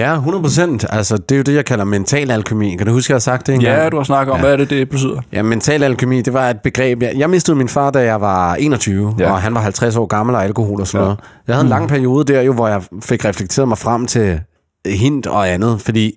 B: ja, 100 procent. Altså, det er jo det, jeg kalder mental alkemi. Kan du huske, jeg har sagt det engang?
C: ja, du har snakket om, ja. hvad er det, det betyder.
B: Ja, mental alkemi, det var et begreb. Jeg, jeg mistede min far, da jeg var 21,
C: Ja.
B: ja. og han var 50 år gammel og alkohol og sådan ja. noget. Jeg havde en lang periode der, jo, hvor jeg fik reflekteret mig frem til hint og andet, fordi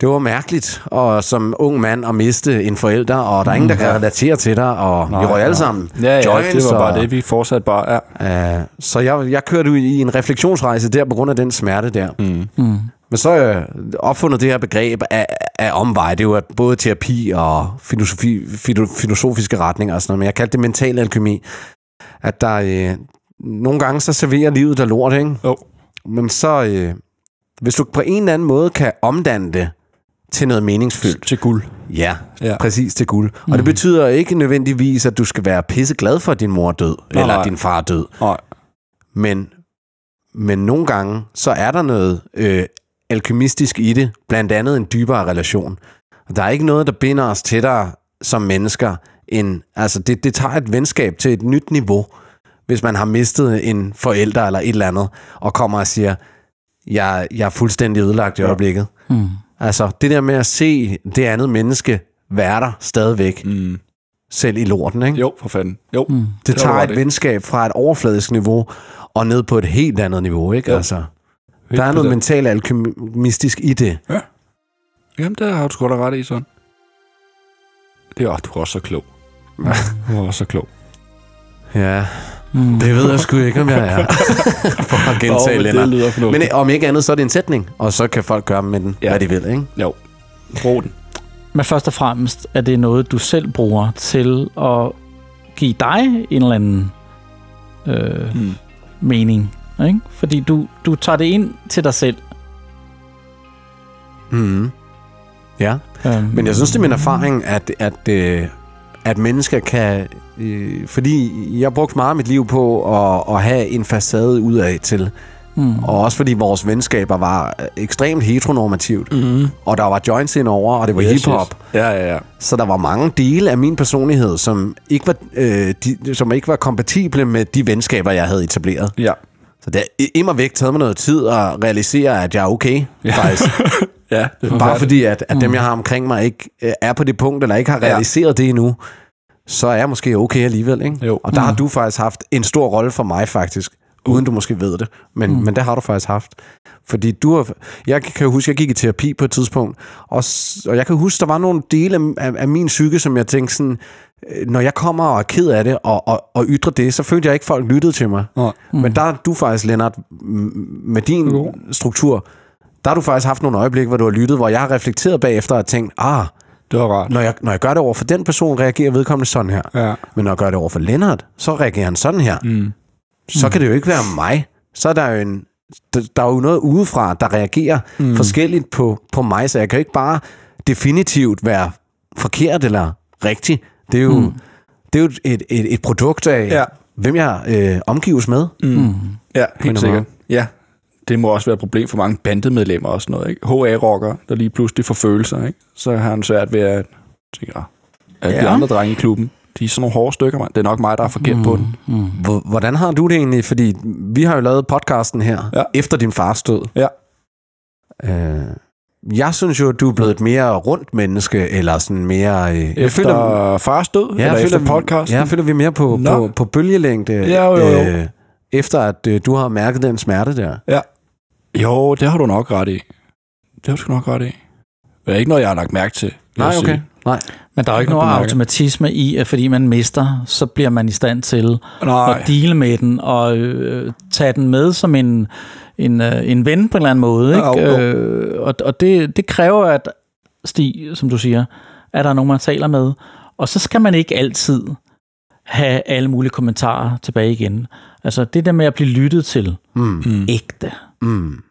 B: det var mærkeligt og som ung mand at miste en forælder, og der er
C: Mm.
B: ingen, der kan relatere til dig, og vi røg alle sammen.
C: Ja, ja,
B: joints
C: det var
B: og-
C: bare det, vi fortsat bare er.
B: Øh, så jeg, jeg kørte ud i en refleksionsrejse der på grund af den smerte der. Mm.
D: Mm.
B: Men så har jeg opfundet det her begreb af, af omveje. Det er jo både terapi og filosofi, filo, filosofiske retninger og sådan noget. Men jeg kaldte det mental alkemi. At der øh, nogle gange så serverer livet der lort, ikke?
C: Jo.
B: Men så, øh, hvis du på en eller anden måde kan omdanne det til noget meningsfyldt.
C: Til guld.
B: Ja,
C: Ja.
B: ja. præcis til guld. Mm. Og det betyder ikke nødvendigvis, at du skal være pisseglad for, at din mor er død,
C: Nej,
B: nej, eller
C: nej.
B: at din far er død.
C: Nej.
B: Men, men nogle gange, så er der noget øh, alkymistisk i det, blandt andet en dybere relation. Og Der er ikke noget, der binder os tættere som mennesker, end, altså det, det tager et venskab til et nyt niveau, hvis man har mistet en forælder eller et eller andet, og kommer og siger, jeg, jeg er fuldstændig ødelagt i øjeblikket.
D: Mm.
B: Altså, det der med at se det andet menneske være der stadigvæk,
C: Mm.
B: selv i lorten, ikke?
C: Jo, for fanden. Jo. Mm. var
B: Det tager
C: godt,
B: et
C: ikke?
B: venskab fra et overfladisk niveau og ned på et helt andet niveau, ikke?
C: Jo.
B: Altså, der er noget mentalt alkymistisk i det.
C: Jamen, der har du sgu da ret i, sådan. Det var, du er også så klog. du var også så klog.
B: Ja, mm. det ved jeg sgu ikke, om jeg er. For at
C: Åh,
B: gentage
C: men
B: Lennart.
C: det lyder fornuftigt.
B: Men øh, om ikke andet, så er det en sætning, og så kan folk gøre med den,
C: Ja.
B: ja. hvad de vil, ikke?
C: Jo. Brug den.
D: Men først og fremmest er det noget, du selv bruger til at give dig en eller anden øh,
C: Mm.
D: mm. mening. Ikke? Fordi du, du tager det ind til dig selv.
B: Mm. Ja,
D: Øhm,
B: men jeg synes, det er min erfaring, at, at, øh, at mennesker kan... Øh, fordi jeg brugte meget af mit liv på at, at have en facade udad til.
D: mm.
B: Og også fordi vores venskaber var øh, ekstremt heteronormativt.
C: Mm.
B: Og der var joints indover, og det var Mm-hmm. yes, hiphop. Yes.
C: Ja, ja, ja.
B: Så der var mange dele af min personlighed, som ikke var, øh, de, som ikke var kompatible med de venskaber, jeg havde etableret.
C: Ja.
B: Så det har immer væk taget mig noget tid at realisere, at jeg er okay, ja. faktisk.
C: Ja, det er
B: Bare fordi, at, at dem, jeg har omkring mig, ikke øh, er på det punkt, eller ikke har
C: Mm. Ja.
B: realiseret ja. det endnu, så er jeg måske okay alligevel. Ikke?
C: Jo. Mm.
B: Og der har du faktisk haft en stor rolle for mig, faktisk. Uden du måske ved det. Men, mm. men det har du faktisk haft. Fordi du har... Jeg kan jo huske, jeg gik i terapi på et tidspunkt, og, s- og jeg kan huske, der var nogle dele af, af, af min psyke, som jeg tænkte sådan, øh, når jeg kommer og er ked af det, og, og, og ytrer det, så følte jeg ikke, folk lyttede til mig.
C: Nej.
B: Men der er du faktisk, Lennart, m- med din
C: Jo.
B: struktur, der har du faktisk haft nogle øjeblikke, hvor du har lyttet, hvor jeg har reflekteret bagefter og tænkt, ah,
C: Det var rart.
B: når jeg, når jeg gør det over for den person, reagerer vedkommende sådan her.
C: Ja.
B: Men når jeg gør
C: Mm.
B: det over for Lennart, så reagerer han sådan her. Mm. Så kan det jo ikke være mig. Så er der jo en, der, der er jo noget udefra, der reagerer mm. forskelligt på, på mig, så jeg kan jo ikke bare definitivt være forkert eller rigtig. Det er jo, mm. det er jo et, et, et produkt af,
C: Ja.
B: ja. hvem jeg øh, omgives med.
C: Mm. Ja,
B: en
C: helt
B: eller anden
C: sikkert. Ja. Det må også være et problem for mange bandemedlemmer og sådan noget. Ikke? HA-rockere, der lige pludselig får følelser, ikke? så har han svært ved at tænke, "Ah, at ja. de
D: Ja.
C: andre drenge i klubben, de er sådan nogle hårde stykker, mand. Det er nok mig, der er forkert mm. på den.
B: Hvor- Hvordan har du det egentlig? Fordi vi har jo lavet podcasten her,
C: Ja.
B: ja. efter din fars død.
C: Ja.
B: Øh, jeg synes jo, at du er blevet et mere rundt menneske, eller sådan mere... Øh,
C: Efter føler, fars død, ja, eller efter podcasten.
B: Ja, føler vi mere på,
C: Nå.
B: på, på bølgelængde,
C: Ja, jo, jo, jo.
B: Øh, efter at øh, du har mærket den smerte der.
C: Jo, det har du nok ret i. Det har du sgu nok ret i. Det er ikke noget, jeg har lagt mærke til. vil jeg sige.
B: Nej.
D: Men der er jo ikke
C: Jeg
D: noget
C: bemærker.
D: automatisme i, at fordi man mister, så bliver man i stand til
C: Nej.
D: at deale med den og øh, tage den med som en, en, øh, en ven på en eller anden måde. Ikke?
C: Jo, jo.
D: Øh, og og det, det kræver, at Stig, som du siger, at der er nogen, man taler med. Og så skal man ikke altid have alle mulige kommentarer tilbage igen. Altså det der med at blive lyttet til
B: Mm.
C: Mm.
D: ægte,
B: Mm.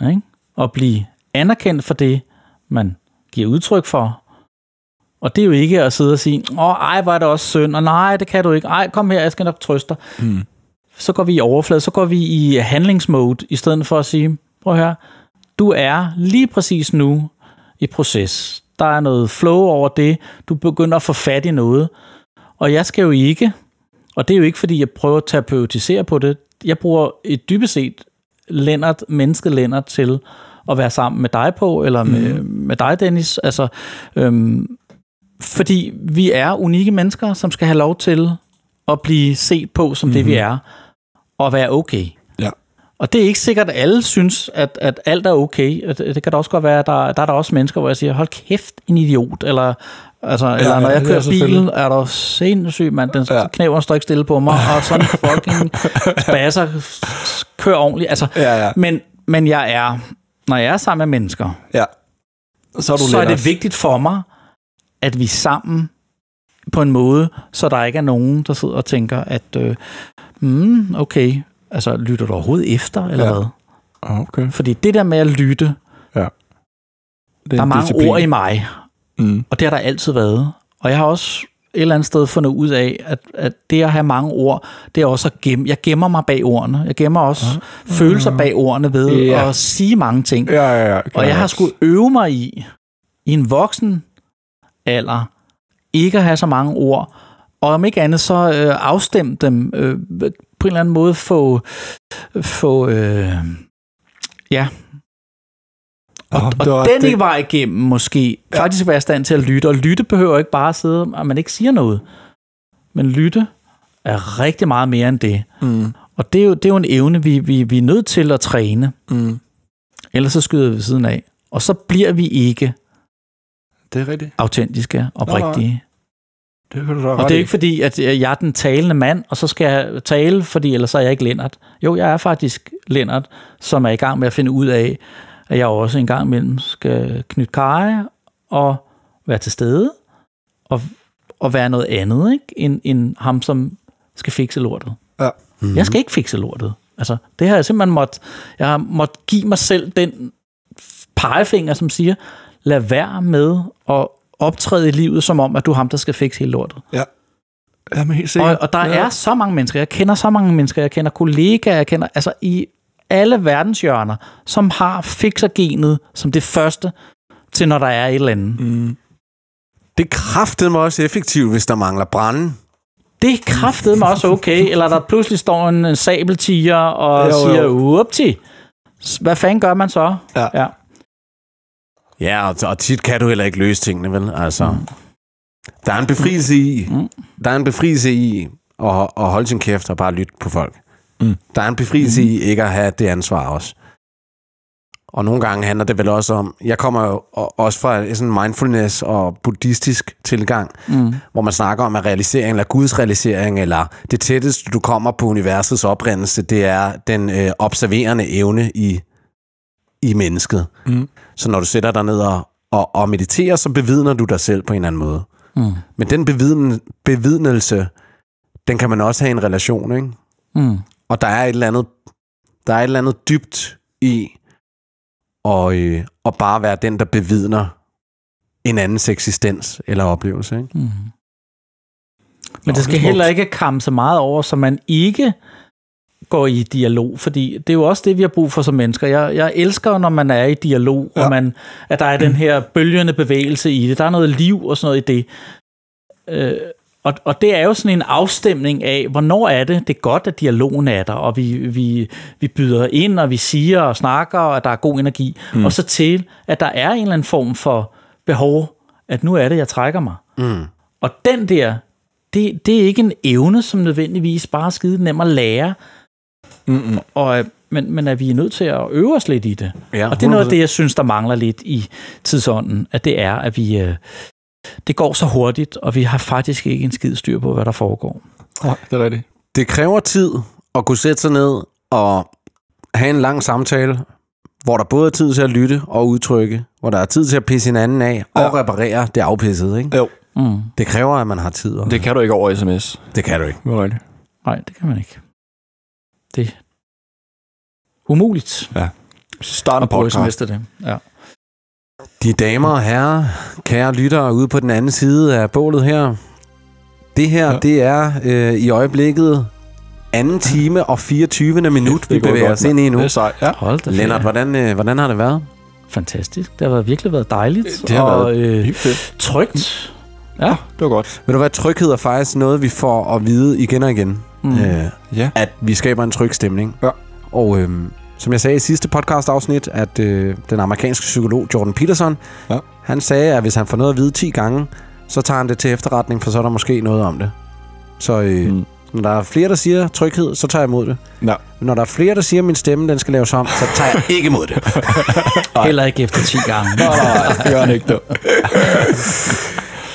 D: ikke? og blive anerkendt for det, man giver udtryk for. Og det er jo ikke at sidde og sige, åh, ej, hvor er det også synd, og nej, det kan du ikke, ej, kom her, jeg skal nok trøste dig.
C: Mm.
D: Så går vi i overflade, så går vi i handlingsmode, i stedet for at sige, prøv at høre, du er lige præcis nu i proces. Der er noget flow over det, du begynder at få fat i noget, og jeg skal jo ikke, og det er jo ikke, fordi jeg prøver at terapeutisere på det, jeg bruger et dybest set Lennart, mennesket Lennart til at være sammen med dig på, eller
C: Mhm.
D: med, med dig, Dennis. Altså, øhm, fordi vi er unikke mennesker, som skal have lov til at blive set på som mm-hmm. det, vi er, og være okay.
C: Mhm. Ja.
D: Og det er ikke sikkert, at alle synes, at, at alt er okay. At- Det kan da også godt være, at der, der er der også mennesker, hvor jeg siger, hold kæft, en idiot. Eller, altså, ja, eller når
C: ja,
D: jeg
C: ja,
D: kører bil,
C: selvfølgelig.
D: er der sindssygt, mand. Den
C: Ja.
D: ja. knæver står ikke stille på mig, og sådan fucking spasser, s- kører ordentligt. Altså,
C: Ja, ja.
D: men, men jeg er, når jeg er sammen med mennesker,
C: ja. Så er du
D: så er
C: Lennart.
D: det vigtigt for mig, at vi er sammen på en måde, så der ikke er nogen, der sidder og tænker, at øh, mm, okay, altså lytter du overhovedet efter, eller
C: Ja.
D: ja. hvad?
C: Okay.
D: Fordi det der med at lytte, der
C: Det
D: er
C: en
D: mange
C: disciplin.
D: ord i mig,
C: Mm.
D: og det har der altid været. Og jeg har også et eller andet sted fundet ud af, at, at det at have mange ord, det er også at gemme. Jeg gemmer mig bag ordene. Jeg gemmer også følelser bag ordene ved
C: Ja.
D: at sige mange ting.
C: Ja, ja, ja.
D: Og jeg har skulle øve mig i, i en voksen alder, ikke at have så mange ord, og om ikke andet så øh, afstemme dem øh, på en eller anden måde, få, få øh, ja,
C: Og,
D: og den ikke vej igennem måske ja. faktisk være i stand til at lytte, og lytte behøver ikke bare at sidde, og man ikke siger noget, men lytte er rigtig meget mere end det.
C: Mm.
D: Og det er jo, det er jo en evne, vi, vi, vi er nødt til at træne,
C: Mm.
D: ellers så skyder vi ved siden af, og så bliver vi ikke
C: Det er rigtigt.
D: autentiske, oprigtige.
C: Det hører du da ret
D: Og det
C: i.
D: er ikke fordi, at jeg er den talende mand, og så skal jeg tale, fordi ellers er jeg ikke Lennart. Jo, jeg er faktisk Lennart, som er i gang med at finde ud af, at jeg også en gang imellem skal knytte karre og være til stede og, og være noget andet, ikke? End, end ham, som skal fikse lortet.
C: Ja.
B: mm.
D: Mm-hmm. Jeg skal ikke fikse lortet. Altså, det har jeg simpelthen måtte, jeg har måtte give mig selv den pegefinger, som siger, lad være med at optræde i livet, som om, at du er ham, der skal fikse hele lortet.
C: Ja, men helt
D: Og,
C: sikkert.
D: og der
C: ja.
D: er så mange mennesker. Jeg kender så mange mennesker. Jeg kender kollegaer. Jeg kender altså i alle verdenshjørner, som har fixergenet som det første til, når der er et eller andet. Mm.
C: Mm.
B: Det kræftede mig også effektivt, hvis der mangler brænde.
D: Det kræftede mig også okay. Eller der pludselig står en, en sabeltiger og
C: Jo,
D: jo,
C: jo.
D: siger, upti, hvad fanden gør man så?
C: Ja.
D: ja.
B: Ja, og, og tit kan du heller ikke løse tingene, vel? Altså, mm. der er en befrielse i,
D: Mm.
B: mm. der er en befrielse i at, at holde sin kæft og bare lytte på folk.
C: Mm.
B: Der er en befrielse mm. i ikke at have det ansvar også. Og nogle gange handler det vel også om, jeg kommer jo o- også fra sådan en mindfulness og buddhistisk tilgang,
D: Mm.
B: hvor man snakker om, at realisering eller Guds realisering, eller det tætteste, du kommer på universets oprindelse, det er den øh, observerende evne i, i mennesket.
C: Mm.
B: Så når du sætter dig ned og, og, og mediterer, så bevidner du dig selv på en eller anden måde.
D: Mm.
B: Men den bevidn, bevidnelse, den kan man også have i en relation, ikke?
D: Mm.
B: Og der er et eller andet, Der er et eller andet dybt i og, øh, og bare være den, der bevidner en andens eksistens eller oplevelse. Ikke?
D: Mm. Men
C: det er
D: det skal
C: smukt.
D: heller ikke kamme så meget over, så man ikke går i dialog, fordi det er jo også det, vi har brug for som mennesker. Jeg, jeg elsker, når man er i dialog, ja.
C: Ja.
D: og man, at der er den her bølgende bevægelse i det. Der er noget liv og sådan noget i det. Øh, og, og det er jo sådan en afstemning af, hvornår er det, det er godt, at dialogen er der, og vi, vi, vi byder ind, og vi siger og snakker, og at der er god energi, mm. og så til, at der er en eller anden form for behov, at nu er det, jeg trækker mig.
B: Mm.
D: Og den der, det, det er ikke en evne, som nødvendigvis bare er skide nem at lære,
C: Mm-mm.
D: og, øh, men, men at vi er nødt til at øve os lidt i det.
B: Ja,
D: Og det er noget af det, jeg synes, der mangler lidt i tidsånden, at det er, at vi... øh, Det går så hurtigt, og vi har faktisk ikke en skid styr på, hvad der foregår.
C: Nej, det er rigtigt.
B: Det kræver tid at kunne sætte sig ned og have en lang samtale, hvor der både er tid til at lytte og udtrykke, hvor der er tid til at pisse hinanden af og
C: Ja.
B: reparere det afpissede. Ikke?
C: Jo.
D: Mm.
B: Det kræver, at man har tid. Og...
C: Det kan du ikke over sms.
B: det kan du ikke.
C: Det er rigtigt.
D: Nej, det kan man ikke. Det er umuligt
C: Start
D: at bruge sms til det. Ja.
B: De damer og herrer, kære lyttere ude på den anden side af bålet her. Det her, ja.
C: Ja.
B: det er øh, i øjeblikket anden time og 24. minut, vi
C: går
B: bevæger
C: godt,
B: os ind i nu.
C: Det er sejt. Ja.
D: Hold da
B: Lennart,
D: ferie.
B: hvordan, øh, hvordan har det været?
D: Fantastisk. Det har været- virkelig været dejligt.
B: Det har
D: og, Øh,
C: Helt fedt.
D: trygt.
C: Det var godt.
B: Ved du hvad, tryghed er faktisk noget, vi får at vide igen og igen.
D: Mm.
B: Øh,
C: Ja.
B: at vi skaber en tryg stemning.
C: Ja.
B: Og øhm, som jeg sagde i sidste podcast-afsnit, at øh, den amerikanske psykolog Jordan Peterson,
C: Ja.
B: han sagde, at hvis han får noget at vide 10 gange, så tager han det til efterretning, for så er der måske noget om det. Så øh, mm.
C: Mm.
B: når der er flere, der siger tryghed, så tager jeg imod det.
C: Nå.
B: Men når der er flere, der siger, at min stemme den skal laves om, så tager jeg ikke imod det.
D: Heller ikke efter 10 gange.
C: Nej, det gør han ikke dog.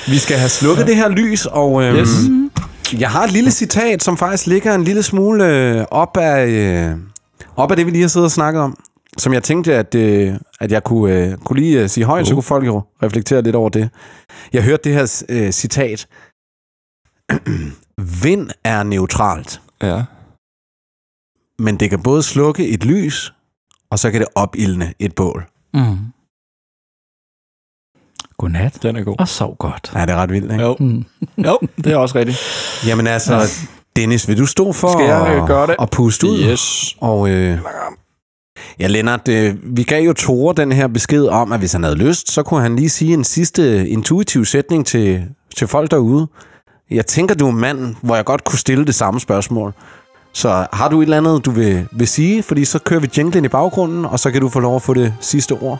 B: Vi skal have slukket det her lys, og øhm, yes.
C: Yes.
B: jeg har et lille citat, som faktisk ligger en lille smule øh, op, af, øh, op af det, vi lige har siddet og snakket om, som jeg tænkte, at, øh, at jeg kunne, øh, kunne lige øh, sige højt,
C: Uh-huh.
B: uh. så kunne folk jo reflektere lidt over det. Jeg hørte det her øh, citat. Vind er neutralt,
C: Ja.
B: men det kan både slukke et lys, og så kan det opildne et bål.
D: Mm. Godnat,
C: Den er god.
D: og sov godt.
B: Ja, det er ret vildt, ikke?
C: Jo.
D: Mm.
C: jo, det er også rigtigt.
B: Jamen altså, Dennis, vil du stå for
C: Skal jeg, øh, gøre det?
B: at, at puste ud?
C: Yes.
B: Og øh, ja, Lennart, øh, vi gav jo Tore den her besked om, at hvis han havde lyst, så kunne han lige sige en sidste intuitiv sætning til, til folk derude. Jeg tænker, du er manden, hvor jeg godt kunne stille det samme spørgsmål. Så har du et eller andet, du vil, vil sige? Fordi så kører vi jinglen i baggrunden, og så kan du få lov at få det sidste ord.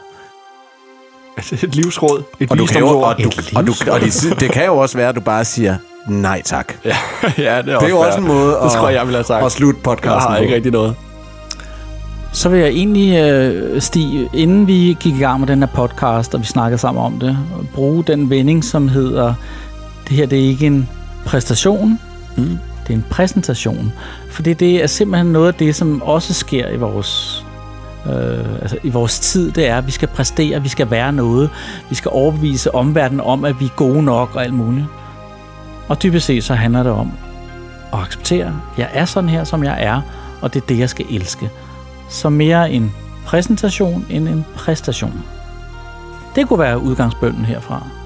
C: Et livsråd. Et
B: Og, du kan jo,
C: visdomsord.
B: og, du, og, du, og det, det kan jo også være, at du bare siger nej tak.
C: Ja, ja, det er,
B: Det er jo også en måde
C: Det tror jeg,
B: at,
C: jeg ville have sagt.
B: at slutte
C: jeg
B: podcasten
C: har
B: på.
C: ikke rigtig noget.
D: Så vil jeg egentlig, øh, Stig, inden vi gik i gang med den her podcast, og vi snakkede sammen om det, bruge den vending, som hedder, det her det er ikke en præstation, mm. det er en præsentation. Fordi det er simpelthen noget af det, som også sker i vores, øh, altså i vores tid, det er, at vi skal præstere, vi skal være noget, vi skal overbevise omverdenen om, at vi er gode nok og alt muligt. Og dybest set så handler det om at acceptere, jeg er sådan her, som jeg er, og det er det, jeg skal elske som mere en præsentation end en præstation. Det kunne være udgangsbønden herfra.